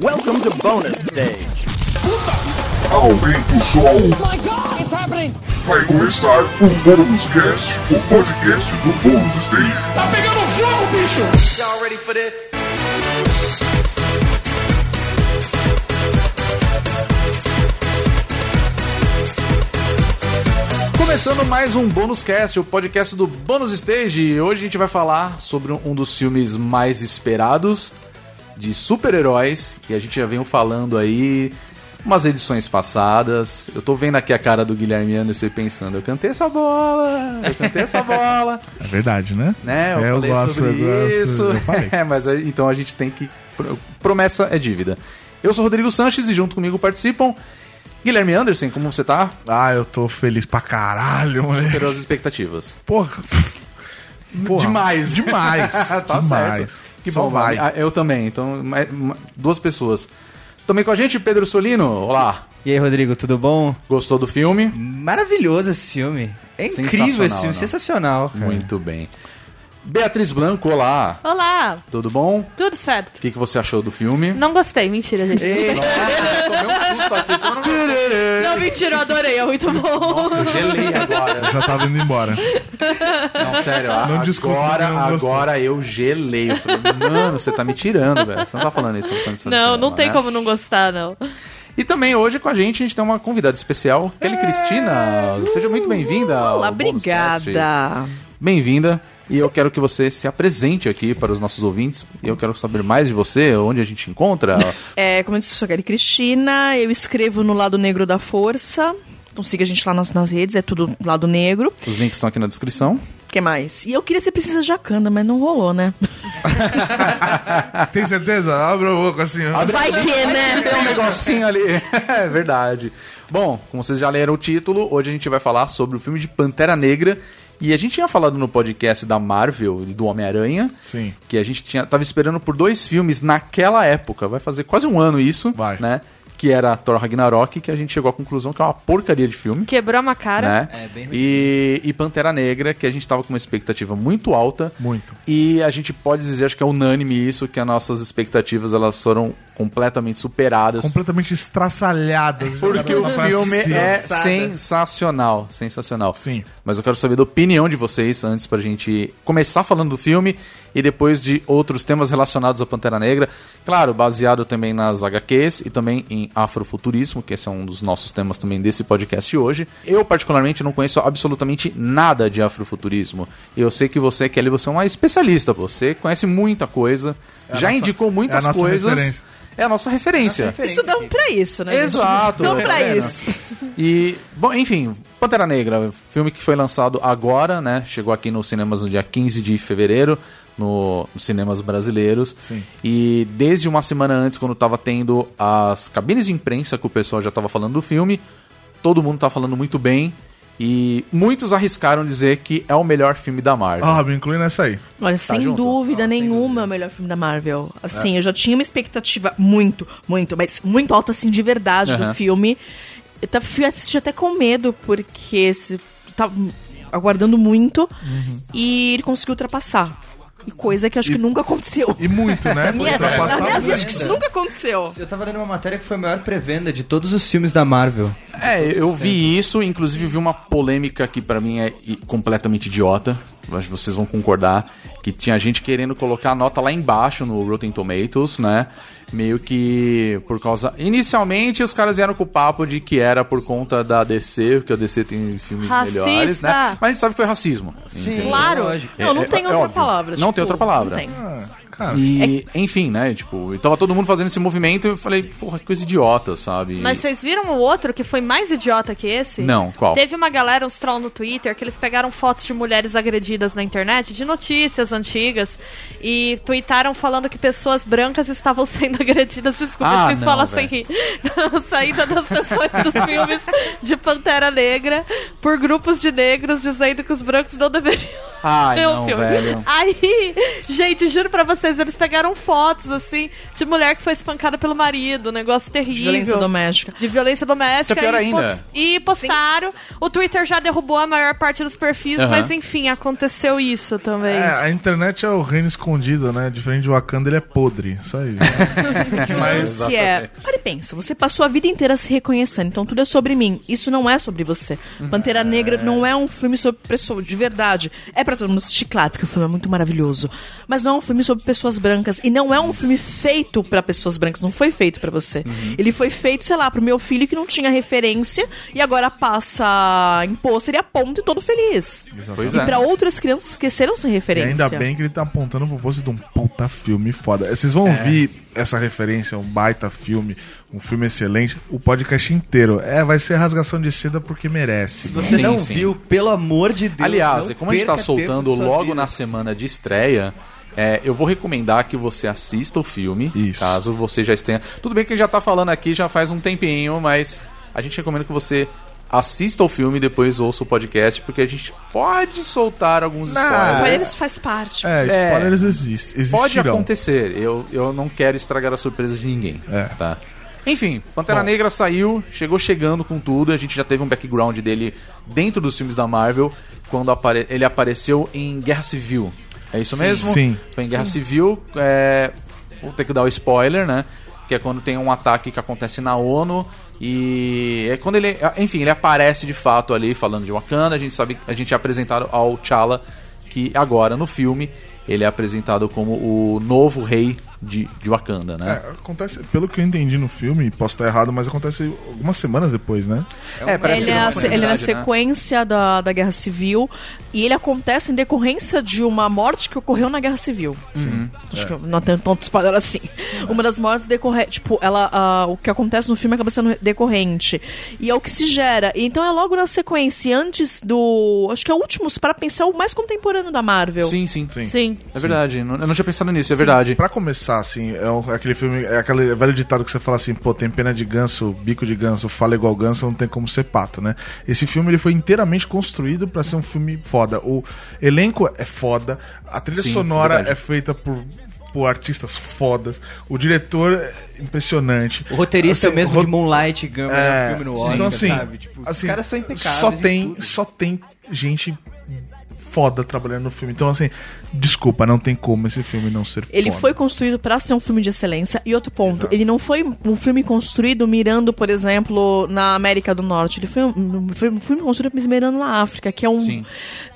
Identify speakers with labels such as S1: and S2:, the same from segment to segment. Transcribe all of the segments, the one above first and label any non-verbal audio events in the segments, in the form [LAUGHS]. S1: Welcome to bonus stage.
S2: Aumenta o som,
S3: my god, it's happening!
S2: vai começar o Bônus Cast, o podcast do Bônus Stage.
S3: Tá pegando fogo, bicho!
S4: Y'all ready for this?
S5: Começando mais um Bônus Cast, o podcast do Bônus Stage. E Hoje a gente vai falar sobre um dos filmes mais esperados de super-heróis, que a gente já veio falando aí umas edições passadas. Eu tô vendo aqui a cara do Guilherme Anderson e pensando, eu cantei essa bola, eu cantei
S6: [LAUGHS]
S5: essa bola,
S6: É verdade, né?
S5: né?
S6: É,
S5: falei sobre isso.
S6: Eu falei.
S5: [LAUGHS] É, mas aí, então a gente tem que pro- promessa é dívida. Eu sou Rodrigo Sanches e junto comigo participam Guilherme Anderson, como você tá?
S6: [LAUGHS] ah, eu tô feliz pra caralho, moleque.
S5: Superou as expectativas.
S6: Porra. Porra.
S5: Demais.
S6: [LAUGHS] Demais.
S5: tá
S6: demais.
S5: certo. Que
S6: Só
S5: bom,
S6: vai.
S5: vai. Eu também, então, ma- ma- duas pessoas. Também com a gente, Pedro Solino. Olá.
S7: E aí, Rodrigo, tudo bom?
S5: Gostou do filme?
S6: Hum.
S7: Maravilhoso esse filme. É incrível
S5: Sensacional,
S7: esse filme,
S5: não?
S7: sensacional. cara.
S5: Muito bem. Beatriz Blanco, olá.
S8: Olá,
S5: Tudo bom? O
S8: tudo certo?
S5: que, que você achou do
S8: [LAUGHS]
S5: filme?
S8: Não gostei, mentira, gente.
S5: Tomei um susto aqui. que eu não-
S8: Não, mentira, eu adorei, é muito bom.
S5: Nossa, eu
S8: [LAUGHS]
S5: gelei agora.
S6: Eu já tava indo embora.
S5: Não, sério, a-
S6: Não é um discuto
S5: agora,
S6: que não gostou.
S5: agora eu gelei. Eu falei, mano, você tá me tirando, velho. Você não tá falando isso. quando você tá no
S8: Não, não
S5: cinema,
S8: tem
S5: né?
S8: como não gostar, não.
S5: E também hoje com a gente, a gente tem uma convidada especial, Kelly Cristina. Seja muito bem-vinda. ao
S9: Olá,
S5: Bônus Cast.
S9: obrigada.
S5: Bem-vinda. E eu quero que você se apresente aqui para os nossos ouvintes. E eu quero saber mais de você, onde a gente te encontra. [LAUGHS]
S9: É, como eu disse, eu sou a Kelly Cristina, eu escrevo no Lado Negro da Força. Então siga a gente lá nas, nas redes, é tudo Lado Negro.
S5: os links estão aqui na descrição.
S9: O que mais? E eu queria ser Princesa Jacanda, mas não rolou, né?
S6: [LAUGHS] Tem certeza? Abra o boca assim. ó.
S9: Vai que,
S5: Tem
S9: né?
S5: um negocinho ali. [LAUGHS] é verdade. Bom, como vocês já leram o título, hoje a gente vai falar sobre o filme de Pantera Negra. E a gente tinha falado no podcast da Marvel e do Homem-Aranha.
S6: Sim.
S5: Que a gente tinha, tava esperando por dois filmes naquela época. Vai fazer quase um ano isso.
S6: Vai.
S5: Né? Que era Thor Ragnarok, que a gente chegou à conclusão que é uma porcaria de filme.
S8: Quebrou uma cara.
S5: Né?
S6: É,
S5: e, e Pantera Negra, que a gente tava com uma expectativa muito alta.
S6: Muito.
S5: E a gente pode dizer, acho que é unânime isso, que as nossas expectativas elas foram completamente superadas.
S6: Completamente [LAUGHS] estraçalhadas.
S5: Porque o
S6: jogadas pra
S5: filme
S6: cima.
S5: é sensacional, sensacional.
S6: Sim.
S5: Mas eu quero saber da opinião de vocês antes pra gente começar falando do filme e depois de outros temas relacionados à Pantera Negra. Claro, baseado também nas HQs e também em afrofuturismo, que esse é um dos nossos temas também desse podcast de hoje. Eu, particularmente, não conheço absolutamente nada de afrofuturismo. E eu sei que você, Kelly, você é uma especialista, pô. você conhece muita coisa, já
S6: nossa-
S5: indicou muitas
S6: é a nossa
S5: coisas.
S6: referência.
S5: É a nossa referência.
S9: Estudamos pra isso, né? gente?
S5: Exato.
S9: Estudamos
S5: tá
S9: pra
S5: vendo?
S9: isso.
S5: E, bom, enfim, Pantera Negra, filme que foi lançado agora, né? Chegou aqui nos cinemas no dia 15 de fevereiro, no, nos cinemas brasileiros.
S6: Sim.
S5: E desde uma semana antes, quando tava tendo as cabines de imprensa, que o pessoal já tava falando do filme, todo mundo tá falando muito bem. E muitos arriscaram dizer que é o melhor filme da Marvel.
S6: Ah, me inclui nessa aí.
S9: Olha, sem
S5: Tá junto.
S9: dúvida nenhuma é o melhor filme da Marvel.
S5: É.
S9: Assim, eu já tinha uma expectativa muito, muito, mas muito alta, assim, de verdade,
S5: Aham.
S9: do filme. Eu tava, fui assistir até com medo, porque esse, tava aguardando muito
S5: Uhum.
S9: e ele conseguiu ultrapassar. E coisa que eu acho que
S5: [LAUGHS]
S9: nunca aconteceu.
S6: E muito, né?
S9: Na [LAUGHS] minha,
S6: Foi
S9: na minha
S6: ultrapassado.
S9: vida, acho que
S5: né?
S9: isso nunca aconteceu.
S7: Eu tava lendo uma matéria que foi a maior pré-venda de todos os filmes da Marvel.
S5: É, eu vi isso, inclusive vi uma polêmica que pra mim é i- completamente idiota, mas vocês vão concordar, que tinha gente querendo colocar a nota lá embaixo no Rotten Tomatoes, né? Meio que por causa... Inicialmente os caras vieram com o papo de que era por conta da DC, porque a DC tem filmes
S8: Racista.
S5: melhores, né? Mas a gente sabe que foi racismo. entende?
S8: Claro.
S7: Lógico.
S9: Não, não
S5: É,
S9: tem
S5: é
S9: outra
S5: óbvio.
S9: palavra.
S5: Não
S9: tipo,
S5: tem outra palavra.
S9: não tem.
S6: Ah, cara,
S8: É
S5: E, enfim, né? Tipo, e tava todo mundo fazendo esse movimento e eu falei, porra, que coisa idiota, sabe?
S8: Mas vocês viram o outro que foi mais idiota que esse?
S5: Não, qual?
S8: Teve uma galera, uns troll no Twitter, que eles pegaram fotos de mulheres agredidas na internet, de notícias antigas, e tuitaram falando que pessoas brancas estavam [LAUGHS] sendo agredidas. Desculpa,
S5: Ah,
S8: eu quis
S5: não,
S8: falar
S5: velho.
S8: sem rir. [LAUGHS] Na saída das sessões
S5: [LAUGHS]
S8: dos filmes de Pantera Negra por grupos de negros dizendo que os brancos não deveriam
S5: [LAUGHS] Ai,
S8: ver o
S5: não,
S8: filme.
S5: velho.
S8: Aí, gente, juro pra vocês, eles pegaram fotos, assim, de mulher que foi espancada pelo marido, um negócio terrível.
S9: Violência doméstica.
S8: De violência doméstica.
S5: Isso é pior
S8: e
S5: ainda.
S8: pos- E postaram. O Twitter já derrubou a maior parte dos perfis,
S5: Aham.
S8: mas enfim, aconteceu isso também.
S6: É, a internet é o reino escondido, né? Diferente de Wakanda, ele é podre. Só isso.
S9: [LAUGHS]
S6: Mas
S9: Se é. Para e pensa, você passou a vida inteira se reconhecendo, então tudo é sobre mim. Isso não é sobre você. Pantera Negra não é um filme sobre pessoas, de verdade. É pra todo mundo assistir, claro, porque o filme é muito maravilhoso. Mas não é um filme sobre pessoas brancas. E não é um filme feito pra pessoas brancas, não foi feito pra você.
S5: Uhum.
S9: Ele foi feito, sei lá, pro meu filho que não tinha referência e agora passa em pôster e aponta e todo feliz.
S5: Pois
S9: E
S5: é.
S9: pra outras crianças esqueceram sem
S6: e
S9: referência.
S6: ainda bem que ele tá apontando pro posto de um puta filme foda. Vocês vão ouvir essa referência, um baita filme, um filme excelente, o podcast inteiro. É, vai ser rasgação de seda porque merece.
S7: Se você
S5: Sim,
S7: não
S5: sim.
S7: viu, pelo amor de Deus.
S5: Aliás,
S7: não
S5: e como a gente tá
S7: perca tempo
S5: soltando
S7: da sua
S5: logo
S7: vida.
S5: na semana de estreia, é, eu vou recomendar que você assista o filme,
S6: Isso.
S5: caso você já esteja. Tudo bem que a gente já tá falando aqui já faz um tempinho, mas a gente recomenda que você assista o filme e depois ouça o podcast, porque a gente pode soltar alguns
S6: Não,
S5: spoilers.
S9: Spoilers faz parte.
S6: É, spoilers existem.
S5: Pode
S6: Existirão.
S5: acontecer. Eu, eu não quero estragar a surpresa de ninguém.
S6: É.
S5: Tá. Enfim, Pantera Negra saiu, chegou chegando com tudo. A gente já teve um background dele dentro dos filmes da Marvel, quando apare- ele apareceu em Guerra Civil. É isso mesmo?
S6: Sim.
S5: Foi em Guerra Civil. é, Vou ter que dar o spoiler, né? Que é quando tem um ataque que acontece na ONU. E é quando ele. Enfim, ele aparece de fato ali falando de Wakanda. A gente sabe. A gente é apresentado ao T'Challa, que agora no filme ele é apresentado como o novo rei de, de Wakanda,
S6: É,
S5: né?
S6: acontece, pelo que eu entendi no filme, posso estar errado, mas acontece algumas semanas depois, né?
S5: É,
S9: Ele é,
S5: tem
S9: a-
S5: uma
S9: ele é na
S5: continuidade, né?
S9: sequência da, da Guerra Civil e ele acontece em decorrência de uma morte que ocorreu na Guerra Civil. Sim.
S5: É.
S9: Acho que não tem tanto spoiler assim. Uma das mortes decorre, tipo, ela, ah, o que acontece no filme acaba sendo decorrente e é o que se gera. E então é logo na sequência, e antes do, acho que é o último para pensar o mais contemporâneo da Marvel.
S5: Sim, sim.
S8: Sim.
S5: É verdade. Eu não tinha pensado nisso, é verdade.
S6: Pra começar, assim, é, um- é aquele filme, é aquele velho ditado que você fala assim, pô, tem pena de ganso, bico de ganso, fala igual ganso, não tem como ser pato, né? Esse filme ele foi inteiramente construído pra ser um filme foda. O elenco é foda, a trilha
S5: Sim,
S6: sonora
S5: verdade.
S6: é feita por por artistas fodas, o diretor é impressionante.
S7: O roteirista
S6: Assim,
S7: é o mesmo
S6: ro-
S7: de Moonlight Gama,
S6: É,
S7: é, filme no Oscar,
S6: então assim,
S7: sabe? Tipo,
S6: assim,
S7: os caras são impecáveis.
S6: Só
S7: em
S6: tem,
S7: tudo.
S6: só tem gente foda trabalhando no filme. Então, assim, desculpa, não tem como esse filme não ser
S9: Ele
S6: foda.
S9: foi construído pra ser um filme de excelência. E outro ponto, ele não foi um filme construído mirando, por exemplo, na América do Norte. Ele foi um, foi um filme construído mirando na África, que é um.
S5: Sim.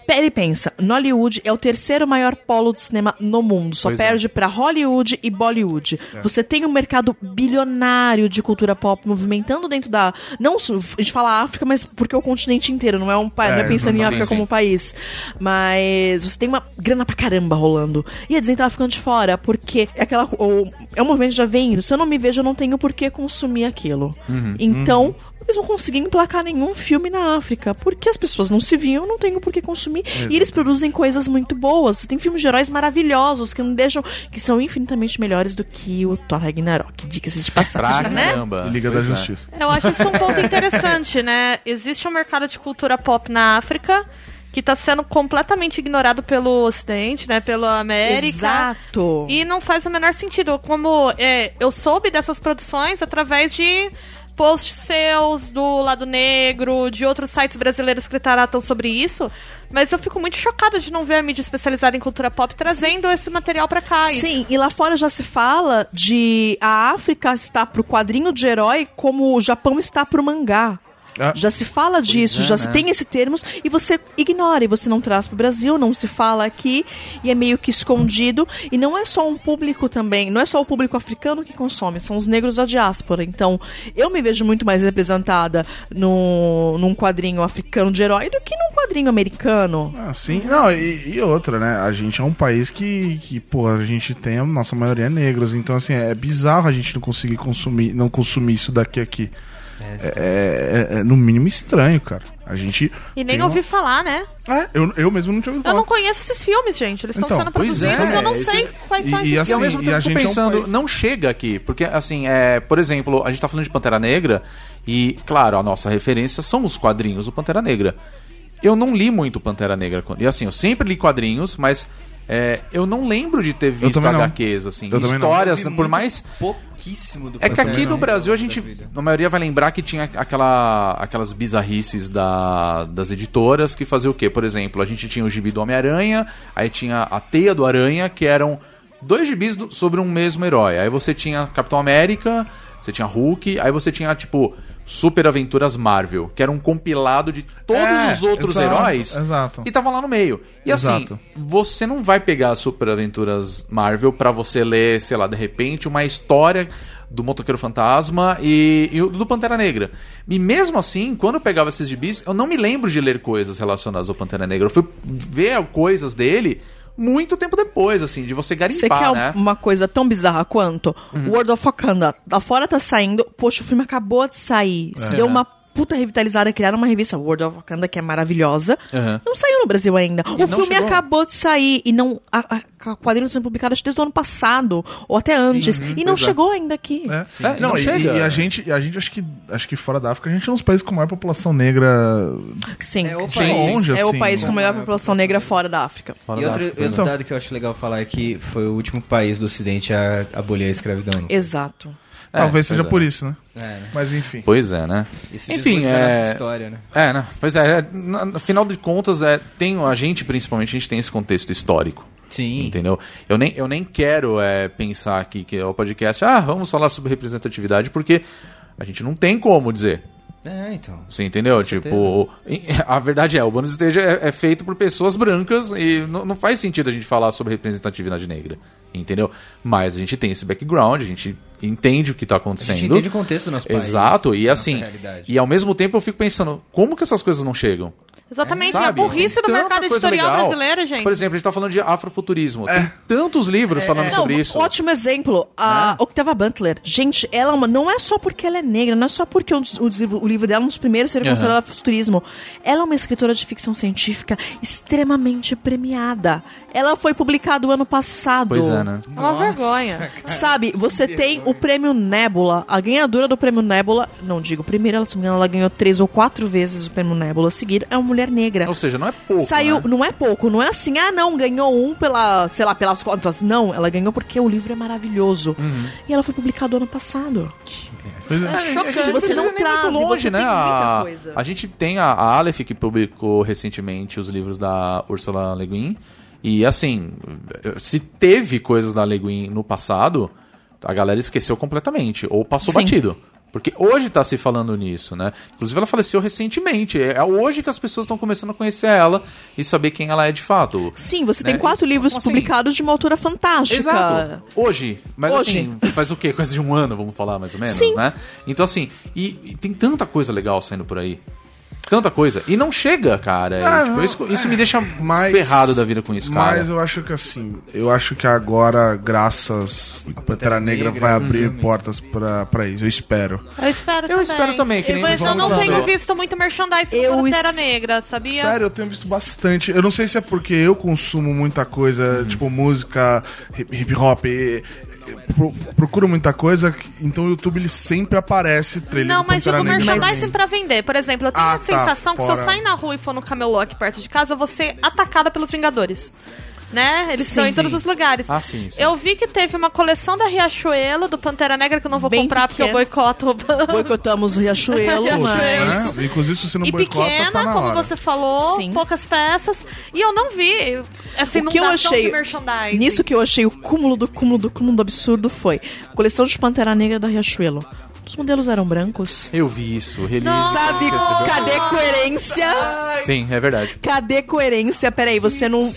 S9: Pera e pensa, Nollywood é o terceiro maior polo de cinema no mundo. Só
S5: Pois é.
S9: perde pra Hollywood e Bollywood. Você tem um mercado bilionário de cultura pop movimentando dentro da. Não, só- a gente fala África, mas porque é o continente inteiro, não é um país. não é pensando em
S5: exatamente.
S9: África
S5: Sim,
S9: como
S5: sim.
S9: país. Mas você tem uma grana pra caramba rolando. E a Disney tava ficando de fora, porque é aquela. Ou, é um movimento que já vem indo. Se eu não me vejo, eu não tenho por que consumir aquilo.
S5: Uhum.
S9: Então. Eles não conseguiam emplacar nenhum filme na África. Porque as pessoas não se viam, não tenho por que consumir. E eles produzem coisas muito boas. Você tem filmes de heróis maravilhosos que não deixam. que são infinitamente melhores do que o Thor Ragnarok. Diga-se de
S5: Pra
S9: passagem, né?
S5: caramba.
S6: Liga da
S5: Pois é.
S6: Justiça.
S8: Eu acho isso um ponto interessante, né? Existe um mercado de cultura pop na África que tá sendo completamente ignorado pelo Ocidente, né? Pela América.
S9: Exato.
S8: E não faz o menor sentido. Como é, eu soube dessas produções através de posts seus do Lado Negro, de outros sites brasileiros que tratam sobre isso. Mas eu fico muito chocada de não ver a mídia especializada em cultura pop trazendo esse material pra cá. E
S9: Sim, e lá fora já se fala de a África está pro quadrinho de herói como o Japão está pro mangá.
S6: Ah.
S9: Já se fala disso,
S5: é,
S9: já
S5: né?
S9: se tem esse termos e você ignora, e você não traz pro Brasil, não se fala aqui, e é meio que escondido. E não é só um público também, não é só o público africano que consome, são os negros da diáspora. Então, eu me vejo muito mais representada no, num quadrinho africano de herói do que num quadrinho americano.
S6: Ah, sim. Não, e, e outra, né? A gente é um país que, que, pô, a gente tem a nossa maioria é negros. Então, assim, é bizarro a gente não conseguir consumir, não consumir isso daqui aqui. É, é- é, no mínimo estranho, cara. A gente.
S8: E nem
S5: um-
S6: tem
S8: ouvi falar, né?
S6: Uma... É, eu, eu mesmo não tinha ouvido
S8: Eu
S6: falar.
S8: não conheço esses filmes, gente. Eles estão
S6: Então,
S8: sendo
S5: pois é,
S8: produzidos, eu não
S5: esses-
S8: sei quais são
S6: e-
S8: esses
S6: e
S5: E ao
S6: assim,
S5: mesmo tempo
S6: a
S5: eu fico
S6: gente é um
S5: pensando,
S6: país-
S5: não chega aqui, porque assim, é, por exemplo, a gente tá falando de Pantera Negra e, claro, a nossa referência são os quadrinhos do Pantera Negra. eu não li muito Pantera Negra. quando- E assim, eu sempre li quadrinhos, mas é, eu não lembro de ter visto
S6: também não.
S5: HQs, assim.
S6: Eu também não.
S5: histórias,
S7: Eu vi
S5: por
S7: muito
S5: mais.
S7: Pouquíssimo do
S5: É que
S7: Pantera
S5: aqui no
S7: Negra
S5: Brasil a
S7: da
S5: gente,
S7: vida.
S5: na maioria, vai lembrar que tinha aquela, aquelas bizarrices da, das editoras que fazia o quê? Por exemplo, a gente tinha o gibi do Homem-Aranha, aí tinha a Teia do Aranha, que eram dois gibis do- sobre um mesmo herói. Aí você tinha Capitão América, você tinha Hulk, aí você tinha, tipo, Super Aventuras Marvel, que era um compilado de todos
S6: É,
S5: os outros
S6: exato,
S5: heróis
S6: exato.
S5: e tava lá no meio. E
S6: Exato.
S5: assim, você não vai pegar as Super Aventuras Marvel pra você ler, sei lá, de repente, uma história do Motoqueiro Fantasma e, e o- do Pantera Negra. E mesmo assim, quando eu pegava esses gibis, eu não me lembro de ler coisas relacionadas ao Pantera Negra. Eu fui ver coisas dele muito tempo depois, assim, de você
S9: Você
S5: garimpar,
S9: quer
S5: né? Uhum.
S9: uma coisa tão bizarra quanto? World of Wakanda, lá fora tá saindo. Poxa, o filme acabou de sair.
S5: É.
S9: Se deu uma puta revitalizada, criaram uma revista World of Wakanda, que é maravilhosa.
S5: Uhum.
S9: Não saiu no Brasil ainda. o
S5: não
S9: filme
S5: chegou.
S9: acabou de sair e não. A, a, a quadrinhos sendo publicados desde o ano passado, ou até antes. e não
S5: pois é.
S9: chegou ainda aqui.
S6: É.
S5: É,
S6: não,
S5: não
S6: e,
S5: chega.
S6: e a gente, a gente acho que acho que fora da África, a gente é um dos países com maior população negra.
S9: Sim.
S7: É o
S9: Sim.
S7: país.
S6: Longe,
S9: É
S6: assim.
S9: o país com a
S5: né?
S9: maior
S7: Maior
S9: população negra fora da África.
S5: Fora
S7: E
S5: da
S7: outro,
S5: África,
S7: outro
S5: né?
S7: dado que eu acho legal falar é que foi o último país do Ocidente a abolir a escravidão. né?
S9: Exato.
S5: É,
S6: Talvez seja
S5: pois é.
S6: por isso, né?
S7: É, né?
S6: Mas enfim.
S5: Pois é, né?
S7: Isso diz
S5: Enfim,
S7: muito da nossa
S5: é...
S7: história, né?
S5: É, né? Pois é, é, na- no final de contas, é, tem, a gente principalmente, a gente tem esse contexto histórico.
S7: Sim.
S5: Entendeu? Eu nem, eu nem quero é, pensar aqui que é o podcast, ah, vamos falar sobre representatividade, porque a gente não tem como dizer.
S7: É, então.
S5: Você entendeu? tipo, [LAUGHS] a verdade é, o bônus esteja é, é feito por pessoas brancas e não, não faz sentido a gente falar sobre representatividade negra. Entendeu? Mas a gente tem esse background, a gente entende o que está
S7: A
S5: acontecendo.
S7: gente entende o contexto do nosso país.
S5: Exato, e
S7: da
S5: assim,
S7: nossa realidade.
S5: e ao mesmo tempo eu fico pensando, como que essas coisas não chegam?
S8: Exatamente, é a
S5: Sabe?
S8: burrice
S5: Tem
S8: do
S5: tanta
S8: mercado
S5: coisa
S8: editorial
S5: legal.
S8: brasileiro, gente.
S5: Por exemplo, a gente tá falando de afrofuturismo. Tem tantos livros falando
S8: É.
S5: sobre
S9: É. Não,
S5: isso. Né?
S9: Ótimo exemplo, a Octava Butler. Gente, ela é uma- não é só porque ela é negra, não é só porque o, o- o livro dela é um dos primeiros a ser
S5: Aham.
S9: considerado futurismo. Ela é uma escritora de ficção científica extremamente premiada. Ela foi publicada o ano passado.
S5: Pois é, né?
S8: É uma vergonha.
S9: [LAUGHS] Sabe, você tem o prêmio Nebula. A ganhadora do prêmio Nebula, não digo primeira, ela, se não me engano, ela ganhou três ou quatro vezes o prêmio Nebula seguido, é uma mulher negra.
S5: Ou seja, não é pouco.
S9: Saiu,
S5: né?
S9: não é pouco, não é assim, ah, não, ganhou um pela, sei lá, pelas contas. Não, ela ganhou porque o livro é maravilhoso.
S5: Uhum.
S9: E ela foi publicada ano passado.
S6: Pois é.
S8: É
S5: A gente
S8: chocante.
S9: você
S5: precisa
S9: não
S5: nem
S9: traz,
S5: muito longe,
S9: você
S5: né?
S9: tem muita
S5: A,
S9: coisa.
S5: a gente tem a, a Aleph que publicou recentemente os livros da Ursula Le Guin. E assim, se teve coisas da Le Guin no passado, a galera esqueceu completamente ou passou
S9: Sim.
S5: batido. Porque hoje tá se falando nisso, né? Inclusive ela faleceu recentemente. É é hoje que as pessoas estão começando a conhecer ela e saber quem ela é de fato.
S9: Sim, você
S5: Né?
S9: tem
S5: Isso-
S9: quatro livros
S5: como assim?
S9: publicados de uma autora fantástica.
S5: Exato. Hoje. Mas
S9: Hoje.
S5: assim, faz o quê? Coisa de um ano, vamos falar mais ou menos,
S9: Sim.
S5: né? Então assim, e, e tem tanta coisa legal saindo por aí. Tanta coisa. E não chega, cara.
S6: Ah,
S5: E, tipo,
S6: não.
S5: isso, isso me deixa
S6: Mas-
S5: ferrado da vida com isso, cara.
S6: Mas eu acho que assim, eu acho que agora, graças a Pantera Negra,
S7: Negra,
S6: vai abrir
S7: uhum.
S6: portas pra, pra isso. Eu espero.
S8: Eu espero
S5: Eu espero também, que nem
S8: Mas
S5: vamos
S8: eu não
S5: lá.
S8: tenho visto muito merchandising
S9: Eu
S8: do Pantera
S9: es-
S8: Negra, sabia?
S6: Sério, eu tenho visto bastante. Eu não sei se é porque eu consumo muita coisa, tipo música, hip hip hop. e- e pro- procuro muita coisa, então o YouTube ele sempre aparece trailer
S8: Não,
S6: do
S8: mas
S6: Pantera
S8: digo
S6: Negra pra
S8: merchandising
S6: mim.
S8: pra vender. Por exemplo, eu tenho
S6: Ah,
S8: a
S6: tá,
S8: sensação que se
S6: fora.
S8: eu sair na rua e for no camelô aqui perto de casa, eu vou ser atacada pelos Vingadores. Né? Eles
S9: Sim.
S8: estão em todos os lugares.
S5: Ah, sim, sim.
S8: Eu vi que teve uma coleção da Riachuelo, do Pantera Negra, que eu não vou
S9: Bem
S8: comprar porque eu
S9: pequena.
S8: boicoto.
S9: Boicotamos o Riachuelo, mas...
S6: Né? Inclusive, se você não
S8: e
S6: boicota,
S8: pequena,
S6: tá na
S8: como
S6: hora.
S8: você falou,
S9: Sim.
S8: poucas peças. E eu não vi assim, essa
S9: O que eu
S8: inundação
S9: achei-
S8: tá de merchandising.
S9: Nisso que eu achei o cúmulo do cúmulo do cúmulo do absurdo foi coleção de Pantera Negra da Riachuelo. Os modelos eram brancos.
S5: Eu vi isso, release.
S8: Não.
S9: Sabe,
S5: Percebeu?
S9: cadê coerência?
S5: Sim, é verdade.
S9: Cadê coerência? Peraí, você não.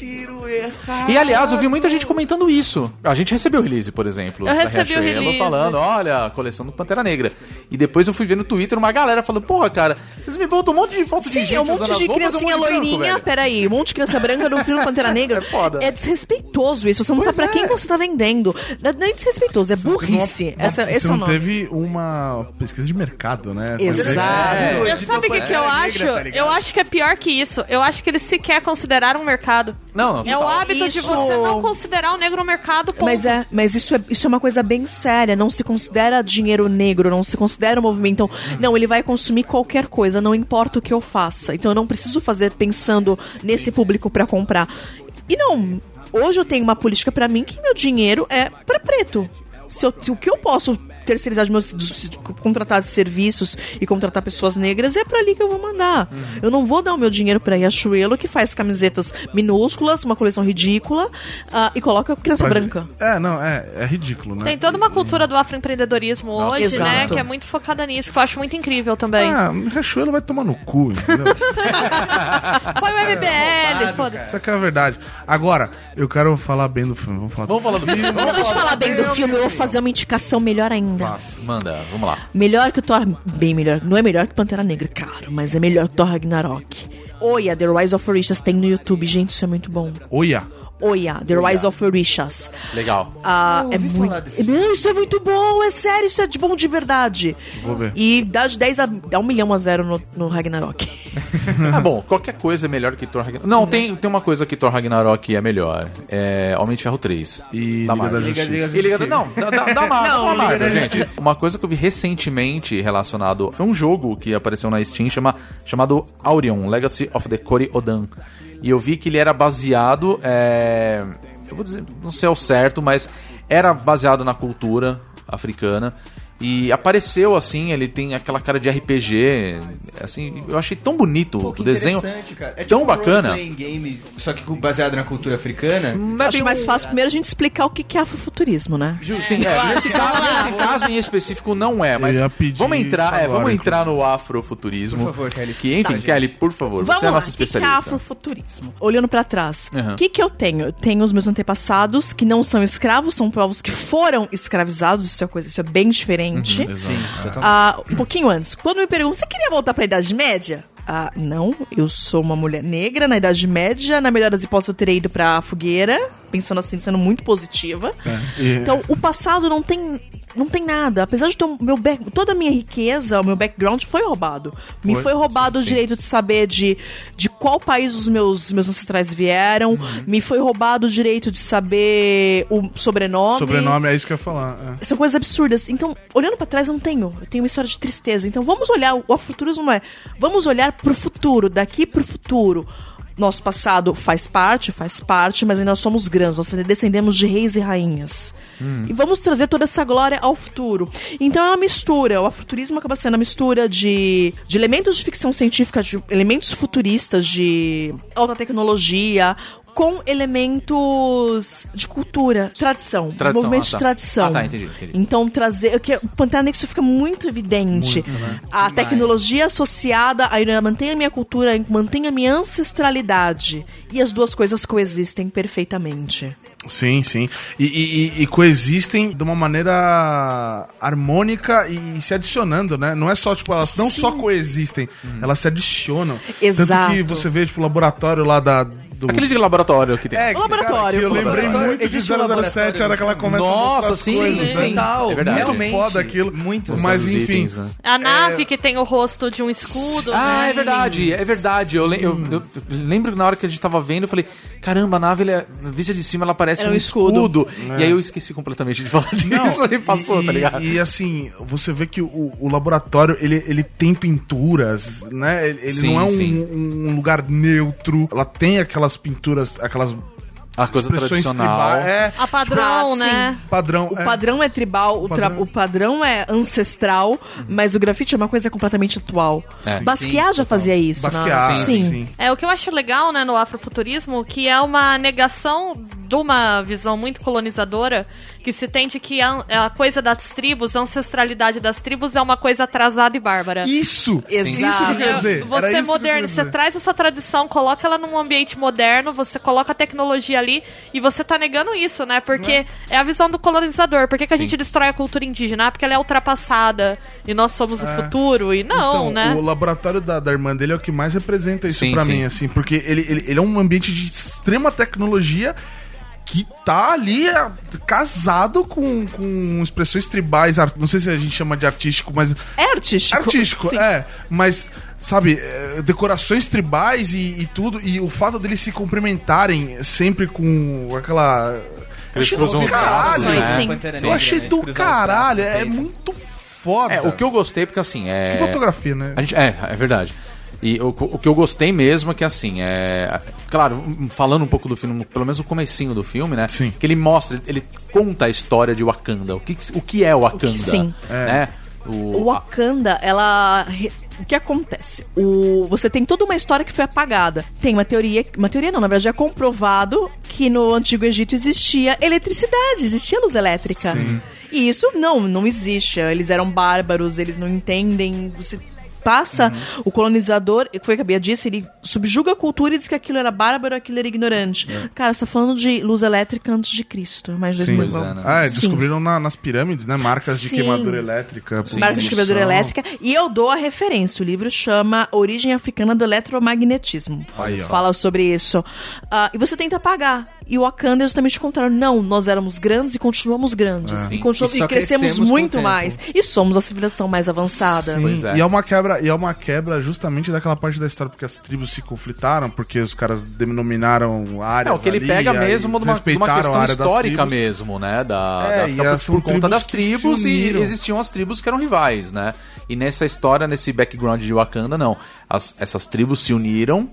S5: E aliás, eu vi muita gente comentando isso. A gente recebeu o release, por exemplo.
S8: Eu
S5: da
S8: recebi o
S5: Riachuelo,
S8: release.
S5: falando, olha, a coleção do Pantera Negra. E depois eu fui ver no Twitter uma galera falando, porra, cara, vocês me botam um monte de foto de
S9: Sim,
S5: gente
S9: é um monte
S5: usando as
S9: de
S5: roupas,
S9: criancinha
S5: um monte de branco,
S9: loirinha.
S5: velho.
S9: Peraí, um monte de criança branca no
S5: [LAUGHS]
S9: filme Pantera Negra.
S5: É foda. é.
S9: desrespeitoso isso. Você não sabe pra quem você tá vendendo. Não é desrespeitoso, é burrice. Essa,
S6: Você
S9: esse é o
S6: não
S9: nome.
S6: teve uma pesquisa de mercado, né? Você vê-
S9: Exato.
S8: Eu sabe o
S6: é tá
S8: é que, que eu acho? eu acho que é pior que isso. Eu acho que eles sequer consideraram o mercado.
S5: Não, Tá. não,
S8: eu
S5: total.
S8: hábito de
S9: Então, Isso.
S8: você não considerar o negro mercado ponto.
S9: Mas, é, mas isso, é, isso é uma coisa bem séria. Não se considera dinheiro negro, não se considera um movimento. Então, não, ele vai consumir qualquer coisa, não importa o que eu faça. Então eu não preciso fazer pensando nesse público pra comprar. E não, hoje eu tenho uma política pra mim que meu dinheiro é pra preto. Se, eu- se o que eu posso terceirizar de meus se contratar serviços e contratar pessoas negras é pra ali que eu vou mandar. Eu não vou dar o meu dinheiro pra Riachuelo que faz camisetas minúsculas, uma coleção ridícula ah, e coloca criança
S6: Pra-
S9: branca.
S6: É, não, é, é ridículo, né?
S8: Tem toda uma cultura do afroempreendedorismo
S5: Nossa,
S8: hoje, né?
S9: exato.
S8: Que é muito focada nisso, que eu acho muito incrível também.
S6: Ah, o Riachuelo vai tomar no cu, entendeu?
S8: Foi o
S9: é,
S8: MBL, foda-se.
S6: Isso é que é a verdade. Agora, eu quero falar bem do filme. Vamos falar do
S5: Vamos falar do filme?
S9: Não deixa eu falar bem do filme, eu vou fazer uma indicação melhor ainda.
S5: Manda, vamos lá.
S9: Melhor que o Thor. Bem melhor. Não é melhor que Pantera Negra, claro, mas é melhor que Thor Ragnarok. Oia, The Rise of Orishas tem no YouTube, gente, isso é muito bom.
S6: Oia.
S9: Oia, The Rise of Orishas.
S5: Legal.
S9: Ah, é muito. Não, isso é muito bom, é sério, isso é de bom de verdade.
S6: Vou ver.
S9: E dá de 10 a. dá um milhão a zero no, no Ragnarok.
S5: Tá bom, qualquer coisa é melhor que Thor Ragnarok. Não, tem, tem uma coisa que Thor Ragnarok é melhor. É Homem de Ferro 3.
S6: E
S5: Da
S6: Liga da
S5: Marvel.
S6: Justiça.
S5: E Liga da... Não, dá, dá, dá uma, dá uma
S9: Liga
S5: Marvel, gente. Uma coisa que eu vi recentemente relacionado... Foi um jogo que apareceu na Steam chama, chamado Aurion, Legacy of the Cory Odan. E eu vi que ele era baseado... é, eu vou dizer, não sei ao certo, mas era baseado na cultura africana. E apareceu assim, ele tem aquela cara de RPG, assim, eu achei tão bonito
S7: Pô, que
S5: o desenho.
S7: interessante, cara. É
S5: tão
S7: tipo um
S5: bacana.
S7: role-playing game, só que baseado na cultura africana.
S5: Não é
S9: Acho
S5: bem
S9: mais
S5: um-
S9: fácil primeiro a gente explicar o que que é afrofuturismo, né?
S5: Sim, é, nesse, caso, nesse caso em específico não é, mas
S6: ia pedir
S5: vamos entrar, é,
S6: agora,
S5: vamos entrar no afrofuturismo.
S7: Por favor, Kelly,
S5: Que enfim,
S7: gente.
S5: Kelly, por favor,
S9: Vamos
S5: você é a
S9: lá,
S5: nossa
S9: o que que é
S5: especialista.
S9: afrofuturismo? Olhando pra trás, o
S5: Aham.
S9: que, que eu tenho? Eu tenho os meus antepassados, que não são escravos, são povos que foram escravizados, isso é, coisa, isso é bem diferente.
S5: Uhum,
S6: Tá
S9: Ah, um pouquinho antes, quando me perguntam, você queria voltar pra Idade Média? Ah, não, eu sou uma mulher negra na Idade Média, na melhor das hipóteses eu terei ido pra fogueira, pensando assim, sendo muito positiva.
S6: É, E-
S9: Então, o passado não tem, não tem nada. Apesar de ter o meu back- toda a minha riqueza, o meu background foi roubado. Me foi, roubado o direito de saber de, de qual país os meus, meus ancestrais vieram.
S6: Uhum.
S9: Me foi roubado o direito de saber o sobrenome.
S6: Sobrenome é isso que eu ia falar. é.
S9: São coisas absurdas. Então, olhando pra trás, eu não tenho. Eu tenho uma história de tristeza. Então, vamos olhar. O futurismo é. Vamos olhar pro futuro, daqui pro futuro. Nosso passado faz parte, faz parte, mas ainda somos grandes. Nós descendemos de reis e rainhas. E vamos trazer toda essa glória ao futuro. Então é uma mistura. O futurismo acaba sendo uma mistura de, de elementos de ficção científica, de elementos futuristas, de alta tecnologia, com elementos de cultura, tradição,
S5: Tradição,
S9: movimento
S5: ah,
S9: de
S5: tá.
S9: tradição.
S5: Ah, tá, entendi, entendi.
S9: Então trazer, que o Pantera Negra isso fica muito evidente. A tecnologia associada a eu mantenho a minha cultura, mantenho a minha ancestralidade e as duas coisas coexistem perfeitamente.
S6: Sim, sim. E, e- e- e coexistem de uma maneira harmônica e se adicionando, né? Não é só, tipo, elas não só coexistem, elas se adicionam. Tanto
S9: Exato.
S6: que você vê, tipo, o laboratório lá da. Do...
S5: Aquele de laboratório que tem.
S6: É,
S9: O laboratório.
S6: que eu lembrei
S7: Laboratório.
S6: muito de
S7: Existe um laboratório
S6: 007, a hora que ela começa a
S5: Nossa,
S6: mostrar as
S5: sim,
S6: coisas,
S5: sim.
S6: né?
S7: Total,
S5: É verdade.
S6: Muito foda aquilo.
S7: Muito.
S6: Mas,
S5: Mostrando os
S6: enfim.
S5: itens, né?
S8: A
S9: É.
S8: nave que tem o rosto de um escudo,
S5: Ah,
S8: né?
S5: é verdade, é verdade. Eu, le- eu- eu lembro que na hora que a gente tava vendo, eu falei: caramba, a nave, ela, é, vista de cima, ela parece
S9: Era
S5: um
S9: um
S5: escudo.
S9: escudo."
S5: E aí eu esqueci completamente de falar
S6: [LAUGHS] É. Não,
S5: [LAUGHS] disso. Ele passou,
S6: e,
S5: tá ligado?
S6: E assim, você vê que o, o laboratório, ele, ele tem pinturas, né? Ele, ele
S5: Sim,
S6: não é
S5: sim.
S6: um, um lugar neutro. Ela tem aquelas pinturas, aquelas
S5: A coisa
S6: expressões
S5: tradicional.
S6: tribais. É,
S8: A padrão,
S9: Ah, sim.
S8: né?
S6: padrão.
S9: O
S6: é.
S9: padrão é tribal, o, tra-
S6: padrão-
S9: o padrão é ancestral, mas o grafite é uma coisa completamente atual. Basquiat já fazia isso. né? na-
S6: Basquiat, sim.
S8: É, o que eu acho legal, né, no afrofuturismo, que é uma negação de uma visão muito colonizadora que se tem de que a, a coisa das tribos, a ancestralidade das tribos é uma coisa atrasada e bárbara.
S6: Isso!
S9: Exato.
S6: Isso que eu queria
S8: É,
S6: dizer. Era
S8: Você
S6: isso que eu queria
S8: moderna, você
S6: dizer.
S8: traz essa tradição, coloca ela num ambiente moderno, você coloca a tecnologia ali e você tá negando isso, né? Porque é a visão do colonizador. Por que, que a gente destrói a cultura indígena? Ah, porque ela é ultrapassada e nós somos o futuro. E não,
S6: É. Então,
S8: né?
S6: O laboratório da, da irmã dele é o que mais representa isso
S5: Sim,
S6: pra
S5: sim.
S6: mim, assim, porque ele, ele, ele é um ambiente de extrema tecnologia que tá ali é, casado com, com expressões tribais, ar- não sei se a gente chama de artístico, mas
S9: É artístico.
S6: artístico,
S9: Sim.
S6: é. Mas, sabe, é, decorações tribais e, e tudo, e o fato deles se cumprimentarem sempre com aquela.
S5: Eles
S6: Achei
S5: cruzam
S6: do
S5: os
S6: caralho,
S5: braços,
S6: velho.
S9: né? sim.
S6: Eu achei do caralho, é muito foda.
S5: É, o que eu gostei, porque assim, é.
S6: Que fotografia, né?
S5: A gente- é, é verdade. E o, o que eu gostei mesmo é que, assim, é. Claro, falando um pouco do filme, pelo menos o comecinho do filme, né?
S6: Sim.
S5: Que ele mostra, ele conta a história de Wakanda. O que, que- o que é Wakanda?
S9: Sim.
S5: Né?
S9: O
S5: O,
S9: Wakanda, ela. re- O que acontece? O... Você tem toda uma história que foi apagada. Tem uma teoria. Uma teoria não, na verdade é comprovado que no Antigo Egito existia eletricidade, existia luz elétrica. E isso não, não existe. Eles eram bárbaros, eles não entendem. Você passa.
S5: Uhum.
S9: O colonizador, foi o que a Bia disse, ele subjuga a cultura e diz que aquilo era bárbaro, aquilo era ignorante.
S5: É.
S9: Cara, você tá falando de luz elétrica antes de Cristo, mais de
S6: Sim.
S9: 2000.
S5: Pois é, né?
S6: Ah, é,
S9: Sim.
S6: descobriram na- nas pirâmides, né? Marcas de
S9: Sim.
S6: queimadura elétrica. por
S9: Marca de escrevedora
S6: poluição.
S9: elétrica. E eu dou a referência. O livro chama Origem Africana do Eletromagnetismo. Fala sobre isso. Ah, e você tenta apagar. E o Wakanda é justamente o contrário. Não, nós éramos grandes e continuamos grandes. E, continuamos,
S7: E
S9: e,
S7: só
S9: crescemos,
S7: crescemos com o
S9: muito
S7: tempo.
S9: mais. E somos a civilização mais avançada.
S6: Sim,
S5: Pois é.
S6: E é uma quebra, e é uma quebra justamente daquela parte da história porque as tribos se conflitaram, porque os caras denominaram áreas
S5: é, o que ele
S6: ali,
S5: pega
S6: aí
S5: mesmo de uma, de uma
S6: desrespeitaram a
S5: questão
S6: área das
S5: histórica
S6: tribos.
S5: mesmo, né? Da,
S6: É,
S5: da-
S6: e
S5: por-
S6: elas são
S5: por conta
S6: tribos
S5: das
S6: que se
S5: tribos e
S6: uniram.
S5: existiam as tribos que eram rivais, né? E nessa história, nesse background de Wakanda, não. As- essas tribos se uniram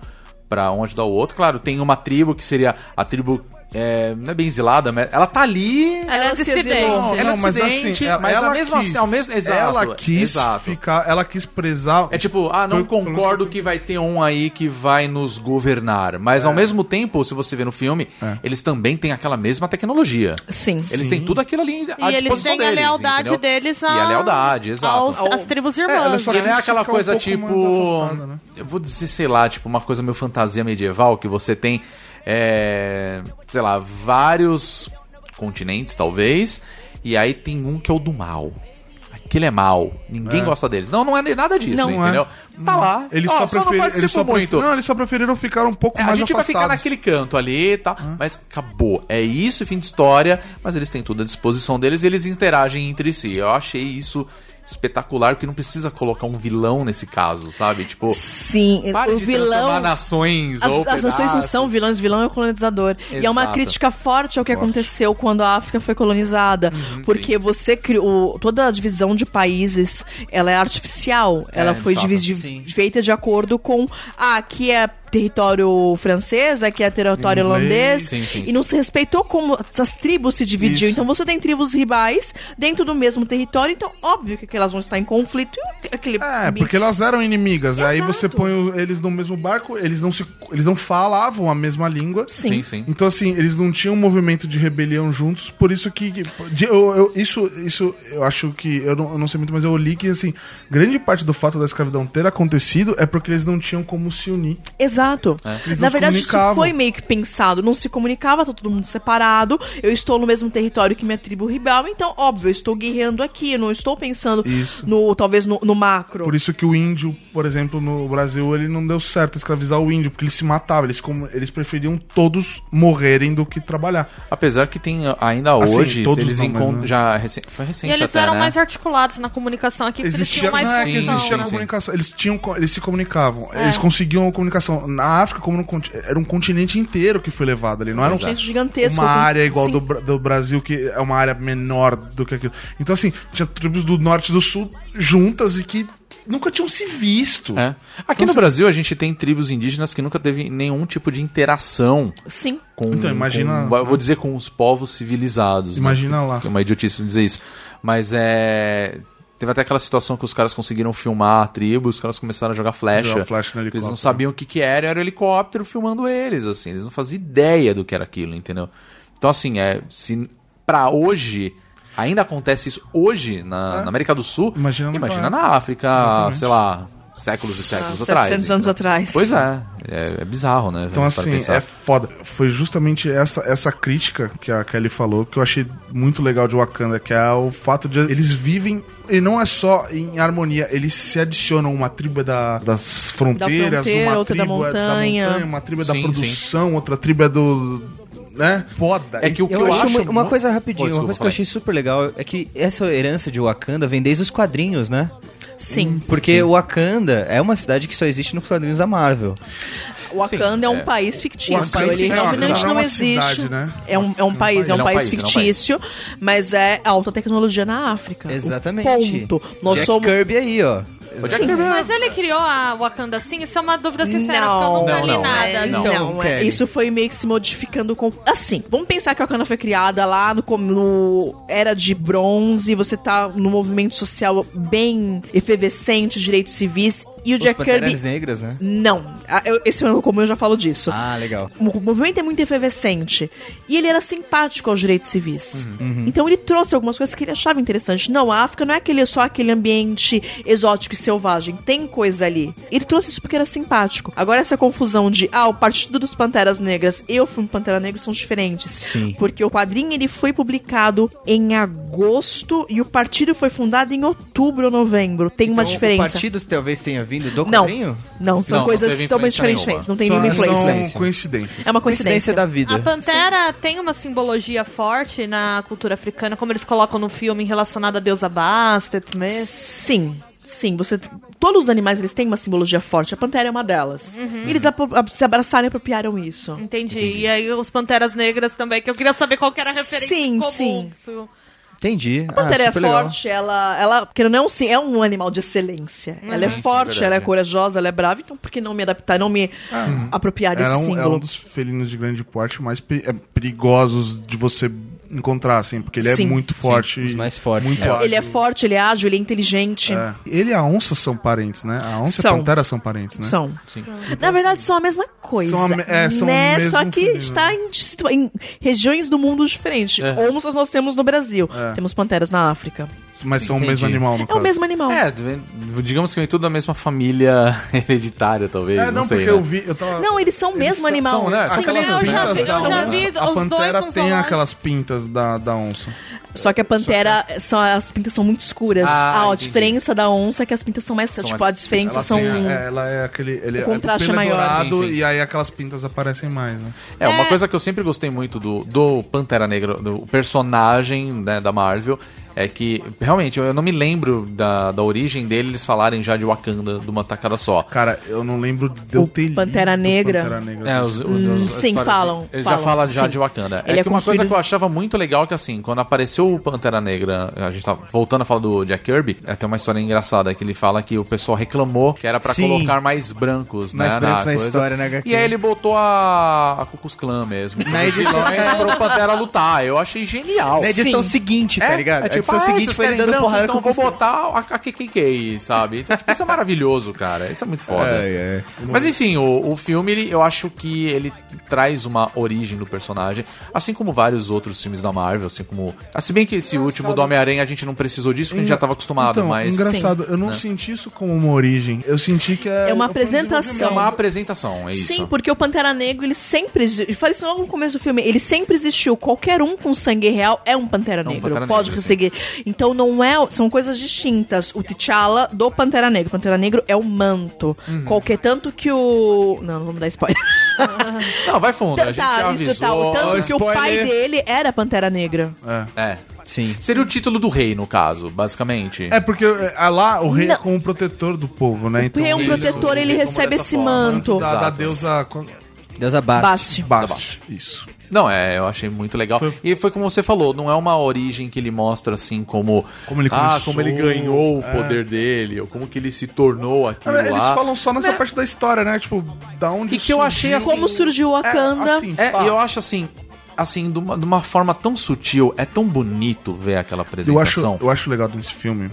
S5: pra um ajudar o outro. Claro, tem uma tribo que seria a tribo. é, não é benzilada, mas ela tá ali.
S8: Ela é
S9: Ela se
S8: dissidente.
S9: exilou.
S5: Ela é
S6: assim,
S5: dissidente, mas ela mesmo assim, ao mesmo- exato,
S6: ela quis
S5: exato.
S6: ficar, ela quis prezar.
S5: É tipo, ah, não
S6: Foi- um pelo
S5: concordo que vai ter um aí que vai nos governar. Mas
S6: É.
S5: ao mesmo tempo, se você vê no filme, eles também têm aquela mesma tecnologia.
S9: Sim.
S5: Eles têm tudo aquilo ali
S6: é
S5: à
S8: E eles
S5: disposição
S8: têm a
S5: deles,
S8: lealdade
S5: entendeu?
S8: deles a,
S5: E a lealdade, exato.
S8: aos-
S5: Ao-
S8: às tribos
S6: É, ela
S8: irmãs.
S6: só
S5: E não é
S6: quis
S5: aquela
S6: ficar um
S5: coisa
S6: pouco mais
S5: tipo.
S6: afastada, né?
S5: Eu vou dizer, sei lá, tipo, uma coisa meio fantasia medieval que você tem, é, sei lá, vários continentes, talvez, e aí tem um que é o do mal. Aquele é mal. Ninguém gosta deles. Não, não é nada disso,
S6: Não é.
S5: entendeu? Tá lá.
S6: Ele
S5: Ó,
S6: só,
S5: não
S6: preferiram,
S5: participo
S6: eles só prefe-
S5: muito.
S6: Não, eles só preferiram ficar um pouco
S5: É,
S6: mais
S5: a gente vai
S6: afastados. Hum.
S5: ficar naquele canto ali e tal, mas acabou. É isso, fim de história, mas eles têm tudo à disposição deles e eles interagem entre si. Eu achei isso espetacular, que não precisa colocar um vilão nesse caso, sabe? Tipo,
S9: Sim,
S5: pare
S9: o
S5: de transformar
S9: vilão.
S5: nações
S9: As,
S5: ou
S9: as nações não
S5: pedaços.
S9: são vilões, vilão é o colonizador. E é uma
S5: Exato.
S9: crítica forte ao que aconteceu quando a África foi colonizada. porque você criou. Toda a divisão de países ela é artificial. ela foi
S5: exato.
S9: dividi-
S7: Sim.
S9: feita de acordo com. Ah, aqui é território francês, aqui é território
S6: Inglês.
S9: holandês.
S5: Sim, sim,
S9: E não se respeitou como as tribos se dividiam.
S6: Isso.
S9: Então você tem tribos rivais dentro do mesmo território. Então, óbvio que elas vão estar em conflito. E aquele
S6: É, porque elas eram inimigas. né? Aí
S9: Exato.
S6: você põe o- eles no mesmo barco, eles não se eles não falavam a mesma língua.
S5: Sim, sim.
S6: Então, assim, eles não tinham um movimento de rebelião juntos, por isso que. de- eu- eu- isso, isso, eu acho que. Eu não, eu não sei muito, mas eu li que, assim, grande parte do fato da escravidão ter acontecido é porque eles não tinham como se unir.
S9: Exato.
S6: Eles
S9: Na
S6: não se
S9: verdade, isso
S6: comunicavam.
S9: foi meio que pensado. Não se comunicava, tá todo mundo separado. Eu estou no mesmo território que minha tribo rival, então, óbvio, eu estou guerreando aqui, eu não estou pensando
S6: Isso.
S9: no talvez no, no macro.
S6: Por isso que o índio, por exemplo, no Brasil, ele não deu certo escravizar o índio, porque eles se matavam. Eles, como, eles preferiam todos morrerem do que trabalhar.
S5: Apesar que tem ah, ainda
S6: Assim,
S5: hoje, se
S6: todos
S5: eles
S6: não, mas
S5: encontram.
S6: não.
S5: Já recen- Foi
S8: E
S5: recente
S8: eles
S5: até,
S8: eram
S5: né?
S8: mais articulados na comunicação aqui, porque
S6: Existia,
S8: eles
S6: não
S8: tinham mais
S6: é que
S5: função,
S6: existia
S5: né?
S6: comunicação. Eles, tinham, co- eles se comunicavam.
S8: É.
S6: Eles conseguiam a comunicação. Na África, como no conti- era um continente inteiro que foi levado ali. Não era um,
S9: Um gente gigantesco.
S6: uma
S9: com-
S6: área igual
S9: Sim.
S6: do, Bra- do Brasil, que é uma área menor do que aquilo. Então, assim, tinha tribos do norte e do sul juntas e que nunca tinham se visto.
S5: É.
S6: Então
S5: Aqui no Brasil, a gente tem tribos indígenas que nunca teve nenhum tipo de interação
S9: Sim.
S5: com.
S6: Então, imagina-
S5: com- eu vou dizer com os povos civilizados. né?
S6: Imagina lá.
S5: Que É uma idiotice dizer isso. Mas é. Teve até aquela situação que os caras conseguiram filmar a tribo, os caras começaram a jogar flecha.
S6: Jogar flecha no
S5: porque eles
S6: helicóptero.
S5: não sabiam o que, que era, era o helicóptero filmando eles, assim. Eles não faziam ideia do que era aquilo, entendeu? Então, assim, é, se pra hoje. Ainda acontece isso hoje na, na América do Sul.
S6: É. Imagina na
S5: imagina
S6: África.
S5: na África,
S6: Exatamente.
S5: sei lá, séculos e séculos
S9: Ah,
S5: atrás.
S9: 700
S5: entendeu?
S9: anos atrás.
S5: Pois é, é, é bizarro, né?
S6: Então,
S5: para
S6: assim,
S5: pensar.
S6: é foda. Foi justamente essa, essa crítica que a Kelly falou que eu achei muito legal de Wakanda, que é o fato de eles vivem. E não é só em harmonia, eles se adicionam uma tribo é da, das fronteiras,
S9: fronteira,
S6: uma
S9: outra da
S6: tribo é
S9: montanha.
S6: uma tribo é da
S5: Sim,
S6: produção, outra tribo é do. né? Foda.
S5: É que o que eu,
S7: Eu, acho
S5: acho.
S7: uma, uma
S5: mu-
S7: coisa
S5: Pô,
S7: rapidinho,
S5: desculpa,
S7: uma coisa que eu
S5: fala aí.
S7: achei super legal é que essa herança de Wakanda vem desde os quadrinhos, né?
S9: é. Sim.
S7: Porque o Wakanda é uma cidade que só existe nos quadrinhos da Marvel.
S9: O Wakanda é um país fictício.
S6: Wakanda
S9: ele
S6: é uma-
S9: realmente
S6: não é
S9: não
S6: uma
S9: existe.
S6: cidade, né?
S9: É um, é um país, é um
S5: Ele é um
S9: país
S5: país, ele é um país.
S9: fictício, mas é alta tecnologia na África.
S7: Exatamente.
S9: O ponto. Nós
S7: Jack
S9: somos.
S7: Kirby aí, ó.
S5: Jack
S9: Sim.
S8: Mas ele criou a Wakanda assim? Isso é uma dúvida sincera,
S9: Não,
S8: porque eu
S5: Não,
S8: nunca li
S5: não,
S8: nada. assim.
S9: Não,
S7: Então,
S9: é-
S7: Kelly.
S9: isso foi meio que se modificando com. Assim, vamos pensar que a Wakanda foi criada lá no, com- no era de bronze, você tá no movimento social bem efevercente, direitos civis, e o
S7: Os
S9: Jack
S7: Panteras
S9: Kirby.
S7: Negras, né?
S9: Não. Ah, eu- Esse ano comum eu já falo disso.
S7: Ah, legal.
S9: O movimento é muito efervescente. E ele era simpático aos direitos civis. Então ele trouxe algumas coisas que ele achava interessante. Não, a África não é aquele, só aquele ambiente exótico e selvagem. Tem coisa ali. Ele trouxe isso porque era simpático. Agora essa confusão de, ah, o Partido dos Panteras Negras e o filme Pantera Negra são diferentes.
S7: Sim.
S9: Porque o quadrinho ele foi publicado em agosto e o partido foi fundado em outubro ou novembro. Tem uma
S7: Então, O
S9: diferença.
S7: partido talvez tenha vindo do
S9: Não,
S7: quadrinho?
S9: não, são
S5: Não, não
S9: coisas
S5: teve
S9: totalmente
S5: influência
S9: diferentes.
S5: nenhuma.
S9: Não tem
S6: Então, São-
S9: nenhuma influência.
S6: São coincidências.
S9: É uma coincidência.
S7: Coincidência da
S8: A
S7: vida.
S8: Pantera tem uma simbologia forte na cultura africana, como eles colocam no filme relacionada à deusa Bastet é mesmo.
S9: É, Sim, sim. Você, todos os animais eles têm uma simbologia forte. A pantera é uma delas. E eles apro- a- se abraçaram e apropriaram isso.
S8: Entendi. E aí os Panteras Negras também, que eu queria saber qual que era a referência
S9: Sim,
S8: comum.
S9: sim.
S8: Isso-
S7: Entendi.
S9: A pantera
S7: ah,
S9: é
S7: super legal.
S9: forte, ela, ela porque não sim, é um animal de excelência. Ela é
S5: Sim, sim,
S9: forte, ela é
S5: verdade.
S9: corajosa, ela é brava. Então por que não me adaptar, não me apropriar desse
S6: Era um, era
S9: símbolo?
S6: um dos felinos de grande porte mais pe- é, perigosos de você encontrar, assim, porque ele é
S9: Sim.
S6: muito forte.
S7: os mais fortes,
S6: Muito
S7: né?
S6: ágil.
S9: Ele é forte, ele é ágil, ele é inteligente.
S6: É. Ele e a onça são parentes, né? A onça e
S9: São.
S6: a pantera são parentes, né?
S9: São. Na verdade, são a mesma coisa.
S6: São a me- é, são o
S9: né?
S6: mesmo
S9: Só que
S6: filme,
S9: está em, situa- em regiões do mundo diferentes.
S6: É.
S9: Onças nós temos no Brasil. Temos panteras na África.
S6: Mas são o mesmo
S7: Entendi.
S6: animal, no
S9: É o
S6: É. caso.
S9: mesmo animal.
S5: É, vem- digamos que vem tudo da mesma família [LAUGHS] hereditária, talvez.
S6: É,
S5: não,
S6: não,
S5: sei.
S6: porque
S5: né?
S6: eu vi. Eu tava...
S9: Não, eles são o mesmo
S6: são-
S9: animal.
S5: são, né?
S9: Sim.
S5: Aquelas
S8: Eu já
S5: pintas
S8: vi-
S5: da
S8: eu já
S5: onça.
S8: vi os
S6: a
S8: dois
S6: pantera
S8: num
S6: tem
S8: zoológico.
S6: aquelas pintas da, da onça.
S9: Só que a pantera, são, as pintas são muito escuras.
S5: Ah,
S9: Ah, a
S5: entendi.
S9: diferença da onça é que as pintas são mais. tipo,
S5: mais-
S9: as diferenças
S6: Ela
S9: são. um-
S6: tem- é, ela é aquele. Ele
S9: O
S6: é-
S9: contraste
S6: o pelo
S9: é maior.
S6: dourado,
S5: Sim, sim.
S6: E aí aquelas pintas aparecem mais, né?
S5: É, uma coisa que eu sempre gostei muito do, do Pantera Negra, do personagem né, da Marvel, é que realmente eu, eu não me lembro da, da origem dele eles falarem já de Wakanda de uma tacada só.
S6: Cara, eu não lembro de eu
S9: O
S6: ter lido
S9: Pantera Negra.
S6: Pantera Negra.
S5: É, os, os-
S9: Hum,
S5: as
S9: sim,
S5: histórias-
S9: falam,
S5: Eles já
S9: falam,
S5: falam já
S9: sim.
S5: de Wakanda.
S9: Ele
S5: é
S9: é
S5: que uma coisa
S9: construído-
S5: que eu achava muito legal que assim, quando apareceu o Pantera Negra, a gente tá voltando a falar do Jack Kirby, até uma história engraçada é que ele fala que o pessoal reclamou que era pra
S7: Sim.
S5: colocar mais brancos,
S7: Mais
S5: né,
S7: brancos na
S5: coisa.
S7: história, na HQ.
S5: E aí ele botou a, a Ku Klux Klan mesmo,
S7: Na
S5: os
S7: edição- É.
S5: vilões pro Pantera lutar. Eu achei genial.
S7: Na É edição
S9: Sim.
S7: seguinte, tá ligado?
S5: É
S7: a
S5: tipo,
S7: edição
S5: ah,
S7: seguinte
S5: vocês
S7: foi ele
S5: querem-
S7: dando
S5: não,
S7: porrada
S5: então
S7: com
S5: vou
S7: os caras.
S5: botar a, a KKK, sabe? Então, tipo, isso é maravilhoso, cara. Isso é muito foda.
S7: [LAUGHS] É, é.
S5: Mas enfim, o, o filme, ele, eu acho que ele traz uma origem do personagem, assim como vários outros filmes da Marvel, assim como... Ah, Se bem que esse último do Homem-Aranha a gente não precisou disso, porque a gente já tava acostumado,
S6: então,
S5: mas... Né?
S6: Engraçado, eu não senti isso como uma origem. Eu senti que é.
S9: É uma
S6: eu fui um
S9: apresentação.
S5: É
S6: desenvolvimento.
S5: uma apresentação, é isso.
S9: Sim, porque o Pantera Negro, ele sempre. exi- Eu falei isso logo no começo do filme. Ele sempre existiu. Qualquer um com sangue real é um Pantera Negro.
S5: Pantera
S9: pode
S5: Negro, sim.
S9: conseguir. Então não é. São coisas distintas. O T'Challa do Pantera Negro. O Pantera Negro é o manto.
S5: Uhum.
S9: Qualquer tanto que o. Não, não vamos dar spoiler.
S5: Não, vai fundo, a gente já
S9: [LAUGHS] tá,
S5: avisou.
S9: isso tá. O tanto que o pai
S7: spoiler.
S9: dele era Pantera Negra.
S5: É.
S7: Sim.
S5: Seria o título do rei, no caso, basicamente.
S6: É porque é, ah, lá o rei é
S9: Não.
S6: como protetor do povo, né? é
S9: Porque é um
S5: Então, Isso,
S9: protetor, ele
S5: como
S9: recebe
S5: dessa
S9: esse
S5: forma.
S9: manto.
S6: um da, da
S5: né? Exato.
S6: deusa qual-
S7: Deus abaixo.
S9: Basti.
S6: Bast. Isso.
S5: Não, é, eu achei muito legal. E foi como você falou, não é uma origem que ele mostra assim como.
S6: Como ele
S5: Ah,
S6: começou, é.
S5: como ele ganhou o poder dele, ou como que ele se tornou aquilo
S6: Cara, eles
S5: lá.
S6: falam só nessa parte da história, né? Tipo, da onde
S5: E que eu achei assim-
S9: Como surgiu o Wakanda.
S6: É, assim,
S5: É,
S6: pá.
S5: e eu acho assim. Assim, de uma, de uma forma tão sutil, é tão bonito ver aquela
S6: Eu acho,
S5: apresentação.
S6: eu acho legal nesse filme.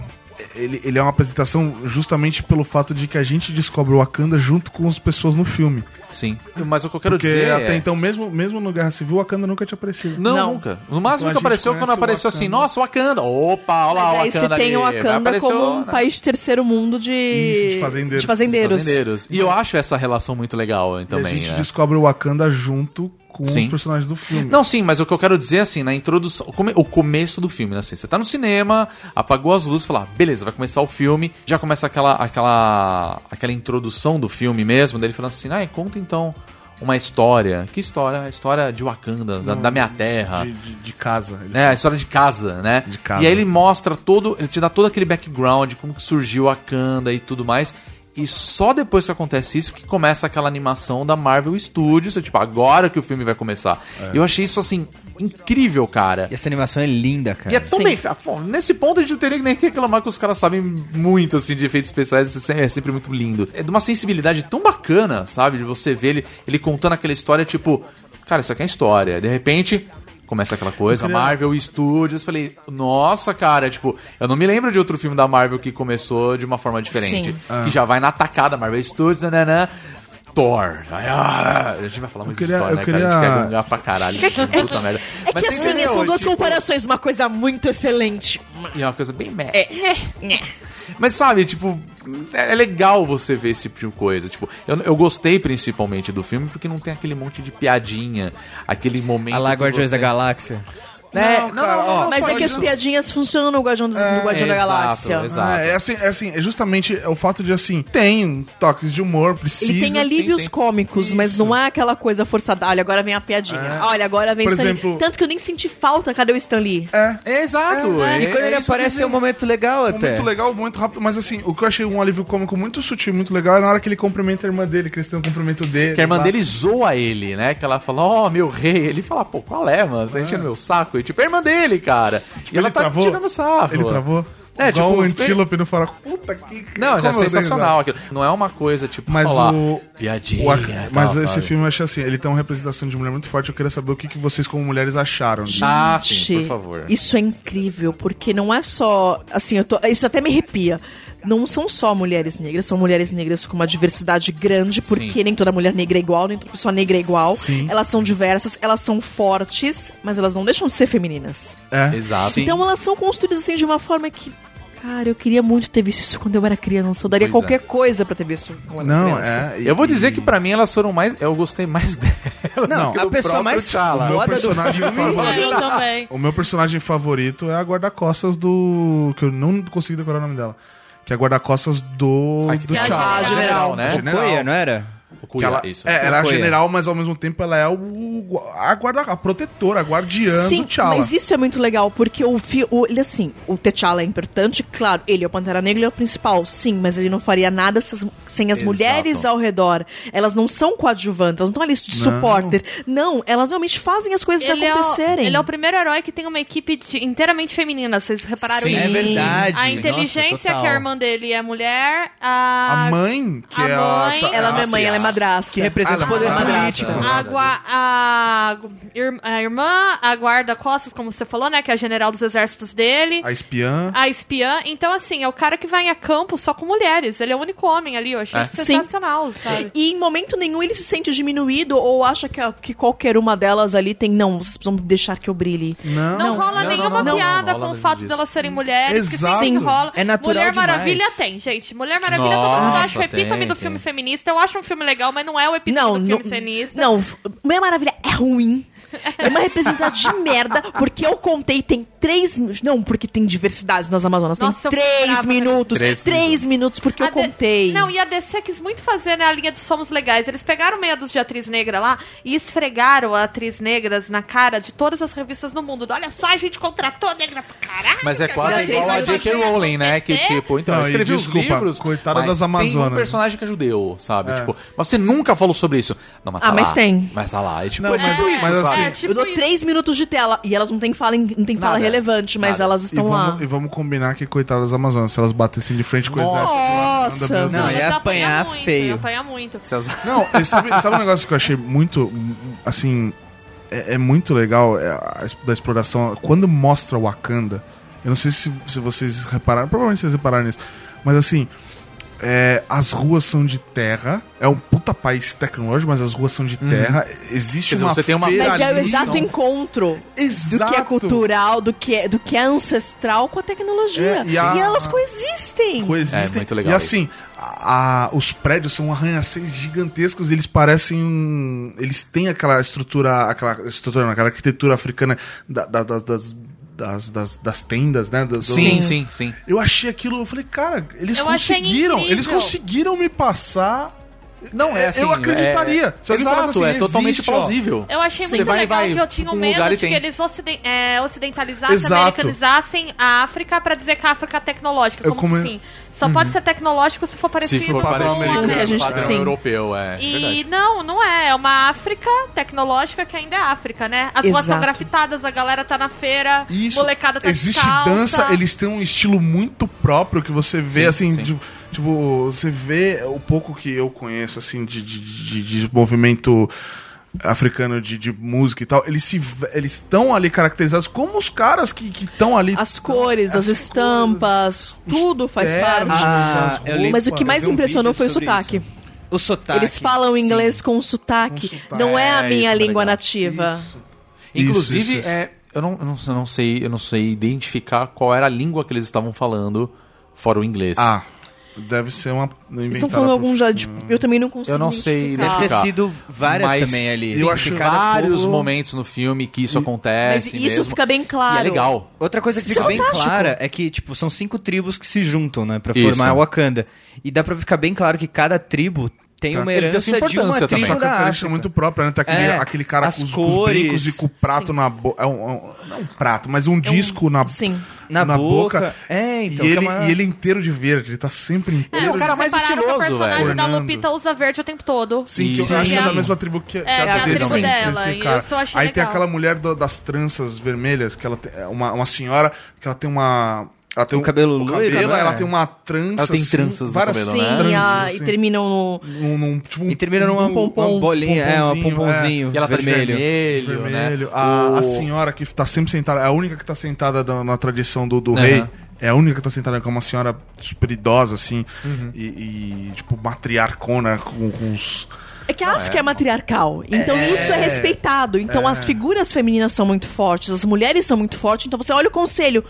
S6: Ele, ele é uma apresentação justamente pelo fato de que a gente descobre o Wakanda junto com as pessoas no filme.
S5: Sim. Mas o que eu quero
S6: Porque
S5: dizer.
S6: até
S5: é-
S6: então, mesmo, mesmo no Guerra Civil, o Wakanda nunca tinha aparecido.
S5: Não,
S9: Não.
S5: nunca. No máximo
S6: Então a
S5: que
S6: gente
S5: apareceu quando
S6: conhece o
S5: apareceu assim,
S6: Wakanda.
S5: nossa, Wakanda. Opa, olha lá o
S9: Mas aí
S5: Wakanda.
S9: você tem o
S5: ali.
S9: Wakanda
S5: Apareceu,
S9: como um
S5: né?
S9: país de terceiro mundo de,
S6: Isso, de fazendeiros.
S9: de fazendeiros.
S5: Fazendeiros. E eu acho essa relação muito legal
S6: E a
S5: também,
S6: gente
S5: né?
S6: descobre o Wakanda junto com
S5: Sim.
S6: os personagens do filme.
S5: Não, sim, mas o que eu quero dizer assim, na introdução, o, come- o começo do filme, né? Assim, você tá no cinema, apagou as luzes, fala, "Ah, beleza, vai começar o filme, já começa aquela aquela aquela introdução do filme mesmo, dele falando assim, ah, conta então uma história. Que história? A história de Wakanda, da, da minha terra.
S6: De, de- de casa. Ele
S5: né? A história de casa, né?
S6: De casa.
S5: E aí ele mostra todo, ele te dá todo aquele background, como que surgiu a Kanda e tudo mais. E só depois que acontece isso que começa aquela animação da Marvel Studios, é tipo, agora que o filme vai começar.
S6: É.
S5: Eu achei isso assim incrível, cara.
S7: E essa animação é linda, cara.
S5: E é tão
S9: Sim.
S5: bem feito. Bom, nesse ponto a gente não teria nem que reclamar que os caras sabem muito, assim, de efeitos especiais. Isso é sempre- é sempre muito lindo. É de uma sensibilidade tão bacana, sabe? De você ver ele, ele contando aquela história, tipo... Cara, isso aqui é história. De repente... Começa aquela coisa, Marvel Studios. Falei, nossa, cara, tipo, eu não me lembro de outro filme da Marvel que começou de uma forma diferente.
S9: Sim.
S5: Que já vai na atacada, Marvel Studios, nananã. Thor. Ai, ah, a gente vai falar muito
S6: queria-
S5: de Thor,
S6: eu
S5: né, cara? A
S6: queria-
S5: gente quer gongar pra caralho. Puta merda.
S9: [LAUGHS] É que
S5: você
S9: assim, né,
S5: entendeu,
S9: são duas
S5: tipo,
S9: comparações, uma coisa muito excelente.
S5: e é uma coisa bem meh.
S9: É.
S5: Mas sabe, tipo, é é legal você ver esse tipo de coisa. Tipo, eu, eu gostei principalmente do filme porque não tem aquele monte de piadinha, aquele momento.
S7: A lá,
S5: que
S7: Guardiões
S5: você-
S7: da Galáxia.
S5: Né?
S6: Não,
S5: Não,
S6: cara,
S5: não, não,
S6: ó,
S5: não,
S9: Mas
S5: só
S9: é que as
S5: isso. É,
S9: piadinhas funcionam no Guardião, do, no Guardião da
S5: exato,
S9: Galáxia.
S5: exato.
S6: Ah, é assim, é assim, é justamente é o fato de assim, tem toques de humor, precisa.
S9: Ele tem alívios
S5: sim, sim.
S9: cômicos, mas não é aquela coisa forçada. Olha, agora vem a piadinha.
S5: É.
S9: Olha, agora vem
S6: Por
S9: Stan Lee.
S6: exemplo-
S9: Tanto que eu nem senti falta. Cadê o Stan Lee?
S6: É.
S5: É, exato. é-
S7: E quando ele
S5: é isso que eu
S7: aparece é
S5: digo.
S7: um momento legal até.
S6: Muito legal, muito rápido, mas assim, o que eu achei um alívio cômico muito sutil, muito legal, é na hora que ele cumprimenta a irmã dele, que eles têm um cumprimento dele.
S5: Que a irmã dele zoa ele, né? Que ela fala, ó, meu rei. Ele fala, pô, qual é, mano? Você tá enchendo meu saco. E tipo, é a irmã dele, cara. e ela tá tirando sarro.
S6: Tipo, Ele travou.
S5: É,
S6: Igual
S5: tipo,
S6: o antílope no fora. Puta que.
S5: Não,
S6: como
S5: é
S6: eu dei
S5: sensacional aquilo.
S6: risada.
S5: Não é uma coisa, tipo,
S6: Mas
S5: falar,
S6: o.
S5: piadinha.
S6: o Ac-
S5: e
S6: mas
S5: tal,
S6: esse
S5: sabe?
S6: filme eu achei assim, ele tem uma representação de mulher muito forte. Eu queria saber o que, que vocês, como mulheres, acharam disso.
S5: Ah, sim, por
S9: Gente,
S5: favor.
S9: Isso é incrível, porque não é só. Assim, eu tô- isso até me arrepia. Não são só mulheres negras, são mulheres negras com uma diversidade grande, porque
S5: Sim.
S9: nem toda mulher negra é igual, nem toda pessoa negra é igual.
S6: Sim.
S9: Elas são diversas, elas são fortes, mas elas não deixam de ser femininas.
S6: É.
S5: Exato.
S9: Então elas são construídas assim de uma forma que. Cara, eu queria muito ter visto isso quando eu era criança. Eu daria
S5: Pois é.
S9: qualquer coisa pra ter visto quando eu era
S6: Não,
S9: criança.
S6: é. e-
S5: Eu vou dizer que pra mim elas foram mais. Eu gostei mais [LAUGHS] dela.
S6: Não,
S5: do que
S7: a
S5: do
S7: pessoa
S5: próprio
S7: mais
S5: T'Challa.
S6: O meu
S7: Foda do é
S6: personagem favorito.
S8: Sim, também.
S6: O meu personagem favorito é a guarda-costas do. que eu não consegui decorar o nome dela. Que é a guarda-costas do.
S5: A
S6: do
S5: é que-
S9: a
S5: a
S9: T'Challa.
S5: general, né?
S6: General.
S7: Coia, É? não era?
S5: O
S6: é, Que ela,
S5: Kuya, isso.
S6: é, ela é a
S7: Okoye.
S6: general, mas ao mesmo tempo ela é o, a guarda, a protetora, a guardiã
S9: Sim,
S6: do T'Challa.
S9: mas isso é muito legal, porque o, fi- o ele assim, o T'Challa é importante, claro, ele é o Pantera Negra, ele é o principal, sim, mas ele não faria nada se as- sem as
S5: Exato.
S9: mulheres ao redor. Elas não são coadjuvantes, elas não estão ali de
S6: Não.
S9: supporter. Não, elas realmente fazem as coisas
S8: Ele é, o,
S9: acontecerem.
S8: ele é o primeiro herói que tem uma equipe de- inteiramente feminina, vocês repararam
S5: Sim,
S8: isso?
S5: é
S7: verdade.
S8: A
S7: Nossa,
S8: inteligência
S7: total.
S8: que a irmã dele é mulher, a,
S6: a mãe, que
S8: a
S6: é
S8: mãe-
S6: a.
S9: Ela não é
S6: a-
S9: mãe, ela é madrasta.
S7: Que representa
S6: Ah,
S7: o poder
S6: não, não,
S7: político.
S5: não, não.
S8: a, gua- a ir- a irmã, a guarda-costas, como você falou, né? Que é a general dos exércitos dele.
S6: A espiã.
S8: A espiã, então assim, é o cara que vai a campo só com mulheres. Ele é o único homem ali, eu achei
S5: É.
S8: isso sensacional, sabe?
S9: Ah, E em momento nenhum ele se sente diminuído ou acha que, a- que qualquer uma delas ali tem. Não, vocês precisam deixar que eu brilhe.
S6: Não.
S8: Não, rola
S5: não,
S8: nenhuma
S5: não, não, não
S8: piada
S5: rola
S8: com o
S5: nada
S8: fato
S5: disso.
S8: delas serem mulheres, que
S6: Exato.
S8: sempre rola.
S7: É natural
S8: Mulher
S7: demais.
S8: Maravilha tem, gente. Mulher Maravilha todo mundo
S5: Nossa,
S8: acha o epítome
S5: tem,
S8: do
S5: tem.
S8: filme feminista. Eu acho um filme legal, mas não é o epítome
S9: Não,
S8: do
S9: não,
S8: filme feminista.
S9: não, Mulher Maravilha é ruim. É uma
S8: [LAUGHS]
S9: representante de merda, porque eu contei, tem três. mi- Não, porque tem diversidade nas Amazonas. Tem
S8: Nossa, eu
S9: três
S8: ficava-
S9: minutos.
S5: Três
S9: Três, minutos, porque
S8: A
S9: eu
S8: D-
S9: contei.
S8: Não, e a DC quis muito fazer, né, a linha de Somos Legais. Eles pegaram meia dúzia de atriz negra lá e esfregaram a atriz negras na cara de todas as revistas no mundo. Olha só, a gente contratou negra pra caralho.
S5: Mas é quase
S9: Agora
S5: igual a
S9: três
S5: J.K. Rowling, né? Que tipo, então,
S6: Não,
S5: eu escrevi
S6: e
S5: os
S6: desculpa,
S5: livros.
S6: coitada
S5: mas
S6: das
S5: Tem
S6: Amazonas.
S5: um personagem que é judeu, sabe? Tipo, mas você nunca falou sobre isso. Não, mas tá
S9: Ah, mas
S5: lá.
S9: tem.
S5: Mas tá lá. É tipo,
S6: Não,
S5: é tipo
S6: mas-
S5: isso,
S6: mas
S5: sabe?
S6: assim,
S8: tipo
S9: eu dou
S8: isso.
S9: três minutos de tela. E elas não têm fala, em- não têm fala
S5: Nada.
S9: relevante, mas
S5: Nada.
S9: elas
S6: E
S9: estão lá.
S6: vamos, e vamos combinar que, coitadas das Amazonas, se elas batessem de frente com o exército.
S9: Nossa.
S6: Manda-
S7: Não,
S8: Mas
S7: ia apanhar
S8: muito,
S7: feio.
S8: Ia apanhar muito.
S5: Se as-
S6: Não, e sabe, sabe um negócio que eu achei muito, assim, é, é muito legal é, a es- da exploração? Quando mostra Wakanda, eu não sei se, se vocês repararam, provavelmente vocês repararam nisso, mas assim, é, as ruas são de terra, é um puta país tecnológico, mas as ruas são de terra, existe
S5: Uhum. Quer dizer,
S6: uma
S5: você tem uma-
S6: feira
S9: Mas é o
S6: ali, então
S9: exato encontro do que é
S6: Exato.
S9: cultural, do que é, do que é ancestral com a tecnologia.
S6: É, e a-
S9: E elas coexistem.
S6: coexistem.
S5: É, muito legal
S6: E assim, a- a- os prédios são arranha-céus gigantescos, e eles parecem um, eles têm aquela estrutura, aquela estrutura, não, aquela arquitetura africana da- da- das, das, das, das- das tendas, né? Do- do-
S5: Sim, sim, sim.
S6: Eu achei aquilo, eu falei, cara, eles
S8: Eu achei
S6: conseguiram,
S8: incrível.
S6: eles conseguiram me passar
S5: Não é assim.
S6: Eu acreditaria.
S5: É,
S6: Se alguém
S5: exato,
S6: falasse assim,
S5: é totalmente
S6: existe, ó.
S5: plausível.
S8: Eu achei
S5: Você
S8: muito
S5: vai-
S8: legal
S5: vai
S8: que eu tinha um
S5: pra um
S8: medo
S5: lugar e
S8: de
S5: tem.
S8: que eles ociden- é, ocidentalizassem,
S6: Exato.
S8: americanizassem a África pra dizer que a África é tecnológica.
S6: Eu
S8: Como,
S6: come-
S8: assim? Só pode ser tecnológico se for parecido
S5: Se for
S8: com
S5: parecido,
S6: padrão americano,
S8: América.
S9: a gente-
S5: padrão
S9: sim.
S5: europeu, é.
S8: E
S5: Verdade.
S8: não, não é. É uma África tecnológica que ainda é África, né? As ruas são
S9: Exato.
S8: grafitadas, a galera tá na feira,
S6: Isso.
S8: molecada tá
S6: Existe
S8: de calça.
S6: dança, eles têm um estilo muito próprio que você vê,
S5: Sim,
S6: assim,
S5: sim.
S6: tipo, tipo, você vê o pouco que eu conheço, assim, de, de, de- de movimento africano de, de música e tal. Eles se v- eles estão ali caracterizados como os caras que estão ali.
S9: As cores,
S6: Então,
S9: as,
S6: cores,
S9: estampas, tudo faz
S6: ternos,
S9: parte.
S7: Ah,
S6: né? as
S7: eu lembro-
S9: Mas o que mais
S7: eu vi um
S9: me impressionou
S7: vídeo
S9: foi o
S7: sobre
S9: sotaque.
S7: O sotaque.
S9: Eles falam inglês com sotaque. Não é a
S5: É, isso
S9: minha
S5: é
S9: língua
S5: legal.
S9: nativa.
S5: Inclusive,
S6: Isso, isso,
S5: é, eu, não, eu não- eu não sei, eu não sei identificar qual era a língua que eles estavam falando, fora o inglês.
S6: Ah, deve ser uma inventada
S9: Estão falando
S6: por-
S9: algum já, tipo, eu também não consigo
S5: Eu não sei
S9: identificar.
S7: Deve ter
S5: Tá.
S7: sido várias
S5: Mas
S7: também ali.
S5: Eu
S7: Tem
S5: acho
S7: que cada
S5: vários
S7: povo-
S5: momentos no filme que isso acontece.
S9: Mas isso
S5: é assim mesmo.
S9: fica bem claro.
S5: E é legal.
S7: Outra coisa que
S9: Isso
S7: fica
S9: é
S7: bem
S9: fantástico.
S7: clara é que, tipo, são cinco tribos que se juntam, né, pra
S5: Isso.
S7: formar Wakanda. E dá pra ficar bem claro que cada tribo tem
S6: Tá.
S7: uma
S5: Ele tem
S7: herança
S5: sua
S7: de uma tribo
S5: importância também. Só
S6: Sua
S7: da
S6: característica
S7: África.
S6: é muito própria, né? Tá aquele,
S7: É,
S6: aquele cara
S7: as
S6: com os, com os
S7: cores.
S6: brincos e com o prato na boca. É um, é um- não é um prato, mas um disco na,
S9: Sim.
S7: Na, boca. É, então.
S6: e,
S7: que é
S6: ele,
S7: uma-
S6: e ele inteiro de verde, ele tá sempre
S8: É,
S6: inteiro.
S5: Ele é o
S8: vocês
S5: cara mais
S8: repararam que
S5: estiloso,
S8: O personagem
S6: velho.
S8: da
S6: Fernando.
S8: Lupita usa verde o tempo todo.
S6: Sim, que
S5: Sim.
S6: eu acho que é
S8: Sim.
S6: da mesma tribo que, que
S8: que é a
S6: desse-
S5: tribo
S8: dela,
S6: desse
S8: e
S6: cara.
S8: isso eu achei
S6: Aí tem
S8: legal.
S6: aquela mulher do- das tranças vermelhas, que ela tem, é uma, uma senhora, que ela tem uma. Ela tem
S7: Um cabelo loiro, não é?
S6: ela tem uma trança.
S5: Ela tem
S6: assim,
S5: tranças no
S6: várias
S5: cabelo,
S9: Sim,
S5: né?
S6: tranças,
S9: a-
S6: assim,
S9: e terminam no.
S6: num- num- tipo um-
S7: E termina numa
S6: um
S7: uma bolinha, é, um pomponzinho
S5: E ela tá de
S7: vermelho.
S5: vermelho,
S6: Vermelho. Ah,
S5: né?
S6: A,
S5: O-
S6: a senhora que tá sempre sentada, é a única que tá sentada na, na tradição do, do
S5: Aham.
S6: rei. É a única que tá sentada, que é uma senhora super idosa, assim.
S5: Uhum.
S6: E, e, tipo, matriarcona com, com os.
S9: É que a África é, matriarcal, então isso é respeitado. Então as figuras femininas são muito fortes, as mulheres são muito fortes, então você olha o conselho.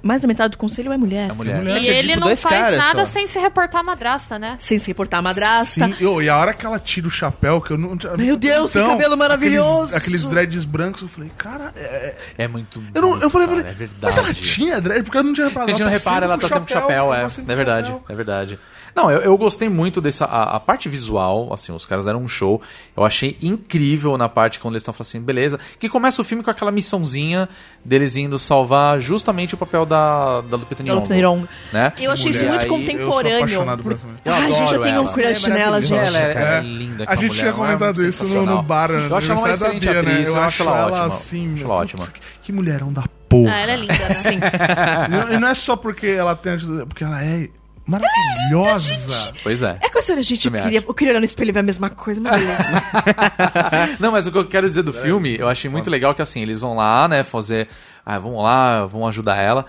S9: Mais da metade do conselho é mulher.
S5: É mulher.
S8: E
S7: Antes é
S8: ele
S7: tipo
S8: não
S7: dois
S8: faz
S7: caras
S8: nada
S7: só.
S8: sem se reportar à madrasta, né?
S9: Sem se reportar a madrasta.
S6: Sim, eu- e a hora que ela tira o chapéu, que eu não. tinha
S9: Meu
S6: visto
S9: Deus, que cabelo maravilhoso!
S6: Aqueles, aqueles dreads brancos, eu falei, cara. é-
S5: É muito.
S6: eu, não, eu falei, eu
S5: bonito,
S6: falei,
S5: cara, é verdade.
S6: mas ela tinha dread, porque eu não tinha
S5: Porque
S6: reparado.
S5: a gente não repara, ela tá sempre com chapéu, é.
S6: ela tá sempre
S5: é
S6: com
S5: verdade,
S6: chapéu.
S5: é verdade. Não, eu, eu gostei muito dessa. A, a parte visual, assim, os caras eram um show. Eu achei incrível na parte quando eles estão falando assim, beleza. Que começa o filme com aquela missãozinha deles indo salvar justamente o papel da, da Lupita
S9: Da Lupita
S5: Nyong'o.
S9: Nyong'o.
S5: Né?
S9: Eu achei isso
S5: E
S9: muito
S5: aí-
S6: Eu
S9: contemporâneo.
S6: sou apaixonado por essa mulher.
S5: Eu
S9: Ai, gente, eu
S5: adoro
S9: tenho
S5: ela. é
S9: um crush nela, gente.
S5: Ela é, ela é
S6: É.
S5: linda
S6: A
S5: aquela
S6: gente
S5: mulher, não
S6: tinha
S5: é?
S6: comentado isso no,
S5: Sensacional.
S6: no bar.
S5: Eu acho ela uma
S6: aniversário da
S5: excelente
S6: Bia, né?
S5: atriz, eu, acho ela ótima.
S6: assim,
S5: eu acho
S6: meu,
S5: ela ótima.
S6: putz, que- Que mulherão da porra.
S8: Ah, ela é linda, né?
S6: Não- E não é só porque ela tem ajuda, porque ela é maravilhosa.
S5: Pois é.
S9: É com a senhora, gente, eu
S5: Também
S9: queria,
S5: acho.
S9: eu queria olhar no espelho e ver a mesma coisa, mas beleza.
S5: Não, mas o que eu quero dizer do
S6: É,
S5: filme, eu achei muito legal que assim, eles vão lá, né, fazer. Ah, vamos lá, vão ajudar ela.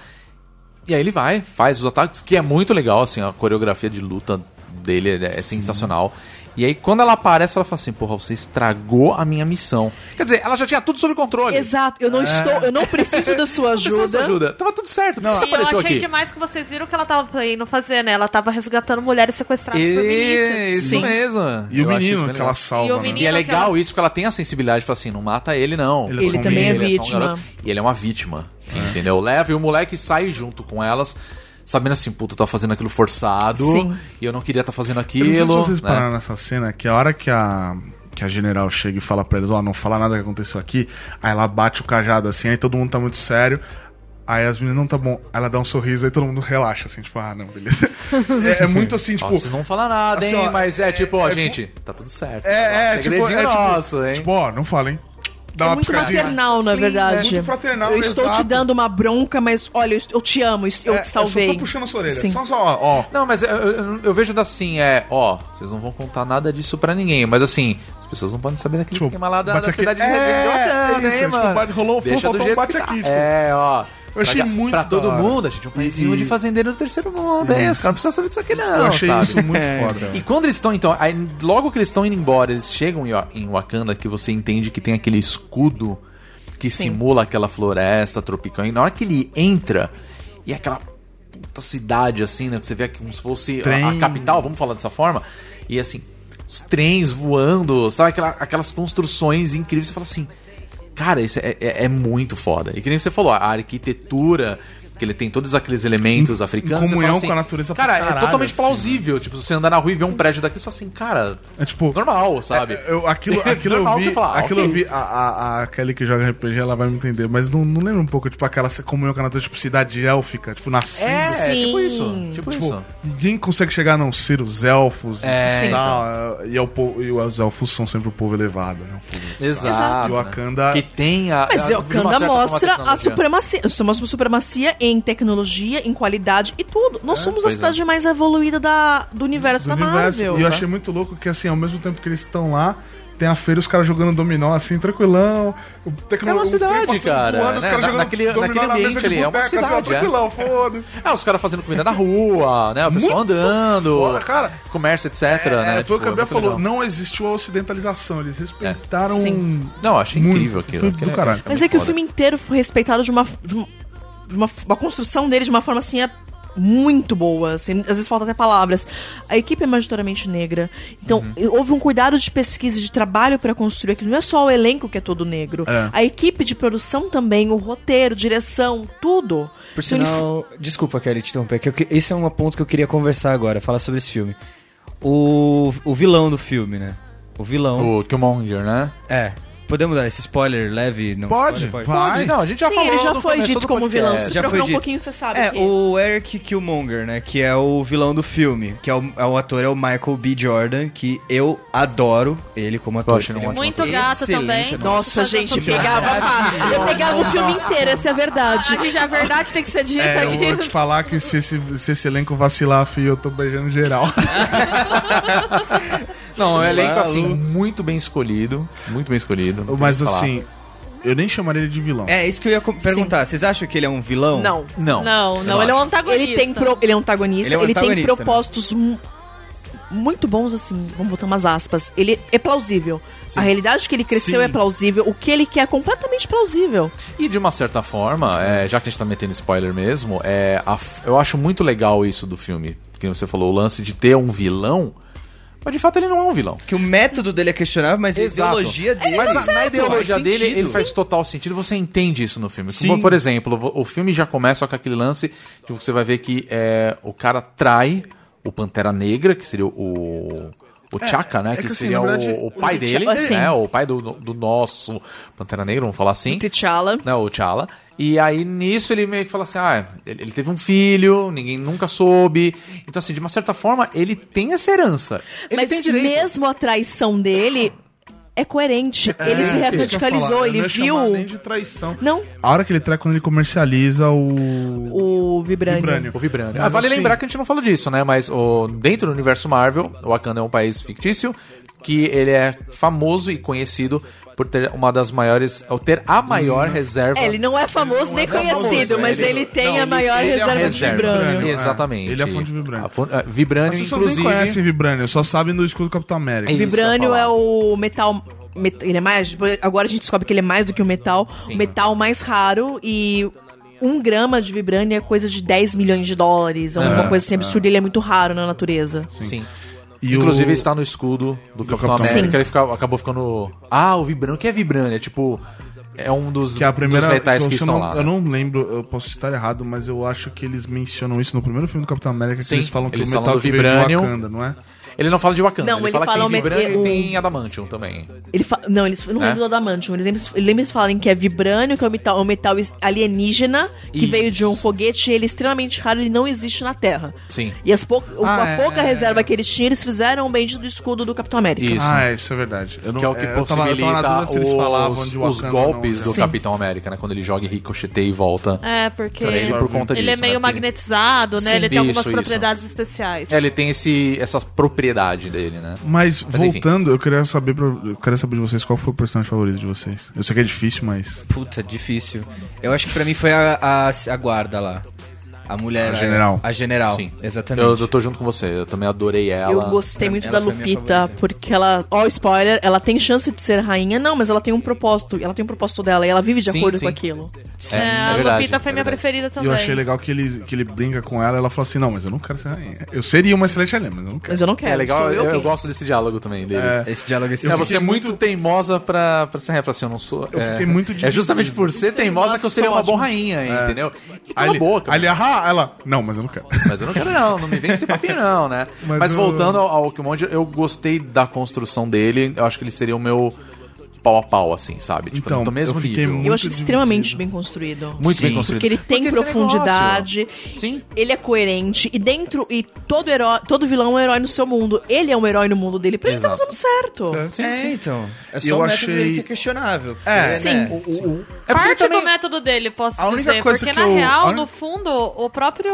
S5: E aí ele vai, faz os ataques, que é muito legal, assim, a coreografia de luta dele é é sensacional. E aí, quando ela aparece, ela fala assim: Porra, você estragou a minha missão. Quer dizer, ela já tinha tudo sob controle.
S9: Exato, eu não estou, eu não preciso da sua
S5: Não precisava
S9: ajuda.
S5: de ajuda. Tava tudo certo. Por que você
S8: E eu
S5: apareceu
S8: achei
S5: aqui?
S8: demais que vocês viram que ela tava indo fazer, né? Ela tava resgatando mulheres sequestradas por
S5: E...
S8: milícias.
S5: É, Isso
S9: Sim.
S5: mesmo.
S6: E o
S5: Eu acho isso
S6: menino
S5: bem
S6: que
S5: legal.
S6: ela salva.
S8: E o
S6: né?
S8: menino- assim,
S5: E é
S8: Ela-
S5: legal isso, porque ela tem a sensibilidade, fala assim, não mata ele, não.
S6: Ele é Ele só um também menino,
S9: é
S5: ele só um
S9: vítima.
S5: garoto. e ele é uma vítima, entendeu? Leva e o moleque sai junto com elas, sabendo assim, puta, eu tava fazendo aquilo forçado,
S9: Sim.
S5: e eu não queria estar fazendo
S6: Eu
S5: aquilo.
S6: não sei se vocês
S5: né?
S6: pararam nessa cena, que a hora que a, que a general chega e fala pra eles, ó, não fala nada que aconteceu aqui, aí ela bate o cajado assim, aí todo mundo tá muito sério. Aí as meninas, não, tá bom. Aí ela dá um sorriso, aí todo mundo relaxa, assim, tipo, ah, não, beleza. É, é muito assim,
S5: Ó,
S6: tipo...
S5: vocês não falam nada, hein?
S6: assim, ó,
S5: mas é tipo, ó,
S6: é,
S5: gente, tá tudo certo. Ó,
S6: É, é, tipo,
S5: segredinho
S6: é, tipo,
S5: nosso, hein?
S6: tipo, ó, não fala, hein. Dá
S9: É muito
S6: piscadinha.
S9: maternal, na verdade.
S6: Muito fraternal,
S9: Eu estou te
S6: exato.
S9: dando uma bronca, mas olha, eu, est- eu te amo, est- eu
S6: É,
S9: te salvei.
S6: Eu só tô puxando a sua orelha.
S9: Sim.
S6: Só, só, ó, ó.
S5: Não, mas eu, eu- eu vejo assim, é, ó, vocês não vão contar nada disso pra ninguém, mas assim, as pessoas não podem saber daquele
S6: Tipo,
S5: esquema lá da,
S6: bate
S5: da
S6: aqui.
S5: cidade
S6: É,
S5: de Rebelde,
S6: é
S5: hein,
S6: isso, tipo,
S5: mano?
S6: bate- rolou,
S5: Deixa
S6: faltou
S5: do
S6: um
S5: jeito
S6: bate
S5: que tá.
S6: aqui, tipo.
S5: É, ó.
S6: Eu achei
S5: pra,
S6: muito
S5: Pra
S6: da
S5: todo
S6: hora.
S5: mundo, a gente é um paizinho
S6: E-
S5: de fazendeiro do terceiro mundo, hein? Os caras não precisam saber disso aqui não,
S6: eu achei
S5: sabe? É.
S6: isso muito foda.
S5: E quando eles estão, então, aí, logo que eles estão indo embora, eles chegam em Wa- em Wakanda, que você entende que tem aquele escudo que simula aquela floresta tropical. E na hora que ele entra, e aquela puta cidade, assim, né? Que você vê como se fosse a- a,
S6: Trem.
S5: capital, vamos falar dessa forma. E assim, os trens voando, sabe? Aquela- aquelas construções incríveis. Você fala assim, cara, isso é, é- é muito foda. E que nem você falou, a arquitetura... Porque ele tem todos aqueles elementos africanos. você
S6: comunhão
S5: fala
S6: com a natureza pra
S5: Cara, é
S6: caralho,
S5: totalmente
S6: assim,
S5: plausível. Tipo, se você andar na rua e ver um prédio daqui, você fala assim, cara,
S6: É tipo.
S5: normal, sabe?
S6: é,
S5: [LAUGHS]
S6: Eu, aquilo aquilo eu
S5: Normal que
S6: vi.
S5: eu falar,
S6: aquilo eu
S5: ok.
S6: vi. A, a, a Kelly que joga RPG, ela vai me entender. Mas não, não lembra um pouco, tipo, aquela comunhão com a natureza, tipo, cidade élfica, tipo, nascida.
S5: É,
S9: Sim.
S5: tipo isso. Tipo,
S6: Tipo,
S5: isso.
S6: ninguém consegue chegar a não ser os elfos
S5: É,
S6: e tal. E, é o povo- e os elfos são sempre o povo elevado, né? O povo
S5: Exato.
S6: E
S5: né?
S6: Wakanda-
S5: Que tem a.
S9: Mas é,
S5: é a-
S9: o
S5: de uma certa
S9: Kanda
S5: forma,
S9: mostra a
S5: tecnologia.
S9: supremacia. Somos supremacia em tecnologia, em qualidade e tudo. Nós somos a
S5: pois é.
S9: cidade mais evoluída da, do universo
S5: tá
S6: do
S9: da
S6: universo.
S9: Marvel.
S6: E eu achei muito louco que, assim, ao mesmo tempo que eles estão lá, tem a feira os caras jogando dominó, assim, tranquilão. O tecno-
S5: É uma
S6: o trem
S5: cidade,
S6: passando
S5: cara,
S6: voando, os
S5: né?
S6: caras
S5: Na-
S6: jogando
S5: naquele-
S6: dominó
S5: naquele
S6: na mesa
S5: ambiente
S6: de
S5: ali, é uma
S6: boteca, assim, ó,
S5: cidade, é.
S6: tranquilão, foda-se.
S5: É, os caras fazendo comida na rua, né? O pessoal andando.
S6: foda, cara.
S5: Comércio, etc.
S6: É,
S5: né?
S6: foi
S5: Tipo,
S6: o que a Bia
S5: muito
S6: falou.
S5: legal.
S6: Não existiu a ocidentalização. Eles respeitaram. um-
S9: Sim.
S5: Não, eu achei
S6: muito,
S5: incrível
S6: assim,
S5: aquilo.
S6: foi
S5: Aquilo
S6: do caralho.
S9: Mas
S5: muito
S9: é que o
S5: foda.
S9: filme inteiro foi respeitado de uma. de um- de uma, uma construção dele de uma forma assim. é muito boa, assim, às vezes falta até palavras. A equipe é majoritariamente negra. Então,
S7: Uhum.
S9: houve um cuidado de pesquisa e de trabalho pra construir aquilo. Não é só o elenco que é todo negro.
S6: É.
S9: A equipe de produção também, o roteiro, direção, tudo.
S7: Por
S9: Então, ele
S7: sinal, desculpa, Kelly, te interromper, que eu que- esse é um ponto que eu queria conversar agora, falar sobre esse filme. O, o vilão do filme, né? O vilão.
S5: O Killmonger, né?
S7: É. Podemos dar esse spoiler leve? Não,
S6: Pode,
S7: spoiler,
S6: vai.
S5: Não, a gente já
S9: Sim,
S5: falou.
S9: ele já
S5: no
S9: foi
S5: começo
S9: dito
S5: é do
S9: como vilão.
S5: podcast.
S9: Se
S7: já foi
S9: procurar um
S7: dito.
S9: pouquinho, você sabe.
S7: É,
S9: que-
S7: o Eric Killmonger, né? Que é o vilão do filme. Que é o, é o ator, é o Michael B. Jordan, que eu adoro ele como ator.
S5: acho ele um
S7: Ele é
S5: ótimo
S8: Muito
S5: ator.
S8: gato
S7: Excelente
S8: também.
S7: ator.
S9: Nossa, gente, pegava
S7: é.
S9: fácil. Eu pegava o filme inteiro, essa é a verdade.
S8: Aqui [LAUGHS] já a verdade tem que ser dita
S6: É, eu vou te
S8: aqui.
S6: falar que se esse, se esse elenco vacilar, filho, eu tô
S5: [LAUGHS]
S6: beijando geral.
S5: Não, é um elenco assim,
S7: Maluco.
S5: muito bem escolhido. Muito bem escolhido. não tem
S6: Mas
S5: o que falar.
S6: assim, eu nem chamaria ele de vilão.
S7: É, isso que eu ia co- perguntar. Vocês acham que ele é um vilão?
S9: Não.
S5: Não.
S8: Não, não, ele é um antagonista.
S9: Ele tem pro- ele é um antagonista,
S7: Ele
S9: ele,
S7: é um
S9: tem
S7: antagonista,
S9: propósitos mu- muito bons assim, vamos botar umas aspas. Ele é plausível. A realidade que ele cresceu
S6: Sim.
S9: é plausível, o que ele quer é completamente plausível.
S8: um
S5: E de uma certa forma, é, já que a gente tá metendo spoiler mesmo, é, a f- eu acho muito legal isso do filme. Que você falou, o lance de ter um vilão. Mas de fato ele não é um vilão.
S7: Que o método dele é questionável, mas
S5: Exato.
S7: a ideologia dele...
S5: Mas na- na, ideologia
S7: faz
S5: dele,
S7: sentido.
S5: ele faz total sentido. Você entende isso no filme. Como,
S7: Sim.
S5: por exemplo, vo- o filme já começa com aquele lance que você vai ver que é, o cara trai o Pantera Negra, que seria o. O Chaka, né?
S6: é
S5: que,
S6: que assim,
S5: seria
S6: na verdade,
S5: o, o pai
S9: o
S5: dele,
S9: T'Challa, sim.
S5: né? O pai do, do nosso Pantera Negra, vamos falar assim
S9: T'Challa.
S5: né, o T'Challa. E aí nisso ele meio que fala assim: ah, ele, ele teve um filho, ninguém nunca soube. Então, assim, de uma certa forma, ele tem essa herança. Ele
S9: Mas
S5: tem direito.
S9: mesmo a traição dele é coerente. ele se
S6: É, isso que eu ia falar.
S9: radicalizou,
S6: Eu
S9: ele
S6: não ia
S9: viu
S6: chamar nem de traição.
S9: Não.
S6: A hora que ele trai é quando ele comercializa o.
S9: o vibranium.
S6: Vibranium.
S5: O Vibranium.
S6: Mas
S5: Ah, vale
S6: assim-
S5: lembrar que a gente não falou disso, né? Mas o, dentro do universo Marvel, o Wakanda é um país fictício que ele é famoso e conhecido por ter uma das maiores, ou ter a maior
S6: Uhum.
S5: reserva.
S9: É, ele não é famoso nem conhecido,
S6: famoso,
S9: mas
S6: ele-
S9: ele tem
S5: Não,
S9: a
S5: ele-
S9: maior
S5: ele é a
S9: reserva, de
S5: reserva.
S9: vibranium.
S6: Vibranium,
S5: Exatamente.
S6: é. Ele é a fonte de vibranium.
S5: A fon- a
S6: As
S5: vibranium,
S6: pessoas nem
S5: inclusive.
S6: conhecem Vibranium, só sabem do escudo do Capitão América.
S5: É isso.
S9: Vibrânio
S5: pra falar.
S9: é o metal. met- ele é mais. Agora a gente descobre que ele é mais do que o metal.
S5: Sim.
S9: O metal mais raro e. Um grama de vibrânio é coisa de 10 milhões de dólares, é uma coisa assim absurda, ele é muito raro na natureza.
S5: Sim.
S6: E
S5: Inclusive,
S6: o-
S5: ele está no escudo do, Capitão,
S6: Capitão
S5: América.
S9: Sim.
S5: Ele fica- acabou ficando. Ah, o Vibranium. O que é Vibranium? É tipo. É um dos,
S6: Que é a primeira.
S5: dos metais
S6: eu-
S5: que
S6: eu
S5: estão
S6: não,
S5: lá.
S6: Eu
S5: né?
S6: não lembro, eu posso estar errado, mas eu acho que eles mencionam isso no primeiro filme do Capitão América,
S5: Sim,
S6: que eles falam
S5: eles
S6: que o
S5: falam
S6: metal
S5: do
S6: que veio de
S5: Vibranium.
S6: Wakanda, não é?
S5: Ele não fala de Wakanda.
S9: Não,
S5: ele,
S9: ele
S5: fala que tem
S9: fala o mete-
S5: Vibranium
S9: o-
S5: e tem Adamantium também.
S9: Ele fa- Não, eles não
S5: Né?
S9: lembram do Adamantium, eles lembram, eles lembram eles falarem que é vibrânio, que é um metal, um metal alienígena, que
S5: Isso.
S9: veio de um foguete, e ele é extremamente raro, ele não existe na Terra.
S5: Sim.
S9: E as pou- a
S6: é.
S9: pouca reserva que eles tinham, eles fizeram o bendito do escudo do Capitão América.
S5: Isso.
S6: Ah, é, isso é verdade. Eu não,
S5: que é o que
S6: eu tava- eu
S5: possibilita
S6: tava na dúvida se eles falavam
S5: os,
S6: de
S5: os
S6: Wakanda ou não,
S5: golpes
S6: né?
S5: do
S9: Sim.
S5: Capitão América, né? Quando ele joga e ricocheteia e volta.
S8: É, porque
S5: Pra ele,
S8: ele,
S5: por conta disso.
S8: é meio
S5: né? Porque-
S8: magnetizado, né?
S5: Sim,
S8: ele tem algumas
S5: isso, isso.
S8: propriedades especiais.
S5: É, ele tem esse, essa propriedade dele, né?
S6: Mas,
S5: enfim.
S6: voltando, eu queria saber pra- eu queria saber de vocês qual foi o personagem favorito de vocês. Eu sei que é difícil, mas.
S7: Puta, difícil. Eu acho que pra mim foi a, a, a guarda lá. A mulher.
S6: A general.
S7: A general.
S5: Sim.
S7: Exatamente.
S5: Eu, eu tô junto com você, eu também adorei ela.
S9: Eu gostei muito
S7: ela
S9: da
S7: foi minha
S9: Lupita,
S7: favorita.
S9: porque ela, ó, spoiler, ela tem chance de ser rainha, não, mas ela tem um propósito, ela tem um propósito dela e ela vive de
S5: Sim,
S9: acordo
S5: sim.
S9: com aquilo.
S5: É,
S8: É, a
S5: é verdade,
S8: Lupita foi
S5: é verdade.
S8: minha preferida
S6: E
S8: também.
S6: eu achei legal que ele, que ele brinca com ela ela fala assim: Não, mas eu não quero ser rainha. Eu seria uma excelente rainha, mas eu não quero.
S9: Mas eu não quero.
S5: É legal,
S9: sou
S5: eu,
S9: quem-
S5: eu gosto desse diálogo também deles.
S7: Esse diálogo esse
S5: É, você é muito teimosa pra, pra ser rainha. Fala assim, eu não sou.
S6: Eu
S5: é,
S6: fiquei muito
S5: é justamente por ser teimosa que eu seria uma boa rainha,
S6: É.
S5: entendeu? E
S6: Aí
S5: cala a
S6: ele-
S5: boca. né?
S6: Aí ele, "Ahá", ela, não, mas eu não quero.
S5: Mas tipo, eu não quero, não. Não me vem com esse papinho, não, né? Mas,
S6: [LAUGHS] Mas eu-
S5: voltando ao, ao Killmonger, eu gostei da construção dele. Eu acho que ele seria o meu pau a pau, assim, sabe? Tipo,
S6: Então,
S5: no mesmo
S6: eu fiquei
S5: nível.
S9: Eu
S6: muito
S9: acho ele extremamente bem construído.
S5: Muito bem
S7: Sim.
S5: construído.
S9: Porque ele tem
S5: esse
S9: profundidade.
S5: negócio- Sim.
S9: Ele é coerente e dentro e todo herói, todo vilão é um herói no seu mundo. Ele é um herói no mundo dele, pra ele tá
S5: Exato.
S9: fazendo certo.
S5: Sim,
S7: é,
S5: sim.
S7: então. É só
S6: Eu
S7: um método
S6: achei-
S7: dele que é questionável.
S6: É,
S7: Porque,
S9: Sim.
S7: né,
S5: É porque
S8: Parte
S5: também-
S8: do método dele, posso
S6: A única
S8: dizer.
S6: coisa
S8: porque,
S6: que
S8: na
S6: eu-
S8: real,
S6: a un-
S8: no fundo, o próprio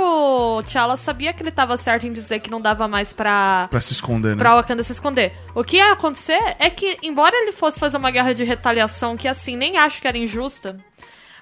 S8: T'Challa sabia que ele tava certo em dizer que não dava mais pra,
S6: Pra se esconder, né?
S8: pra Wakanda se esconder. O que ia acontecer é que, embora ele fosse fazer uma guerra de retaliação, que assim, nem acho que era injusta,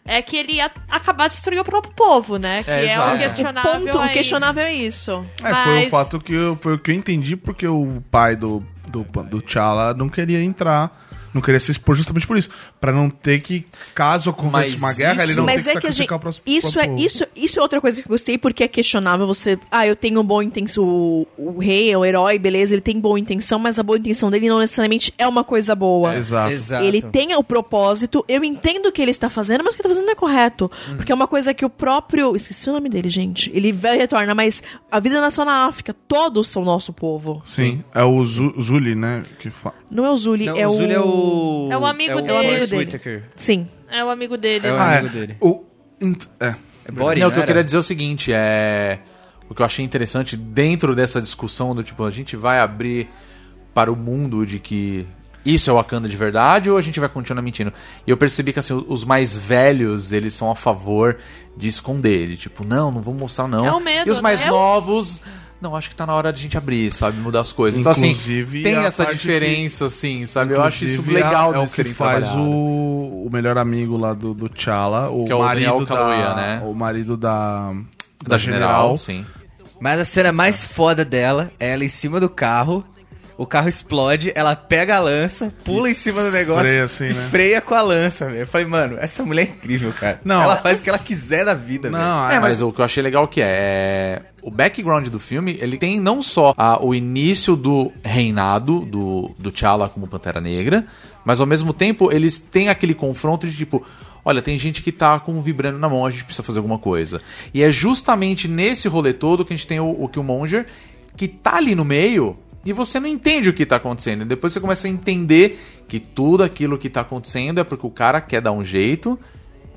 S8: é que ele ia acabar destruindo o próprio povo, né? Que
S5: É,
S8: é,
S5: exato.
S8: o questionável.
S9: Ponto, o
S8: aí.
S9: questionável é isso.
S6: É, foi o
S8: Mas-
S6: fato que eu, foi o que eu entendi, porque o pai do, do, do T'Challa não queria entrar, não queria se expor justamente por isso. Pra não ter que, caso
S5: Mas
S6: ocorresse uma guerra, ele
S5: isso-
S6: não
S9: Mas
S6: tem
S9: é que a gente.
S6: sacrificar o próximo
S9: Isso é,
S6: próprio-
S9: isso, isso é outra coisa que eu gostei, porque é questionável você. Ah, eu tenho um bom intenção. O, o rei, o herói, beleza, ele tem boa intenção, mas a boa intenção dele não necessariamente é uma coisa boa.
S6: Exato.
S7: Exato.
S9: Ele tem o propósito, eu entendo o que ele está fazendo, mas o que ele está fazendo não é correto. Porque é uma coisa que o próprio. Esqueci o nome dele, gente. Ele vai e retorna, mas a vida nasceu na África, todos são nosso povo.
S6: Sim, é o Zu- Zuli, né? Que fa...
S9: Não é o Zuli,
S7: Não,
S9: é o.
S7: Zully é o.
S8: É o amigo
S7: É o
S8: dele.
S7: Forrest Whitaker.
S9: Sim.
S8: É o amigo dele.
S7: É o-
S6: Ah, é.
S7: amigo dele.
S6: O... ent- É.
S7: É Body,
S5: Não, o que eu
S7: era?
S5: queria dizer é o seguinte, é... O que eu achei interessante dentro dessa discussão do tipo, a gente vai abrir para o mundo de que isso é Wakanda de verdade ou a gente vai continuar mentindo? E eu percebi que assim, os mais velhos, eles são a favor de esconder. De, tipo, não, não vou mostrar não.
S8: É o medo,
S5: e os mais
S8: né? É o-
S5: novos... Não, acho que tá na hora de a gente abrir, sabe? Mudar as coisas. então, assim,
S6: Inclusive,
S5: tem
S6: a
S5: essa
S6: parte
S5: diferença, assim, sabe? Eu acho isso
S6: Inclusive,
S5: legal
S6: é, é o
S5: deles
S6: que
S5: terem
S6: faz
S5: trabalhado.
S6: o, o melhor amigo lá do, do T'Challa, o,
S5: Que é o
S6: marido
S5: Daniel Kaluuya,
S6: da,
S5: né?
S6: O marido da...
S5: Da general, sim.
S7: Mas a cena mais foda dela é ela em cima do carro. O carro explode, ela pega a lança, pula em cima do negócio
S6: freia assim,
S7: e
S6: né?
S7: freia com a lança, velho. Eu falei, mano, essa mulher é incrível, cara.
S6: Não.
S7: Ela faz o que ela quiser da vida, velho.
S6: Não,
S5: É, mas o que eu achei legal que é o background do filme, ele tem não só a- o início do reinado do do T'Challa como Pantera Negra, mas ao mesmo tempo eles têm aquele confronto de tipo, olha, tem gente que tá com um vibrando na mão, a gente precisa fazer alguma coisa. E é justamente nesse rolê todo que a gente tem o, o Killmonger que tá ali no meio e você não entende o que tá acontecendo. Depois você começa a entender que tudo aquilo que tá acontecendo é porque o cara quer dar um jeito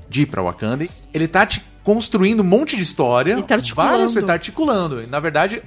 S5: de ir pra Wakanda. Ele tá te construindo um monte de história.
S9: Ele tá articulando.
S5: várias- Ele tá articulando. E, na verdade,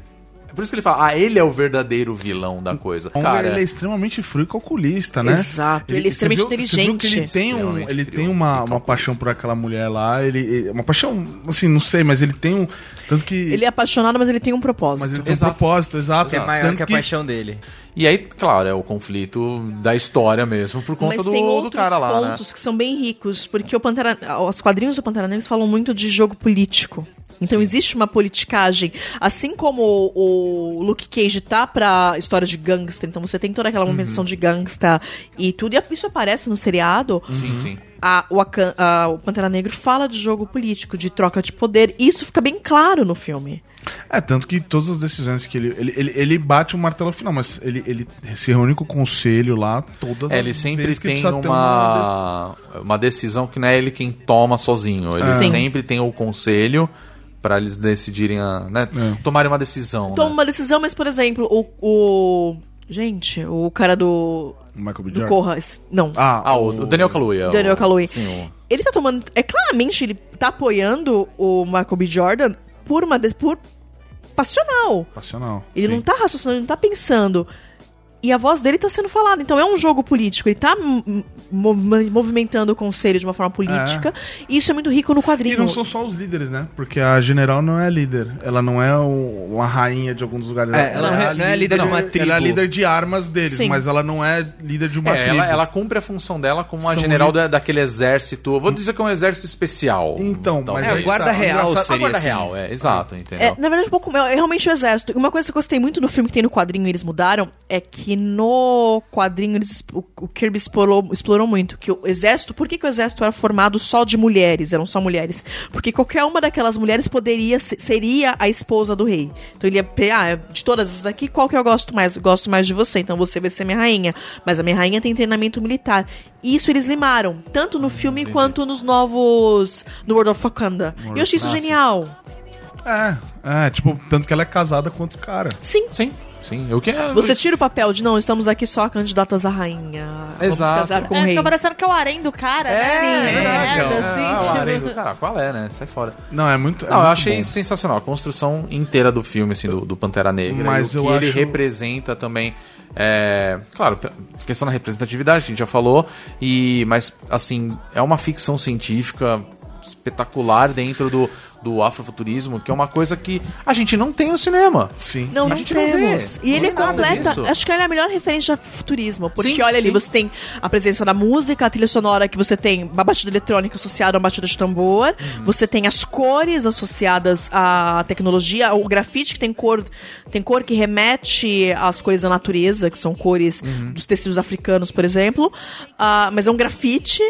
S5: é por isso que ele fala, ah, ele é o verdadeiro vilão da coisa.
S6: Killmonger,
S5: Cara,
S6: ele é extremamente frio e calculista, né?
S9: Exato, ele é
S6: você
S9: extremamente
S6: você viu que ele
S9: inteligente.
S6: tem, um,
S5: Extremamente
S6: ele
S5: frio
S6: tem
S5: e
S6: uma, uma
S5: calculista.
S6: paixão por aquela mulher lá, ele, ele- uma paixão, assim, não sei, mas ele tem um, tanto que,
S9: Ele é apaixonado, mas ele tem um propósito.
S6: mas ele tem
S5: Exato.
S6: um propósito, exato.
S7: Que é maior
S6: tanto
S7: que a paixão dele.
S5: E aí, claro, é o conflito da história mesmo, por conta
S9: Mas
S5: do,
S9: tem
S5: do
S9: outros
S5: cara lá, né?
S9: pontos que são bem ricos, porque o Pantera, os quadrinhos do Pantera Negra eles falam muito de jogo político. Então existe uma politicagem, assim como o, o Luke Cage tá pra história de gangster, então você tem toda aquela
S5: Uhum.
S9: menção de gangsta e tudo, e isso aparece no seriado.
S6: Uhum.
S5: Sim, sim.
S9: A, o, Akan- a- o Pantera Negro fala de jogo político, de troca de poder, e isso fica bem claro no filme.
S6: É, tanto que todas as decisões que ele. Ele, ele, ele bate o martelo final, mas ele, ele se reúne com o conselho lá todas
S5: É,
S6: as
S5: ele sempre
S6: vezes que
S5: tem
S6: precisa ter
S5: uma, uma decisão que não é ele quem toma sozinho. Ele
S9: Sim.
S5: sempre tem o conselho pra eles decidirem, a, né?
S6: É.
S5: Tomarem uma decisão.
S9: Toma
S5: né?
S9: uma decisão, mas, por exemplo, o. o- gente, o cara do.
S6: Michael B.
S9: Do
S6: Jordan.
S9: Corra. esse- Não.
S5: Ah, o, o Daniel Kaluuya.
S6: Então,
S5: o-
S9: Daniel Kaluuya.
S5: Sim, o-
S9: Ele tá tomando. É claramente ele tá apoiando o Michael B. Jordan por uma. de- por passional.
S6: Passional.
S9: Ele
S6: sim.
S9: não tá raciocinando, ele não tá pensando. E a voz dele tá sendo falada. Então é um jogo político. Ele tá m- m- mov- movimentando o conselho de uma forma política. E isso é muito rico no quadrinho.
S6: E não são só os líderes, né? Porque a general não é líder. Ela não é um- uma rainha de alguns lugares.
S7: É, ela não é- não é líder de uma
S6: Ela é
S7: tribo.
S6: líder de armas deles,
S9: Sim.
S6: mas ela não é líder de uma
S5: É,
S6: tribo.
S5: ela, ela cumpre a função dela como a
S6: São
S5: general
S6: li-
S5: da- daquele exército. eu Vou dizer que é um exército especial.
S6: Então, mas
S5: talvez.
S6: aí
S7: É, a guarda real
S6: engraçado-
S7: seria
S5: A guarda
S7: assim.
S5: real, é, exato, entendeu?
S9: É, na verdade, um pouco. É realmente o exército. Uma coisa que eu gostei muito do filme que tem no quadrinho e eles mudaram é que no quadrinho eles, o, o Kirby explorou, explorou muito que o exército. Por que, que o exército era formado só de mulheres? Eram só mulheres? Porque qualquer uma daquelas mulheres poderia se- seria a esposa do rei. Então ele ia. pe- Ah, de todas essas aqui, qual que eu gosto mais? Eu gosto mais de você, então você vai ser minha rainha. Mas a minha rainha tem treinamento militar. Isso eles limaram, tanto no filme quanto nos novos. No World of Wakanda. E eu achei isso genial.
S6: É, é, tipo, tanto que ela é casada com outro cara.
S9: Sim.
S5: É, Sim, sim. O que é...
S9: Você tira o papel de não, estamos aqui só candidatas à rainha. Vamos
S5: Exato.
S9: casar com o
S8: é,
S9: rei.
S8: fica parecendo que é o harém do cara, né?
S5: é, verdade,
S8: merda,
S5: é,
S8: assim,
S5: ah,
S8: tipo-
S5: o harém do- Cara, qual é, né? Sai fora.
S6: Não, é muito. é
S5: Não, eu
S6: muito
S5: achei
S6: bom.
S5: sensacional. A construção inteira do filme, assim, do, do Pantera Negra.
S6: Mas
S5: e o
S6: eu
S5: que ele
S6: acho-
S5: representa também. É, claro, pe- questão da representatividade, que a gente já falou. E, mas, assim, é uma ficção científica espetacular dentro do, do afrofuturismo, que é uma coisa que a gente não tem no cinema.
S6: Sim.
S9: Não,
S5: A
S9: não
S5: gente não vê.
S9: temos.
S5: Não
S9: e ele
S5: tem nada
S9: completa.
S5: disso.
S9: Acho que ele é a melhor referência de futurismo. Porque
S5: Sim,
S9: olha ali,
S5: sim.
S9: você tem a presença da música, a trilha sonora que você tem, uma batida eletrônica associada a uma batida de tambor.
S5: Uhum.
S9: Você tem as cores associadas à tecnologia, o grafite que tem cor, tem cor que remete às cores da natureza, que são cores
S5: Uhum.
S9: dos tecidos africanos, por exemplo. Ah, mas é um grafite.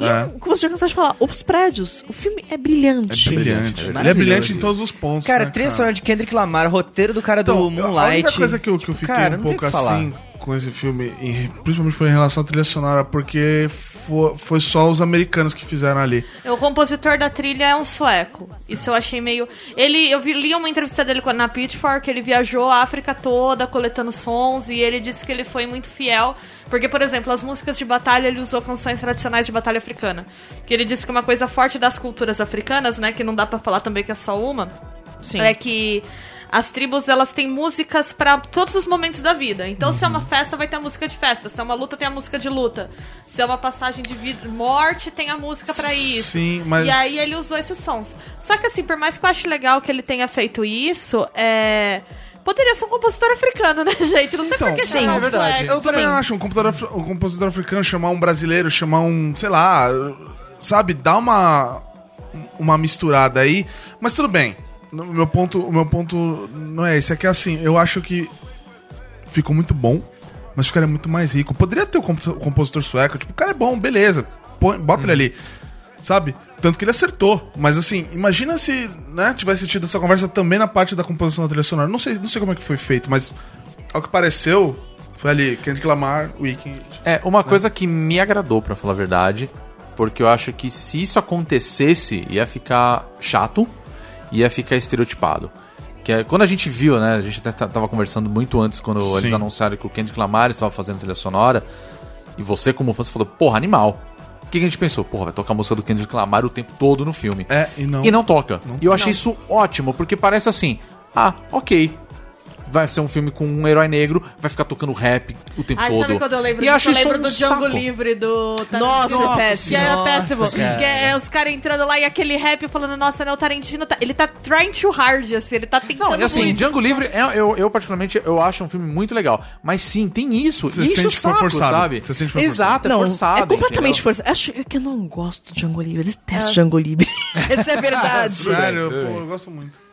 S9: E
S6: É.
S9: o que você já cansou de falar, os prédios, o filme é brilhante.
S6: Brilhante.
S5: Maravilhoso.
S6: Ele é brilhante em todos os pontos.
S7: Cara,
S6: né,
S7: trilha sonora de Kendrick Lamar, roteiro do cara do
S6: Então,
S7: Moonlight. Tipo,
S6: A única coisa que eu, que eu fiquei
S7: cara,
S6: um
S7: não tem o
S6: pouco
S7: que falar.
S6: assim com esse filme, e principalmente foi em relação à trilha sonora, porque fo- foi só os americanos que fizeram ali.
S8: é, O compositor da trilha é um sueco. Isso eu achei meio. Ele, eu vi, li uma entrevista dele com- na Pitchfork, ele viajou a África toda coletando sons e ele disse que ele foi muito fiel, porque por exemplo, as músicas de batalha ele usou canções tradicionais de batalha africana, que ele disse que é uma coisa forte das culturas africanas, né, que não dá pra falar também que é só uma.
S9: Sim.
S8: É que as tribos elas têm músicas pra todos os momentos da vida. Então, se é
S6: Uhum.
S8: uma festa, vai ter a música de festa. Se é uma luta, tem a música de luta. Se é uma passagem de vida, morte, tem a música pra isso.
S6: Sim, mas-
S8: E aí ele usou esses sons. Só que assim, por mais que eu ache legal que ele tenha feito isso, é. Poderia ser um compositor africano, né, [LAUGHS] gente? Não sei
S6: Então,
S8: por que
S6: sim,
S8: chamar
S6: é
S8: um
S5: verdade.
S8: sueco.
S6: Eu também acho um, computador af- um compositor africano chamar um brasileiro, chamar um, sei lá, sabe, dá uma uma misturada aí, mas tudo bem. No- Meu ponto, o meu ponto não é esse, é que assim, eu acho que ficou muito bom, mas o cara é muito mais rico. Poderia ter o compo- o compositor sueco, tipo, o cara é bom, beleza, põe, bota
S7: Uhum.
S6: ele ali. Sabe? Tanto que ele acertou. Mas assim, imagina se né, tivesse tido essa conversa também na parte da composição da trilha sonora. Não sei, não sei como é que foi feito, mas ao que pareceu, foi ali, Kendrick Lamar, Weekend.
S5: É, uma
S6: Né?
S5: coisa que me agradou, pra falar a verdade, porque eu acho que se isso acontecesse, ia ficar chato, ia ficar estereotipado. Que é, quando a gente viu, né, a gente até tá- tava conversando muito antes, quando eles
S6: Sim.
S5: anunciaram que o Kendrick Lamar estava fazendo trilha sonora, e você como fã, você falou, porra, animal. O que, que a gente pensou? Porra, vai tocar a música do Kendrick Lamar o tempo todo no filme.
S6: É, e não.
S5: E não toca. E eu achei isso ótimo, porque parece assim, ah, ok, vai ser um filme com um herói negro, vai ficar tocando rap o tempo
S8: Ai,
S5: todo.
S8: sabe quando eu lembro
S5: e
S8: disso?
S5: acho
S8: eu
S5: isso
S8: lembro
S5: um
S8: do Django
S5: saco.
S8: Livre do
S9: Nossa,
S8: Tarantino.
S9: péssimo.
S8: Que é
S7: Nossa,
S8: péssimo.
S7: cara.
S8: Que é os caras entrando lá e aquele rap falando, nossa, né, o Tarantino tá... Ele tá trying too hard, assim, ele tá tentando
S5: Não, e assim,
S8: muito.
S5: Django Livre, é- eu, eu particularmente eu acho um filme muito legal. Mas sim, tem isso.
S6: Você
S5: e isso é um
S6: sente que foi
S5: saco,
S6: forçado.
S5: sabe?
S6: Você sente que foi
S5: Exato, é
S9: Não,
S5: forçado.
S9: é
S5: entendeu?
S9: completamente
S5: É.
S9: forçado. Acho que eu não gosto de Django Livre, eu detesto Django
S5: [LAUGHS]
S9: Livre. Essa é a verdade.
S6: Sério, pô, eu gosto muito.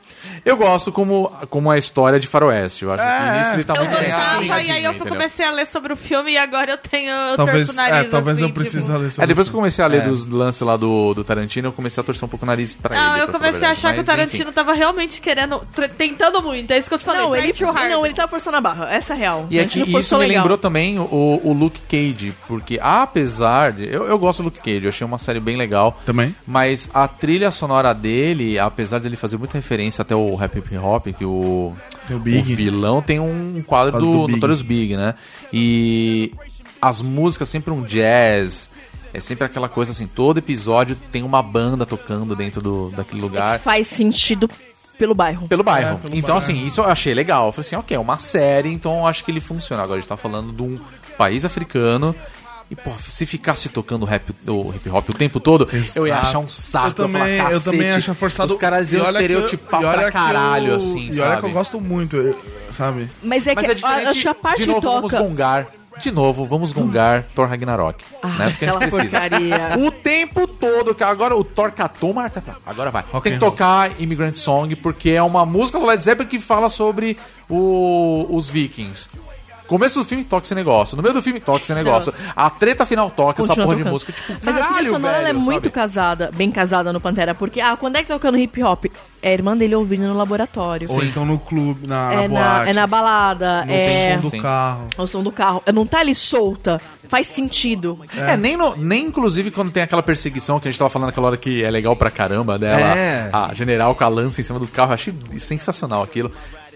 S5: Eu gosto como, como a história de Faroeste. Eu acho
S6: É.
S5: que nisso ele tá
S8: Eu
S5: muito bem
S8: gostava, e aí eu
S5: entendeu?
S8: comecei a ler sobre o filme e agora eu tenho... Eu
S6: Talvez,
S8: torço o nariz,
S6: é, talvez
S8: assim,
S6: eu precise
S8: tipo...
S6: ler
S5: É,
S6: sobre
S5: depois que
S6: isso.
S5: eu comecei a ler dos lances lá do, do Tarantino, eu comecei a torcer um pouco o nariz pra ele.
S8: Não,
S5: pra
S8: eu
S5: falar
S8: comecei a
S5: verdade.
S8: achar que o
S5: Mas,
S8: Tarantino
S5: enfim.
S8: tava realmente querendo... tr- Tentando muito, é isso que eu te falei,
S9: [LAUGHS] Não,
S8: trying
S9: ele,
S8: too hard.
S9: não, ele tá forçando a barra. Essa é real.
S6: Né?
S5: E, é que isso me lembrou também o, o Luke Cage, porque apesar de. Eu, eu gosto do Luke Cage, eu achei uma série bem legal.
S6: Também.
S5: Mas a trilha sonora dele, apesar dele fazer muita referência até o Rap Hip Hop, que o,
S6: É o Big.
S5: vilão tem um quadro
S6: Quadro
S5: do,
S6: do Big.
S5: Notorious Big, né? E as músicas sempre um jazz. É sempre aquela coisa assim, todo episódio tem uma banda tocando dentro do, daquele lugar.
S9: Faz sentido pelo bairro.
S5: Pelo bairro.
S6: É, pelo
S5: então,
S6: bairro.
S5: assim, isso eu achei legal. Eu falei assim, ok, é uma série, então eu acho que ele funciona. Agora a gente tá falando de um país africano. E, pô, se ficasse tocando rap, o hip hop o tempo todo, eu ia
S6: Exato.
S5: achar um saco.
S6: Eu também,
S5: ia falar,
S6: eu também
S5: "Cacete,
S6: acho forçado.
S5: Os caras
S6: E
S5: iam
S6: olha que eu-
S5: estereotipar
S6: e olha
S5: pra
S6: que eu-
S5: caralho, assim,
S6: E olha
S5: sabe?
S6: que eu gosto muito, eu- sabe?
S9: Mas é
S5: Mas
S9: que
S5: é
S9: eu
S5: diferente.
S9: acho que a parte
S5: de novo, vamos
S9: toca.
S5: gongar. De novo, vamos gongar Thor Ragnarok. né? Porque a gente
S9: Ah, aquela
S5: precisa.
S9: porcaria.
S5: O tempo todo, cara. Agora o Thor catou, Marta. Agora vai.
S6: Rock
S5: Tem que
S6: and roll.
S5: tocar Immigrant Song, porque é uma música do Led Zeppelin que fala sobre o- os vikings. Começo do filme, toca esse negócio. No meio do filme, toca esse negócio. A treta final toca [LAUGHS] essa
S9: Continua
S5: porra de
S9: tocando.
S5: música. Tipo,
S9: Mas a trilha
S5: caralho,
S9: sonora
S5: velho,
S9: ela é muito
S5: sabe?
S9: casada, bem casada no Pantera, porque ah, quando é que tá tocando hip hop? É a irmã dele ouvindo no laboratório.
S6: Ou então no clube,
S5: tá
S6: na, na
S9: é,
S6: boate.
S9: na, é na balada,
S6: no
S9: é
S6: som do
S5: Sim.
S6: carro.
S9: o som do carro. Não tá ali solta. Faz sentido.
S5: É, nem, no- nem inclusive quando tem aquela perseguição que a gente tava falando aquela hora que é legal pra caramba dela,
S7: É.
S5: a general com a lança em cima do carro, eu achei sensacional aquilo.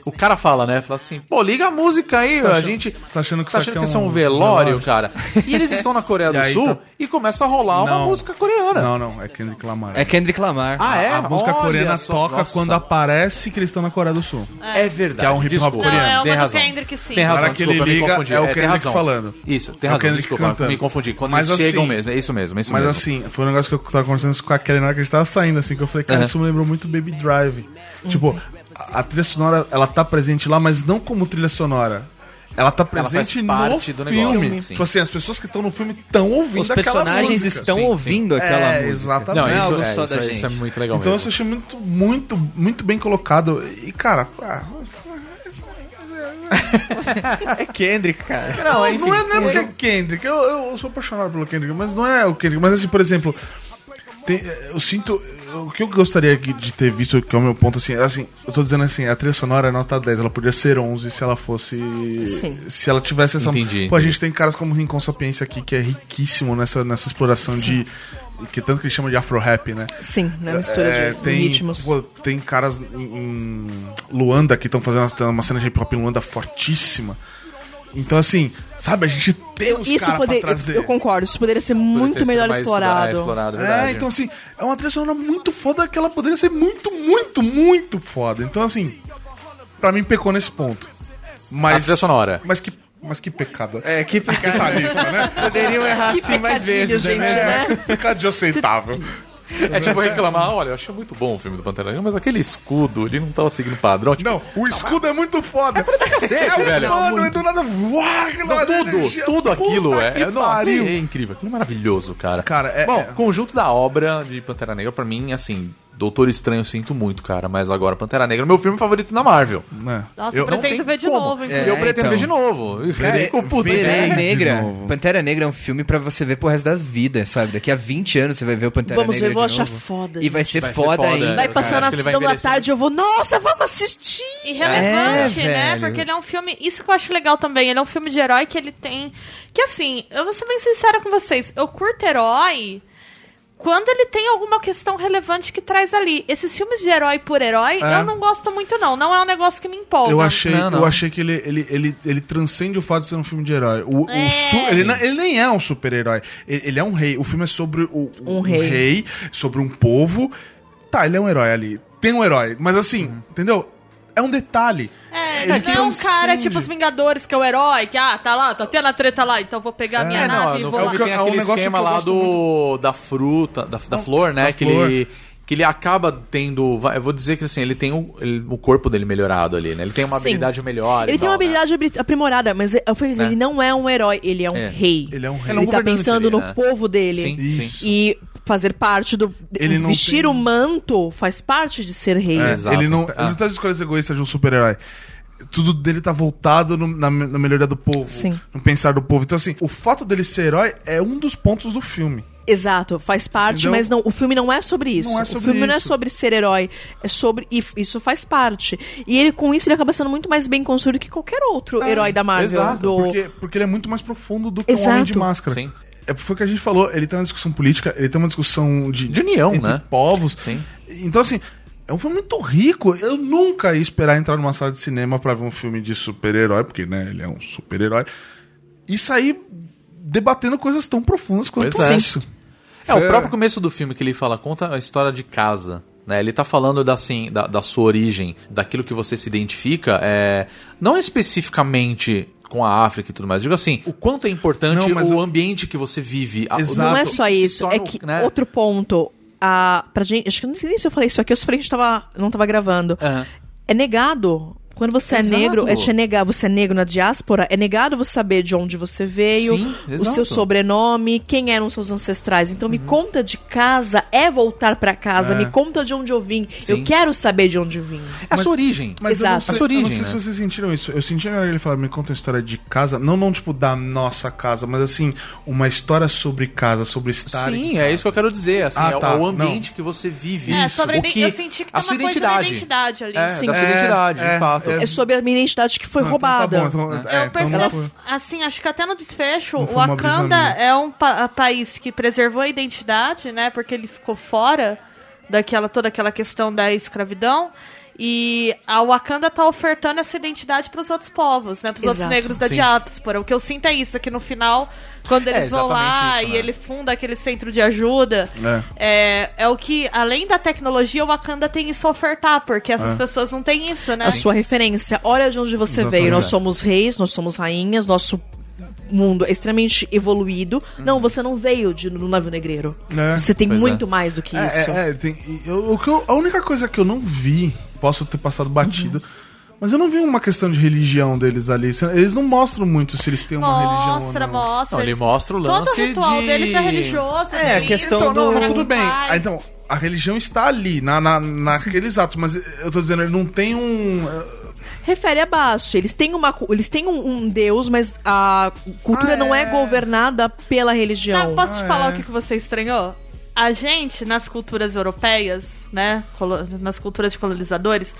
S5: O cara fala, né? Fala assim, pô, liga a música aí, a
S6: achando-
S5: gente.
S6: tá achando que
S5: tá achando
S6: isso aqui
S5: que
S6: é
S5: isso é um
S6: um
S5: velório,
S6: velório?"
S5: cara? E eles estão na Coreia
S6: [LAUGHS]
S5: do
S6: E aí
S5: Sul
S6: tá-
S5: e começa a rolar uma
S6: Não.
S5: música coreana.
S6: Não, não, é Kendrick Lamar.
S7: É Kendrick Lamar.
S5: Ah, é?
S6: A música
S5: Olha
S6: coreana
S5: só,
S6: toca
S5: nossa.
S6: quando aparece que eles estão na Coreia do Sul.
S5: É verdade.
S6: Que é um hip hop
S5: Desculpa,
S6: coreano. Não, é
S8: uma
S5: tem
S8: do
S5: razão.
S8: Kendrick,
S5: Tem
S8: sim.
S6: Na hora
S5: razão,
S6: que
S5: desculpa,
S6: ele
S5: me
S6: liga,
S5: confundi.
S6: é o
S5: tem
S6: Kendrick
S5: razão.
S6: falando.
S5: Isso, tem
S6: É o
S5: razão,
S6: Kendrick
S5: desculpa,
S6: cantando.
S5: me confundi. Quando
S6: Mas
S5: eles chegam
S6: assim-
S5: mesmo, é isso mesmo, é isso
S6: Mas
S5: mesmo.
S6: assim, foi um negócio que eu tava conversando isso com a Kelly na hora que a gente tava saindo, assim, que eu falei, cara,
S5: Aham.
S6: isso me lembrou muito Baby Drive. Tipo, a, a trilha sonora, ela tá presente lá, mas não como trilha sonora. Ela tá
S5: Ela faz
S6: presente
S5: parte
S6: no
S5: do negócio,
S6: filme.
S5: sim.
S6: Tipo assim, as pessoas que estão no filme estão ouvindo
S7: Os
S6: aquela
S7: personagens
S6: música.
S7: estão
S5: Sim, sim.
S7: ouvindo aquela
S6: É,
S7: música.
S6: exatamente.
S5: não,
S7: não é
S5: isso,
S7: algo
S5: é,
S7: só
S5: isso,
S7: da
S5: é- isso é
S7: gente.
S5: muito legal
S6: Então
S5: mesmo.
S6: eu achei muito, muito, muito bem colocado. E, cara, ah,
S7: É Kendrick, cara.
S6: Não, não é, não é porque é Kendrick. Eu, eu sou apaixonado pelo Kendrick, mas não é o Kendrick. Mas assim, por exemplo, tem- eu sinto. O que eu gostaria que- de ter visto, que é o meu ponto, assim, assim, eu tô dizendo assim, a trilha sonora é nota 10, ela podia ser 11 se ela fosse.
S9: Sim.
S6: Se ela tivesse essa.
S5: Entendi.
S6: Pô, a gente tem caras como Rincon Sapiência aqui, que é riquíssimo nessa, nessa exploração de. Que tanto que ele chama de afro-rap, né?
S9: Sim, né? Mistura
S6: É,
S9: de
S6: tem,
S9: ritmos.
S6: pô, tem caras em, em Luanda que estão fazendo uma- tem uma cena de hip hop em Luanda fortíssima. Então, assim, sabe, a gente tem os
S9: isso
S6: caras pra
S9: poderia.
S6: trazer.
S9: Eu concordo, isso poderia ser
S5: Poderia ter
S9: muito
S5: sido
S9: melhor
S5: mais
S9: explorado.
S5: estuda- é, explorado,
S6: É,
S5: verdade. [LAUGHS]
S6: então assim, é uma trilha sonora muito foda que ela poderia ser muito, muito, muito foda. Então, assim, pra mim pecou nesse ponto. Mas,
S5: A trilha sonora.
S6: Mas que, mas que pecado. É,
S7: É, que pecado.
S6: detalhista,
S7: [LAUGHS]
S6: né?
S7: Poderiam errar
S9: Que
S7: assim mais
S9: pecadilho,
S7: vezes,
S9: Ah, gente,
S7: né?
S9: né?
S6: Pecado de aceitável.
S5: É tipo reclamar, olha, eu achei muito bom o filme do Pantera Negra, mas aquele escudo, ele não tava seguindo o padrão. Tipo,
S6: Não, o escudo é muito foda. É
S5: cacete, velho. Tá
S6: Mano, e do nada voa,
S5: Não, tudo,
S6: energia.
S5: tudo aquilo
S6: Puta
S5: é,
S6: que
S5: é, não,
S6: pariu.
S5: é incrível, aquilo é maravilhoso, cara.
S6: Cara, é-
S5: Bom,
S6: é-
S5: conjunto da obra de Pantera Negra, pra mim, assim, Doutor Estranho eu sinto muito, cara, mas agora Pantera Negra é meu filme favorito na Marvel.
S6: É.
S8: Nossa,
S5: Eu
S8: eu
S5: não
S8: pretendo
S5: tem
S8: ver de
S5: como.
S8: novo,
S5: E
S8: inclusive.
S5: eu pretendo
S7: então.
S5: ver de novo. Eu fico puto,
S6: verei.
S5: né?
S7: Pantera
S6: de
S7: Negra.
S6: novo.
S7: Pantera Negra é um filme pra você ver pro resto da vida, sabe? Daqui a 20 anos você vai ver o Pantera
S9: Vamos
S7: Negra
S9: ver, vou
S7: de
S9: achar
S7: novo.
S9: foda.
S7: E vai
S9: gente.
S7: ser,
S5: Vai ser
S7: foda,
S5: foda
S7: ainda.
S5: ainda.
S9: Vai
S5: cara,
S9: passar
S5: acho
S9: na
S5: que ele vai
S9: sessão da
S5: envelhecer.
S9: tarde, eu vou, nossa, vamos assistir!
S8: irrelevante,
S7: É,
S8: né?
S7: velho.
S8: Porque ele é um filme. Isso que eu acho legal também. Ele é um filme de herói que ele tem. Que assim, eu vou ser bem sincera com vocês. Eu curto herói quando ele tem alguma questão relevante que traz ali. Esses filmes de herói por herói,
S6: É.
S8: eu não gosto muito, não. Não é um negócio que me empolga.
S6: Eu achei,
S5: Não, não.
S6: Eu achei que ele, ele, ele, ele transcende o fato de ser um filme de herói. O, o
S8: É.
S6: su- ele, não- ele nem é um super-herói. Ele, ele é um rei. O filme é sobre o-
S9: Um rei.
S6: sobre um povo. Tá, ele é um herói ali. Tem um herói. Mas assim, entendeu? É um detalhe.
S8: É,
S6: Ele
S8: não é um cara
S6: transcende.
S8: tipo os Vingadores, que é o herói, que ah, tá lá, tá tendo a treta lá, então vou pegar minha
S5: É, não,
S8: nave e
S5: no
S8: vou lá.
S5: filme tem
S6: É um
S5: aquele
S6: negócio
S5: esquema
S6: que eu
S5: lá
S6: gosto
S5: do da fruta, da, da
S6: Não,
S5: flor, né?
S6: da
S5: que
S6: flor.
S5: ele que ele acaba tendo, vai, eu vou dizer que assim, ele tem o, ele- o corpo dele melhorado ali, né? Ele tem uma
S9: Sim.
S5: habilidade melhor. e
S9: Ele tem
S5: tal,
S9: uma
S5: né?
S9: habilidade abri- aprimorada, mas é- eu falei,
S5: Né?
S9: ele não é um herói, ele é um
S5: É.
S9: rei.
S6: Ele é um rei.
S5: Ele é um
S9: Ele tá
S5: governante
S9: pensando
S5: ali,
S9: no
S5: né?
S9: povo dele.
S5: Sim,
S6: Isso.
S5: sim.
S9: E fazer parte do.
S6: Ele não
S9: vestir
S6: tem-
S9: o manto faz parte de ser rei.
S6: É,
S5: Exato.
S6: Ele não,
S5: Ah.
S6: ele não tá as escolhas egoístas de um super-herói. Tudo dele tá voltado no- na, na melhoria do povo,
S9: Sim.
S6: no pensar do povo. Então, assim, o fato dele ser herói é um dos pontos do filme.
S9: Exato, faz parte,
S6: Entendeu?
S9: mas não, o filme não é sobre isso.
S6: Então, Não é sobre
S9: o filme não é
S6: isso.
S9: sobre ser herói, é sobre e f- isso faz parte. E ele com isso ele acaba sendo muito mais bem construído que qualquer outro herói da Marvel
S5: exato,
S9: Ah, do
S6: Ah, Porque, porque ele é muito mais profundo do que um homem
S9: Exato.
S6: de máscara.
S5: Sim.
S6: É, foi o que a gente falou. Ele tem uma discussão política, ele tem uma discussão de,
S5: De união,
S6: entre
S5: né?
S6: povos.
S5: Sim.
S6: Então, assim, é um filme muito rico. Eu nunca ia esperar entrar numa sala de cinema pra ver um filme de super-herói, porque, né, ele é um super-herói. E sair debatendo coisas tão profundas quanto
S5: Pois é.
S6: isso.
S5: É, o próprio começo do filme que ele fala, conta a história de casa. né? Ele tá falando da, assim, da, da sua origem, daquilo que você se identifica, é, não especificamente com a África e tudo mais. Digo assim, o quanto é importante
S6: Não, mas
S5: o
S6: eu-
S5: ambiente que você vive. A-
S6: Exato.
S9: Não é
S5: o-
S9: só
S5: se
S9: isso,
S5: torna
S9: é
S5: o-
S9: que
S5: né?
S9: outro ponto. A, pra gente, acho que eu não sei nem se eu falei isso aqui, eu só falei que a gente tava, não tava gravando.
S5: Aham.
S9: É negado. Quando você
S5: Exato.
S9: é negro, é, te negar, você é negro na diáspora, é negado você saber de onde você veio,
S5: Sim,
S9: o seu
S5: exato. Uhum.
S9: sobrenome, quem eram seus ancestrais. Então me conta de casa, é voltar pra casa,
S6: É.
S9: me conta de onde eu vim.
S5: Sim.
S9: Eu quero saber de onde eu vim.
S5: É a sua origem.
S6: Mas eu não
S9: Exato.
S6: sei,
S5: A sua
S6: eu não
S5: origem,
S6: sei
S5: né?
S6: se vocês sentiram isso. Eu senti agora ele falar, me conta uma história de casa. Não, não, tipo, da nossa casa, mas assim, uma história sobre casa, sobre estar. em
S5: Sim,
S6: casa.
S5: é isso que eu quero dizer. Assim,
S6: Ah,
S5: é o-
S6: tá,
S5: é o
S6: não.
S5: ambiente que você vive.
S8: É,
S5: Isso.
S8: sobre a
S5: o
S8: iden-
S5: que,
S8: eu senti que tem
S5: a
S8: uma
S5: sua
S8: coisa da
S5: identidade.
S8: identidade ali.
S5: É,
S9: Sim.
S5: da sua
S6: É,
S5: identidade,
S6: é,
S5: de fato.
S6: é.
S9: É sobre a minha identidade que foi
S6: Não, então tá
S9: roubada.
S6: bom, então- é,
S8: Eu
S6: então não
S8: percebo,
S6: foi-
S8: assim, acho que até no desfecho,
S6: Não
S8: o
S6: foi uma brisa
S8: Wakanda
S6: minha.
S8: é um pa- país que preservou a identidade, né? Porque ele ficou fora daquela toda aquela questão da escravidão. E a Wakanda tá ofertando essa identidade pros outros povos, né? Pros outros
S9: Exato.
S8: negros da
S5: Sim.
S8: diáspora. O que eu sinto é isso, é que no final, quando
S6: É,
S8: eles vão lá
S5: exatamente isso,
S8: e
S5: né?
S8: eles fundam aquele centro de ajuda, é. É, o que, além da tecnologia, o Wakanda tem isso a ofertar, porque
S6: É.
S8: essas pessoas não têm isso,
S6: Assim,
S8: né?
S9: a sua referência. Olha de onde você
S6: Exatamente.
S9: veio. Nós somos reis, nós somos rainhas, nosso mundo é extremamente evoluído.
S6: Uhum.
S9: Não, você não veio de no navio negreiro.
S6: É,
S9: você tem
S5: pois
S9: muito mais do que
S6: É,
S9: isso.
S6: É, é, tem- eu- o que eu- a única coisa que eu não vi, posso ter passado batido, mas eu não vi uma questão de religião deles ali. Eles não mostram muito se eles têm uma religião. ou
S8: Mostra,
S6: não.
S8: mostra.
S5: né? Não, ele
S8: eles-
S5: mostra o lance
S8: Todo o ritual
S5: de...
S8: deles é religioso.
S6: É, a
S8: deles,
S6: questão
S8: pra
S6: do.
S8: cultuar
S6: tudo bem.
S8: e-
S6: Ah, então, a religião está ali, na, na- naqueles atos, mas eu tô dizendo, ele não tem um.
S9: Refere abaixo. Eles têm, uma, cu- eles têm um, um deus, mas a cultura
S6: Ah,
S9: não é
S6: é.
S9: governada pela
S8: Sabe,
S9: religião.
S8: posso te
S6: Ah,
S8: falar
S6: é.
S8: o que, que você estranhou? A gente, nas culturas europeias, né? colo- Nas culturas de colonizadores,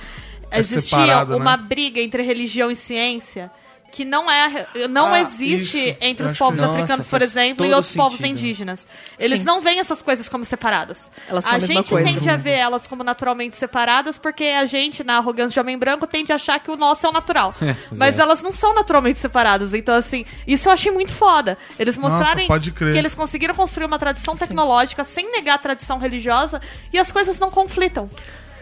S6: É
S8: existia
S6: separado,
S8: uma
S6: né?
S8: re- briga entre religião e ciência que não é não
S6: Ah,
S8: existe
S6: isso. Eu
S8: entre
S6: acho
S8: os
S6: que-
S8: povos
S7: Nossa,
S8: africanos, por
S7: faz
S8: exemplo, e
S7: todo
S8: outros povos
S7: sentido.
S8: indígenas. Eles
S9: Sim.
S8: não veem essas coisas como separadas.
S9: Elas são
S8: a
S9: a mesma
S8: gente
S9: coisa.
S8: tende a ver elas como naturalmente separadas porque a gente, na arrogância de homem branco, tende a achar que o nosso é
S7: [LAUGHS]
S8: o natural.
S7: É.
S8: Mas elas não são naturalmente separadas. Então, assim, isso eu achei muito foda. Eles mostrarem
S6: pode crer.
S8: que eles conseguiram construir uma tradição tecnológica sem negar a tradição religiosa e as coisas não conflitam.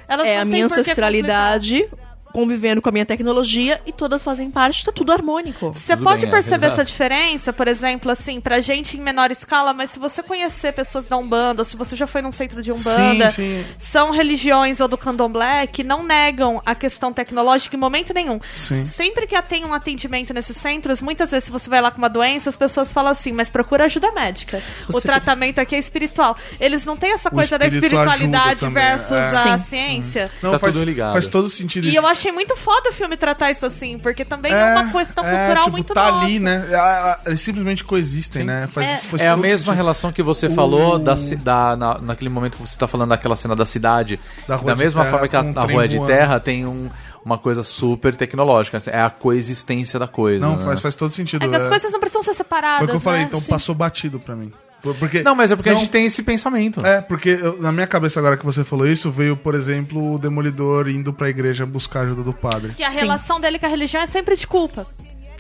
S8: Elas
S9: É
S8: não
S9: a
S8: têm
S9: minha
S8: por que conflitar.
S9: ancestralidade convivendo com a minha tecnologia e todas fazem parte, tá tudo harmônico.
S8: Você
S7: Tudo
S8: pode
S7: bem, é,
S8: perceber
S7: exato.
S8: essa diferença, por exemplo, assim, pra gente em menor escala, mas se você conhecer pessoas da Umbanda, ou se você já foi num centro de Umbanda,
S6: Sim, sim.
S8: são religiões ou do candomblé que não negam a questão tecnológica em momento nenhum.
S6: Sim.
S8: Sempre que tem um atendimento nesses centros, muitas vezes se você vai lá com uma doença, as pessoas falam assim, mas procura ajuda médica. o
S9: Você-
S8: tratamento aqui é espiritual. Eles não têm essa
S6: O
S8: coisa da
S6: espírito ajuda
S8: espiritualidade
S6: também,
S8: versus
S6: é.
S8: a
S9: Sim.
S8: ciência.
S5: Tá tudo ligado.
S6: Faz todo sentido
S8: E
S6: isso.
S8: eu achei muito foda o filme tratar isso assim, porque também é, uma questão
S6: é,
S8: cultural
S6: tipo,
S8: muito
S6: tá
S8: nossa.
S6: ali, né? Ah, ah, Eles simplesmente coexistem, né? Faz-
S8: É-
S6: faz
S5: É a
S6: todo
S5: mesma
S6: sentido.
S5: relação que você falou da, ci- da- na, naquele momento que você tá falando daquela cena da cidade. Da,
S6: Da rua de
S5: mesma
S6: terra
S5: forma que a,
S6: com um
S5: na
S6: trem
S5: rua é de
S6: voando.
S5: terra tem um- uma coisa super tecnológica. assim, É a coexistência da coisa.
S6: Não,
S5: né?
S6: faz, faz todo sentido.
S8: É que as
S6: é.
S8: coisas não precisam ser separadas.
S6: Foi o que eu falei,
S8: né?
S6: então
S8: Sim.
S6: passou batido pra mim. Por- Porque,
S5: Não, mas é porque
S6: Não.
S5: a gente tem esse pensamento.
S6: É, porque eu- na minha cabeça, agora que você falou isso, veio, por exemplo, o Demolidor indo pra igreja buscar a ajuda do padre.
S8: Que a
S9: Sim.
S8: relação dele com a religião é sempre de culpa.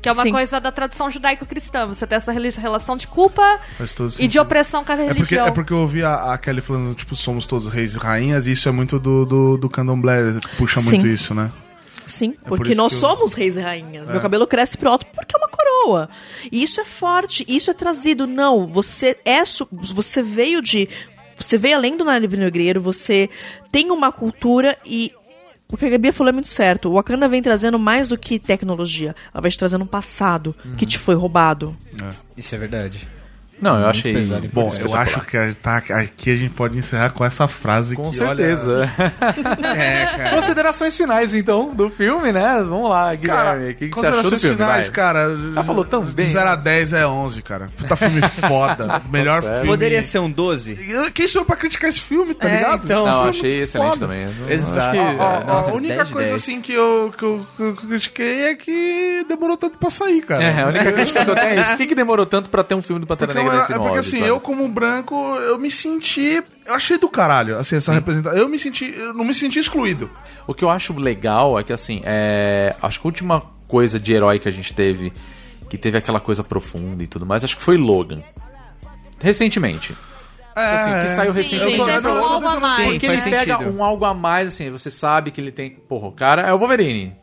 S8: Que é uma
S9: Sim.
S8: coisa da tradição judaico-cristã. Você tem essa reli- relação de culpa
S6: Faz todo
S8: e de
S6: sentido.
S8: opressão com a
S6: É porque,
S8: religião.
S6: é porque eu ouvi a, a Kelly falando, tipo, somos todos reis e rainhas, e isso é muito do, do, do candomblé, puxa
S9: Sim.
S6: muito isso, né?
S9: Sim,
S6: por
S9: porque
S6: isso
S9: nós
S6: que eu-
S9: somos reis e rainhas. Meu cabelo cresce pro alto porque é uma coroa. E isso é forte, isso é trazido. Não, você é su- você veio de você veio além do navio negreiro, você tem uma cultura e o que a Gabi falou é muito certo. O Wakanda vem trazendo mais do que tecnologia. Ela vai te trazendo um passado
S6: Uhum.
S9: que te foi roubado.
S7: Isso é verdade.
S5: Não, eu achei.
S7: pesado, hein?
S6: Bom, eu
S5: espetacular.
S6: acho que a- tá, aqui a gente pode encerrar com essa frase
S5: Com
S6: que, É,
S5: certeza.
S6: [LAUGHS]
S5: Considerações finais, então, do filme, né? Vamos lá,
S6: Olha, cara,
S5: Guilherme. O que, que você achou do
S6: considerações
S5: filme?
S6: finais,
S5: Vai.
S6: cara.
S5: Ela falou tão bem,
S6: 0 a
S5: né? Tá
S6: 10 é 11, cara. Puta filme
S5: [LAUGHS]
S6: foda. Melhor
S5: certo.
S6: filme.
S7: Poderia ser um 12?
S6: Quem sou eu pra criticar esse filme, tá
S7: É,
S6: ligado?
S7: então.
S5: Não,
S6: Esse filme é
S5: achei
S6: muito
S5: excelente
S6: foda.
S5: também. Eu
S7: Exato.
S5: acho que-
S6: Ó, ó,
S7: Nossa,
S6: a única
S7: 10,
S6: coisa
S7: 10.
S6: assim que eu, que, eu, que eu critiquei é que demorou tanto pra sair, cara.
S5: É, a única questão que eu tenho é isso. Por que, que demorou tanto pra ter um filme do Pantera
S6: Porque eu
S5: Negra
S6: era-
S5: nesse
S6: é
S5: nome?
S6: porque assim,
S5: sabe?
S6: eu como branco, eu me senti. Eu achei do caralho, assim, essa representação. Eu me senti. Eu não me senti excluído.
S5: O que eu acho legal é que, assim, é... acho que a última coisa de herói que a gente teve, que teve aquela coisa profunda e tudo mais, acho que foi Logan. Recentemente. assim, que saiu
S8: Sim,
S5: recentemente.
S8: gente,
S6: tô-
S8: é
S6: eu
S8: pra
S6: tô- eu
S8: um
S6: tô
S8: alvo a
S6: tentando
S8: mais.
S7: Sim,
S5: Porque ele
S7: faz
S5: pega
S7: sentido.
S5: um algo a mais, assim, você sabe que ele tem. Porra, o cara é o Wolverine.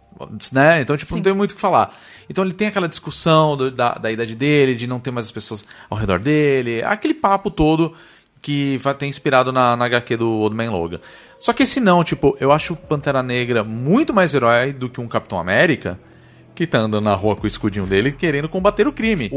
S5: Né? Então, tipo, não tem muito o que falar. Então ele tem aquela discussão do- da, da idade dele, de não ter mais as pessoas ao redor dele, aquele papo todo que vai ter inspirado na, na HQ do Old Man Logan. Só que esse não, tipo, eu acho o Pantera Negra muito mais herói do que um Capitão América que tá andando na rua com o escudinho dele querendo combater o crime.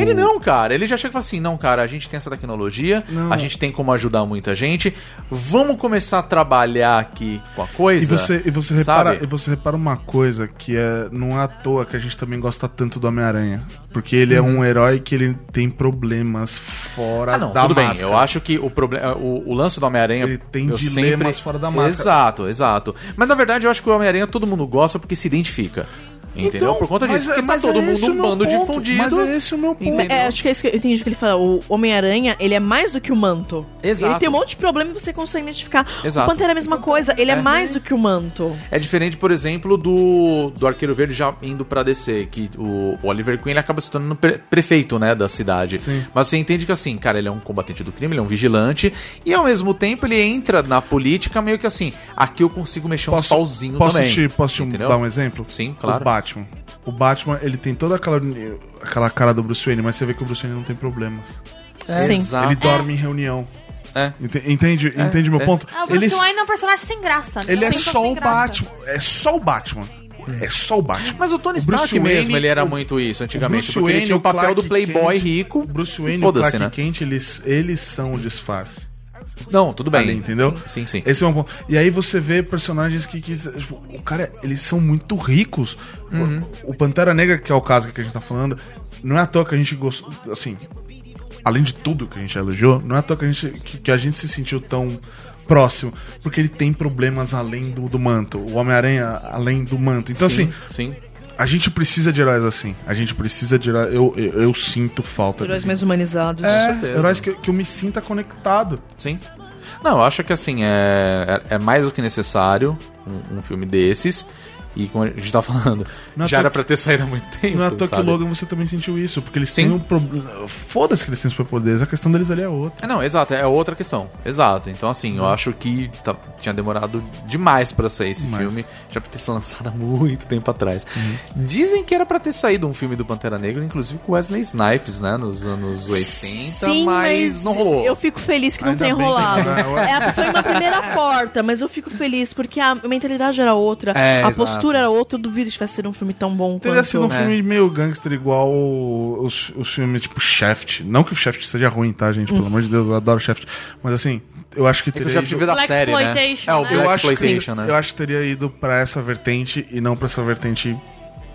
S5: Ele não, cara. Ele já chega e fala assim: não, cara, a gente tem essa tecnologia, a gente tem como ajudar muita gente, vamos começar a trabalhar aqui com a coisa.
S6: E você, e, você
S5: sabe?
S6: repara, e você repara uma coisa que é, não é à toa que a gente também gosta tanto do Homem-Aranha. Porque ele é um herói que ele tem problemas fora
S5: Uhum. Ah, não,
S6: da
S5: tudo
S6: máscara.
S5: bem. Eu acho que o problema, o, o lance do Homem-Aranha.
S6: Ele tem
S5: eu
S6: dilemas
S5: sempre...
S6: fora da máscara.
S5: Exato, exato. Mas na verdade eu acho que o Homem-Aranha todo mundo gosta porque se identifica. Entendeu?
S6: Então,
S5: Por conta
S6: mas
S5: disso.
S6: é-
S5: Porque tá
S6: mas é
S5: todo
S6: esse
S5: mundo
S6: o
S5: um
S6: meu
S5: bando de
S6: ponto,
S5: fundido.
S6: mas é esse o meu ponto.
S5: Entendeu?
S9: É, acho que é isso que eu entendi o que ele fala. O Homem-Aranha, ele é mais do que o manto.
S5: Exato.
S9: Ele tem um monte de problema que você consegue identificar.
S5: Exato.
S9: O Pantera é a mesma coisa, ele é,
S5: É.
S9: mais do que o manto.
S5: É diferente, por exemplo, do, do Arqueiro Verde já indo pra DC, que o, o Oliver Queen ele acaba se tornando pre- prefeito, né, da cidade. Mas você entende que assim, cara, ele é um combatente do crime, ele é um vigilante, e ao mesmo tempo ele entra na política meio que assim, aqui eu consigo mexer uns pauzinhos
S6: posso
S5: também.
S6: Te, posso te
S5: entendeu?
S6: dar um exemplo?
S5: Sim, claro.
S6: O Batman. O Batman, ele tem toda aquela, aquela cara do Bruce Wayne, mas você vê que o Bruce Wayne não tem problemas. É.
S9: Sim.
S5: Exato.
S6: Ele dorme em reunião.
S5: É.
S6: Ente- Entende, entende meu
S5: é.
S6: ponto?
S4: Ah, o Bruce
S6: ele
S4: Wayne é um personagem sem graça.
S6: ele é
S4: Sempre
S6: só
S4: sem
S6: o
S4: graça.
S6: Batman. É só o Batman. É só o Batman.
S5: Mas o Tony
S6: O Bruce
S5: Stark mesmo,
S6: Wayne,
S5: ele era
S6: o-
S5: muito isso antigamente,
S6: Bruce
S5: porque ele
S6: Wayne,
S5: tinha o papel do
S6: Clark
S5: playboy
S6: Kent,
S5: rico.
S6: O Bruce Wayne e o
S5: Foda-se,
S6: Clark
S5: né?
S6: Kent, eles, eles são o disfarce.
S5: Não, tudo bem.
S6: Ali, entendeu?
S5: Sim, sim.
S6: Esse é um ponto. E aí você vê personagens que, que, tipo, o cara, eles são muito ricos. O-
S5: Uhum.
S6: O Pantera Negra, que é o caso que a gente tá falando, não é à toa que a gente gostou, assim, além de tudo que a gente elogiou, não é à toa que a gente, que, que a gente se sentiu tão próximo, porque ele tem problemas além do, do manto, o Homem-Aranha além do manto. Então,
S5: sim,
S6: assim,
S5: sim.
S6: a gente precisa de heróis assim, a gente precisa de heróis, eu, eu, eu sinto falta
S9: Heróis
S6: disso.
S9: mais humanizados.
S6: É,
S5: certeza.
S6: heróis que, que eu me sinta conectado.
S5: Sim. Não, eu acho que assim, é, é é mais do que necessário um, um filme desses. E como a gente tá falando,
S6: Não é
S5: já
S6: à
S5: era pra
S6: toa-
S5: ter saído há muito tempo.
S6: Não é à toa que o
S5: sabe?
S6: Logan você também sentiu isso, porque eles
S5: Sim.
S6: têm um problema. Foda-se que eles têm superpoderes, a questão deles ali é outra.
S5: É, não, exato, é outra questão. Exato. Então, assim,
S6: Uhum.
S5: eu acho que tá- tinha demorado demais pra sair esse
S6: Demais. Uhum.
S5: filme. Já pra ter sido lançado há muito tempo atrás. Dizem que era pra ter saído um filme do Pantera Negra, inclusive com Wesley Snipes, né? Nos anos 80, Então, mas, não rolou.
S9: Eu fico feliz que não
S6: Ainda
S9: tenha
S6: bem que
S9: rolado.
S6: não, né?
S9: É, foi uma primeira porta, mas eu fico feliz porque a mentalidade era outra,
S5: É,
S9: a
S5: exato.
S9: postura era outra. Eu duvido que tivesse sido um filme tão bom
S6: Teria
S9: quanto.
S6: sido um
S5: É.
S6: filme meio gangster igual os, os filmes tipo Shaft. Não que o Shaft seja ruim, tá, gente? Pelo amor de Deus, eu adoro Shaft. Mas assim, eu acho que
S5: É que
S6: teria.
S5: eu já
S6: ido-
S5: tive da
S8: Black
S5: série, né?
S8: Exploitation,
S5: É, o
S8: né?
S5: Black
S6: eu, acho que,
S5: Exploitation, né?
S6: eu acho que teria ido pra essa vertente e não pra essa vertente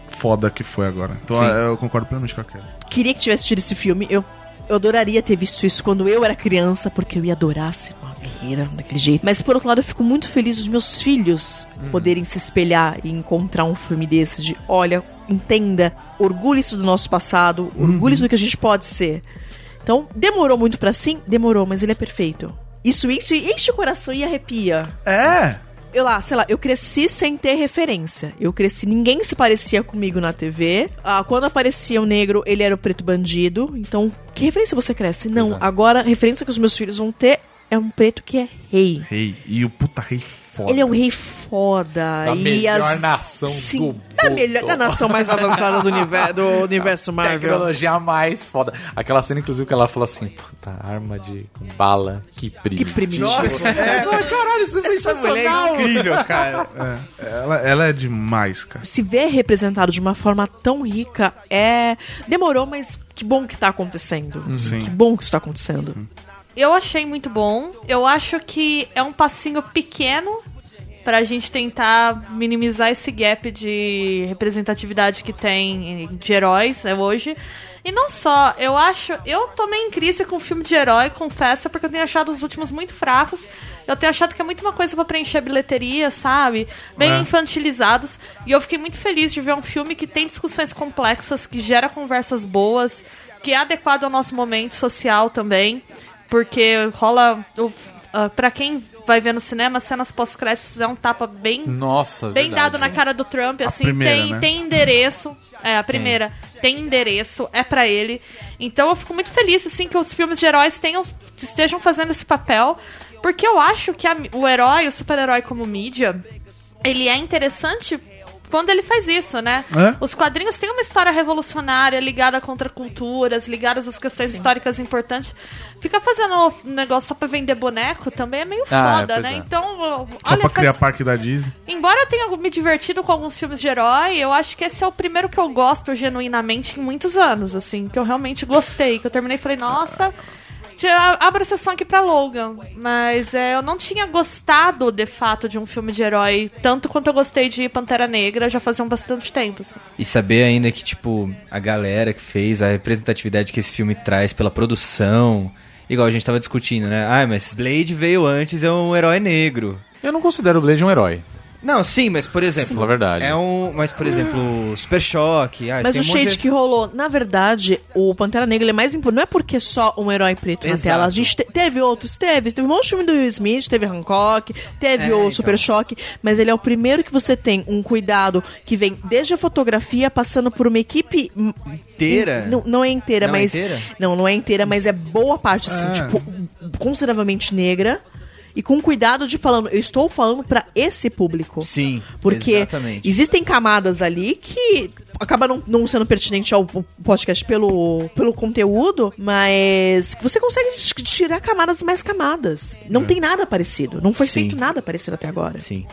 S6: foda que foi agora. Então
S5: Sim.
S6: eu concordo plenamente com a Kelly.
S9: Queria que tivesse tido esse filme. Eu, eu adoraria ter visto isso quando eu era criança, porque eu ia adorar ser uma guerreira daquele jeito. Mas por outro lado, eu fico muito feliz dos meus filhos poderem se espelhar e encontrar um filme desse de olha, entenda, orgulhe-se do nosso passado, orgulhe-se do que a gente pode ser. Então, demorou muito pra sim? Demorou, mas ele é perfeito. Isso, isso enche o coração e arrepia
S6: É!
S9: eu lá, sei lá, eu cresci sem ter referência. Eu cresci, ninguém se parecia comigo na TV. Ah, quando aparecia o negro, ele era o preto bandido. Então, que referência você cresce? Não,
S5: Exato.
S9: agora a referência que os meus filhos vão ter é um preto que é rei.
S6: Rei. E o puta rei foda.
S9: Ele é um rei foda.
S5: Da
S9: e
S5: melhor
S9: as-
S5: nação do
S9: Sim, da,
S5: mundo.
S9: melhor, da nação mais avançada do universo, do
S5: [LAUGHS]
S9: universo Marvel.
S5: Tecnologia mais foda. Aquela cena, inclusive, que ela fala assim: Puta, arma de bala, que
S9: Que
S5: primitivo.
S9: primitivo.
S5: Caralho, isso é sensacional.
S7: Incrível, cara.
S6: Ela, ela é demais, cara.
S9: se ver representado de uma forma tão rica é. Demorou, mas que bom que tá acontecendo.
S6: Sim.
S5: Uhum.
S9: Que bom que isso tá acontecendo.
S8: Eu achei muito bom. Eu acho que é um passinho pequeno pra gente tentar minimizar esse gap de representatividade que tem de heróis né, hoje. E não só, eu acho. Eu tô meio em crise com o filme de herói, confesso, porque eu tenho achado os últimos muito fracos. Eu tenho achado que é muito uma coisa pra preencher a bilheteria, sabe? Bem infantilizados. E eu fiquei muito feliz de ver um filme que tem discussões complexas, que gera conversas boas, que é adequado ao nosso momento social também porque rola o, ah, pra quem vai ver no cinema, cenas pós-créditos é um tapa bem
S5: Nossa,
S8: bem
S5: verdade.
S8: dado na cara do Trump, assim,
S6: primeira,
S8: tem,
S6: né?
S8: tem endereço. É, a primeira. Tem endereço, é pra ele. Então eu fico muito feliz, assim, que os filmes de heróis tenham, estejam fazendo esse papel. Porque eu acho que a- o herói, o super-herói como mídia, ele é interessante quando ele faz isso, né?
S6: É.
S8: Os quadrinhos têm uma história revolucionária ligada a contraculturas, ligadas às questões históricas importantes. Ficar fazendo um negócio só pra vender boneco também é meio
S5: Ah, é,
S8: foda,
S5: pois
S8: né?
S5: é.
S8: Então, olha,
S6: Só pra
S8: faz-
S6: criar parque da Disney.
S8: Embora eu tenha me divertido com alguns filmes de herói, eu acho que esse é o primeiro que eu gosto genuinamente em muitos anos, assim, que eu realmente gostei, que eu terminei e falei, nossa, já abro a sessão aqui pra Logan. Mas é, eu não tinha gostado, de fato, de um filme de herói, tanto quanto eu gostei de Pantera Negra já fazia um bastante tempo, assim.
S7: E saber ainda que, tipo, a galera que fez, a representatividade que esse filme traz pela produção. Igual a gente tava discutindo, né? Ah, mas Blade veio antes, é um herói negro.
S5: Eu não considero o Blade um herói.
S7: Não, sim, mas por exemplo.
S5: Fala a verdade.
S7: É um. Mas, por exemplo, Super Choque. Ah,
S9: Mas
S7: tem
S9: o
S7: um monte
S9: shade
S7: de-
S9: que rolou, na verdade, o Pantera Negra ele é mais importante. Não é porque só um herói preto
S7: Exato.
S9: na tela. A gente te- teve outros, teve. Teve um monte de filme do Will Smith, teve Hancock, teve
S7: É,
S9: o
S7: então.
S9: Super Choque. Mas ele é o primeiro que você tem um cuidado que vem desde a fotografia, passando por uma equipe. hum,
S7: Inteira?
S9: in- não, não é inteira,
S7: Não é
S9: mas.
S7: inteira?
S9: Não, não é inteira, mas é boa parte, assim,
S6: Ah.
S9: tipo, consideravelmente negra. E com cuidado de falando, eu estou falando pra esse público.
S7: Sim.
S9: Porque
S7: Exatamente.
S9: existem camadas ali que acaba não, não sendo pertinente ao podcast pelo, pelo conteúdo, mas que você consegue dis- tirar camadas e mais camadas. Não
S5: É.
S9: tem nada parecido. Não foi
S7: Sim.
S9: feito nada parecido até agora.
S7: Sim.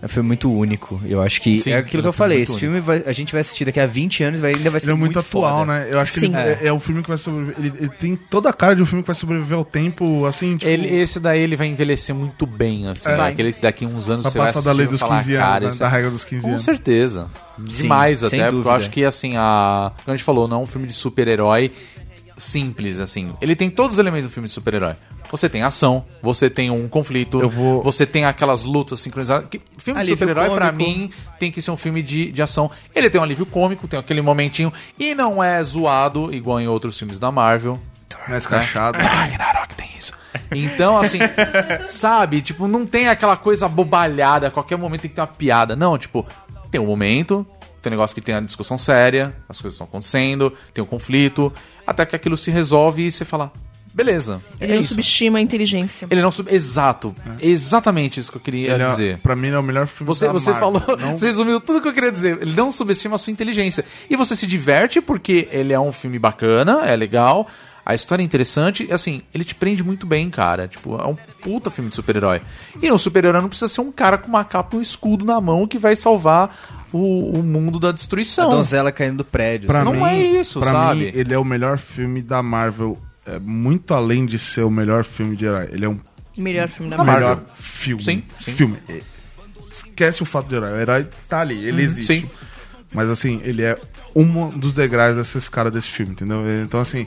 S7: É um filme muito único. Eu acho que.
S5: Sim,
S7: é aquilo que
S5: é
S7: eu
S5: um filme
S7: falei.
S5: muito
S7: Esse filme vai- a gente vai assistir daqui a 20 anos, vai, ainda vai ser.
S6: Ele é muito, atual,
S7: foda.
S6: né? Eu acho que ele
S9: Sim.
S6: é, é o filme que vai sobreviver. Ele, ele tem toda a cara de um filme que vai sobreviver ao tempo, assim, tipo.
S5: Ele, esse daí ele vai envelhecer muito bem, assim.
S6: É.
S5: né? Aquele que daqui a uns anos
S6: Vai
S5: você vai
S6: passar da
S5: assistir
S6: lei
S5: e
S6: dos
S5: falar,
S6: 15
S5: cara,
S6: anos, né?
S5: esse é
S6: da regra dos 15
S5: Com
S6: anos.
S5: certeza.
S7: Sim,
S5: Demais
S7: sem
S5: até, porque
S7: dúvida.
S5: eu acho que assim, a. Como a gente falou, não é um filme de super-herói simples, assim. Ele tem todos os elementos do filme de super-herói. Você tem ação, você tem um conflito,
S6: Eu vou-
S5: você tem aquelas lutas sincronizadas. Que filme
S7: Alívio
S5: de super-herói, pra
S7: cômico.
S5: mim, tem que ser um filme de, de ação. Ele tem um alívio cômico, tem aquele momentinho, e não é zoado, igual em outros filmes da Marvel.
S6: Mais cachado.
S5: Ah, Ragnarok tem isso. Então, assim, sabe? Tipo, não tem aquela coisa abobalhada, a qualquer momento tem que ter uma piada. Não, tipo, tem um momento, tem um negócio que tem a discussão séria, as coisas estão acontecendo, tem um conflito, até que aquilo se resolve e você fala, beleza,
S9: Ele
S5: é
S9: não É.
S5: isso.
S9: subestima a inteligência.
S5: Ele não sub... Exato, exatamente isso que eu queria
S6: Ele é-
S5: dizer.
S6: pra mim, ele é o melhor filme
S5: Você,
S6: da
S5: você
S6: Marvel.
S5: falou,
S6: Não-
S5: você resumiu tudo que eu queria dizer. Ele não subestima a sua inteligência. E você se diverte porque ele é um filme bacana, é legal, a história é interessante. e, Assim, ele te prende muito bem, cara. Tipo, é um puta filme de super-herói. E um super-herói não precisa ser um cara com uma capa e um escudo na mão que vai salvar o, o mundo
S7: A
S5: da
S6: Então,
S5: destruição.
S7: donzela caindo do prédio. assim.
S6: Pra
S7: sabe?
S5: Não
S6: mim,
S5: é isso,
S6: pra
S5: sabe?
S6: mim, ele é o melhor filme da Marvel. É, muito além de ser o melhor filme de herói. Ele é um
S9: Melhor filme da
S5: Tá
S9: Marvel.
S5: bom.
S6: melhor
S5: Marvel.
S6: filme.
S5: Sim, sim.
S6: Filme. É, Esquece o fato de herói. O herói tá ali, ele existe.
S5: Uhum, sim.
S6: Mas assim, ele é um dos degraus dessa escala desse filme, entendeu? Então assim,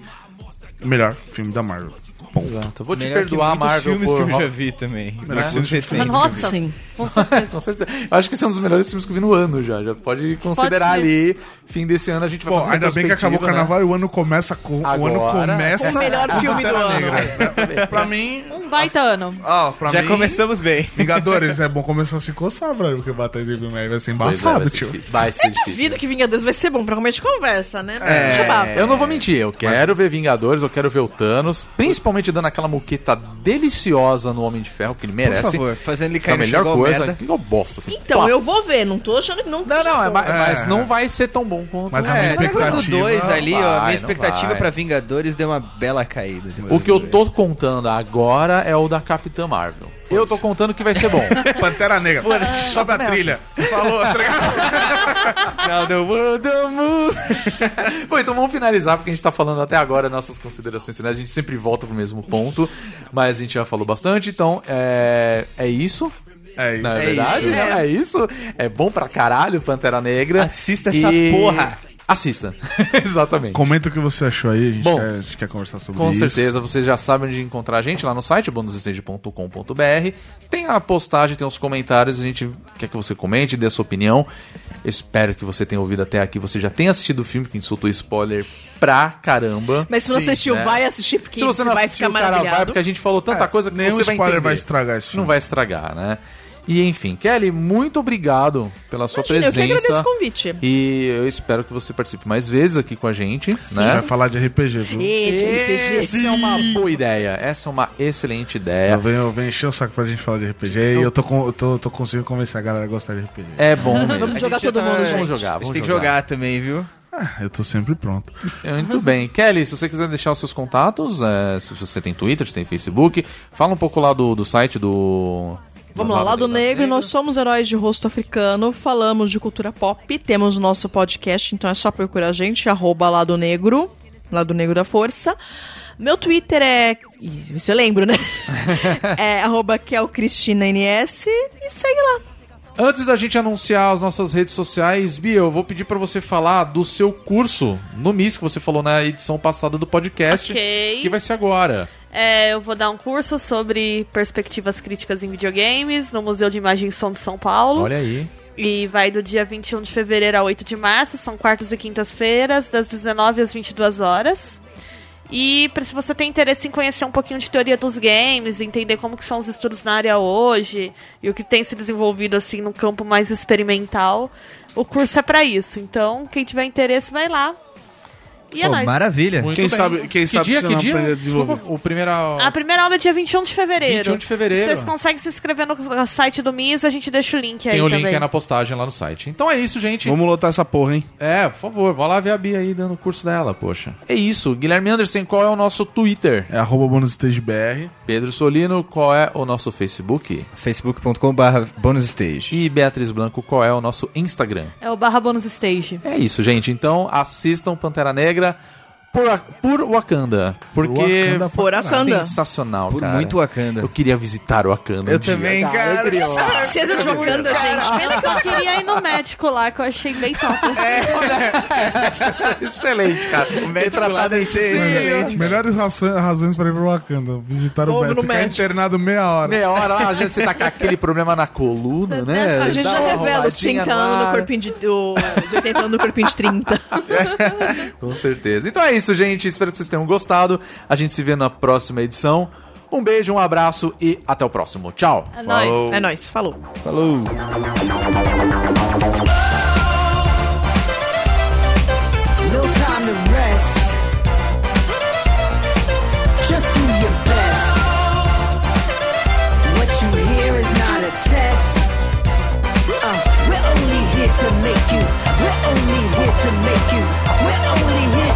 S6: melhor filme da Marvel.
S5: Exato. Eu Vou te
S7: Melhor que
S5: perdoar,
S7: muitos
S5: Marvel,
S7: filmes
S5: por...
S7: que eu já vi também.
S5: Né?
S6: Melhor que
S7: filmes
S6: muitos filmes.
S7: recentes.
S8: Nossa, um
S9: Sim.
S8: com certeza.
S5: [LAUGHS] Com certeza. Eu acho que esse é um dos melhores filmes que eu vi no ano já. Já pode considerar
S8: ser.
S5: ali. Fim desse ano a gente vai
S6: Bom,
S5: fazer
S6: ainda bem que acabou o
S5: retrospectiva, né?
S6: carnaval e o ano começa com. O ano
S5: Agora-
S6: começa.
S9: O melhor
S6: com
S9: filme do
S6: Pantera
S9: ano.
S6: Negra. Exatamente. pra mim.
S8: Um
S5: [LAUGHS]
S8: baita ano.
S6: Ó, Ah, pra
S7: Já
S6: mim.
S7: começamos bem.
S6: Vingadores, é bom começar a se coçar, brother, porque bater esse filme aí vai ser
S5: Pois é, vai
S6: embaçado,
S5: ser
S6: tio.
S5: difícil. Vai
S9: É
S5: ser É difícil. É.
S9: Duvido que Vingadores vai ser bom pra começo de conversa, né? Deixa eu falar.
S5: Eu não vou mentir, eu quero ver Vingadores, eu quero ver o Thanos, principalmente dando aquela moqueta deliciosa no Homem de Ferro, que ele
S7: Por
S5: merece.
S7: favor, fazendo ele
S5: que
S7: cair
S5: é a
S7: no
S5: melhor
S7: chão igual
S5: coisa,
S7: merda.
S5: que uma bosta assim.
S9: Então, eu vou ver, não tô achando que não.
S5: Não, não, é, ma- mas
S6: É.
S5: não vai ser tão bom quanto
S6: Mas a minha
S7: É, depois do
S6: expectativa-
S7: 2 ali,
S5: Não
S7: ó, a
S5: vai, não
S7: minha expectativa
S5: vai.
S7: pra Vingadores deu uma bela caída. depois
S5: O
S7: do
S5: que eu
S7: dois.
S5: tô contando agora é o da Capitã Marvel. Eu tô contando que vai ser bom.
S6: Pantera Negra. Sobe a trilha. Falou, tá ligado?
S7: Now the world will move.
S5: [LAUGHS] Bom, então vamos finalizar, porque a gente tá falando até agora nossas considerações finais. A gente sempre volta pro mesmo ponto, mas a gente já falou bastante, então é, é isso.
S6: É isso.
S5: Na verdade,
S7: isso.
S5: né? é. isso. É bom pra caralho, Pantera Negra.
S7: Assista essa porra.
S5: Assista. [LAUGHS] Exatamente.
S6: Comenta o que você achou aí, a gente,
S5: Bom,
S6: quer, a gente quer conversar sobre
S5: Com
S6: isso.
S5: certeza, vocês já sabem onde encontrar a gente lá no site, bonusstage.com.br. Tem a postagem, tem os comentários, a gente quer que você comente, dê a sua opinião. Espero que você tenha ouvido até aqui, você já tenha assistido o filme, que a gente soltou spoiler pra caramba.
S9: Mas se não
S5: Sim,
S9: assistiu,
S5: né?
S9: vai assistir, porque
S5: Se você não
S9: vai
S5: assistiu,
S9: ficar
S5: cara, vai,
S9: maravilhado.
S5: porque a gente falou tanta
S6: É,
S5: coisa que
S6: nenhum
S5: você vai
S6: spoiler
S5: entender.
S6: vai estragar esse filme.
S5: Não vai estragar, né? E enfim, Kelly, muito obrigado pela sua
S9: Imagina, eu que
S5: presença.
S9: agradeço o convite.
S5: E eu espero que você participe mais vezes aqui com a gente,
S6: A gente
S5: né?
S6: vai falar de RPG, viu?
S9: Eita, RPG.
S5: Essa é uma boa ideia. Essa é uma excelente
S6: Eu
S5: ideia.
S6: venho, eu venho encher o saco pra gente falar de RPG e eu tô, com- eu tô, eu tô conseguindo convencer a galera a gostar de RPG.
S5: É
S9: [LAUGHS]
S5: bom mesmo.
S9: jogar todo mundo junto.
S5: tá- Vamos jogar,
S7: A gente
S5: vamos
S7: tem que
S5: jogar.
S7: jogar também, viu?
S6: Ah,
S5: É.
S6: eu tô sempre pronto.
S5: Muito bem. Kelly, se você quiser deixar os seus contatos, é, se você tem Twitter, se tem Facebook, fala um pouco lá do, do site do.
S9: Vamos lá, Lado Negro, nós somos heróis de rosto africano, falamos de cultura pop, temos o nosso podcast, então é só procurar a gente, arroba Lado Negro, Lado Negro da Força. Meu Twitter é. Ih, Isso eu lembro, né? é arroba KelCristinaNS e segue lá.
S5: Antes da gente anunciar as nossas redes sociais, Bia, eu vou pedir pra você falar do seu curso no MIS que você falou na edição passada do podcast,
S8: Ok.
S5: que vai ser agora.
S8: É, eu vou dar um curso sobre perspectivas críticas em videogames no Museu de Imagem e Som de São Paulo.
S5: Olha aí.
S8: E vai do dia 21 de fevereiro a 8 de março, são quartas e quintas-feiras, das 19 às 22 horas. E pra- se você tem interesse em conhecer um pouquinho de teoria dos games, entender como que são os estudos na área hoje e o que tem se desenvolvido assim no campo mais experimental, o curso é pra isso. Então, quem tiver interesse vai lá. E é
S7: Pô,
S8: nóis.
S7: maravilha.
S5: Muito
S6: Quem
S5: bem.
S6: sabe- quem
S5: que
S6: sabe
S5: dia,
S6: você
S5: que
S6: não aprende
S5: dia?
S6: a desenvolver.
S5: Desculpa, o primeiro a-
S8: A primeira aula é dia 21 de fevereiro.
S5: 21 de fevereiro.
S8: Vocês conseguem se inscrever no site do MIS, a gente deixa o link aí
S5: Tem o
S8: também.
S5: link aí na postagem lá no site. Então é isso, gente.
S6: Vamos lotar essa porra, hein?
S5: É, por favor, vá lá ver a Bia aí dando o curso dela, poxa. É isso. Guilherme Anderson, qual é o nosso Twitter?
S6: É arroba bonusstagebr.
S5: Pedro Solino, qual é o nosso Facebook?
S7: facebook.com.br bonusstage.
S5: E Beatriz Blanco, qual é o nosso Instagram?
S8: É o barra bônus stage.
S5: É isso, gente. Então assistam Pantera Negra por, por Wakanda. Porque. é
S6: Wakanda
S9: Por Wakanda.
S5: Sensacional,
S7: Por
S5: cara.
S7: muito Wakanda.
S5: Eu queria visitar o Wakanda. um dia, cara.
S9: Essa princesa de Wakanda, gente.
S8: Pena que eu queria ir no médico lá, que eu achei bem top.
S5: [LAUGHS] Excelente, cara.
S7: O médico lá deve
S9: é
S7: ser excelente.
S6: Melhores razões, razões pra ir pro Wakanda. Visitar o
S9: Vamos
S6: Beto.
S9: no
S6: Ficar
S9: médico.
S6: internado meia hora.
S5: Meia hora, lá, às vezes você tá com aquele problema na coluna, né?
S9: A gente
S5: Dá
S9: já
S5: uma
S9: revela os
S5: roladinha
S9: 30 anos
S5: ar.
S9: no corpinho de. Os 80 anos no corpinho de 30.
S5: Com certeza. Então é isso, gente. Espero que vocês tenham gostado. A gente se vê na próxima edição. Um beijo, um abraço e até o próximo. Tchau.
S8: É nóis.
S9: É nóis, falou.
S7: Falou.
S4: No time to rest. Just do your best. What you hear is not a test. Uh, we're only here to make you. We're only here to make you. We're only here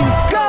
S4: you go.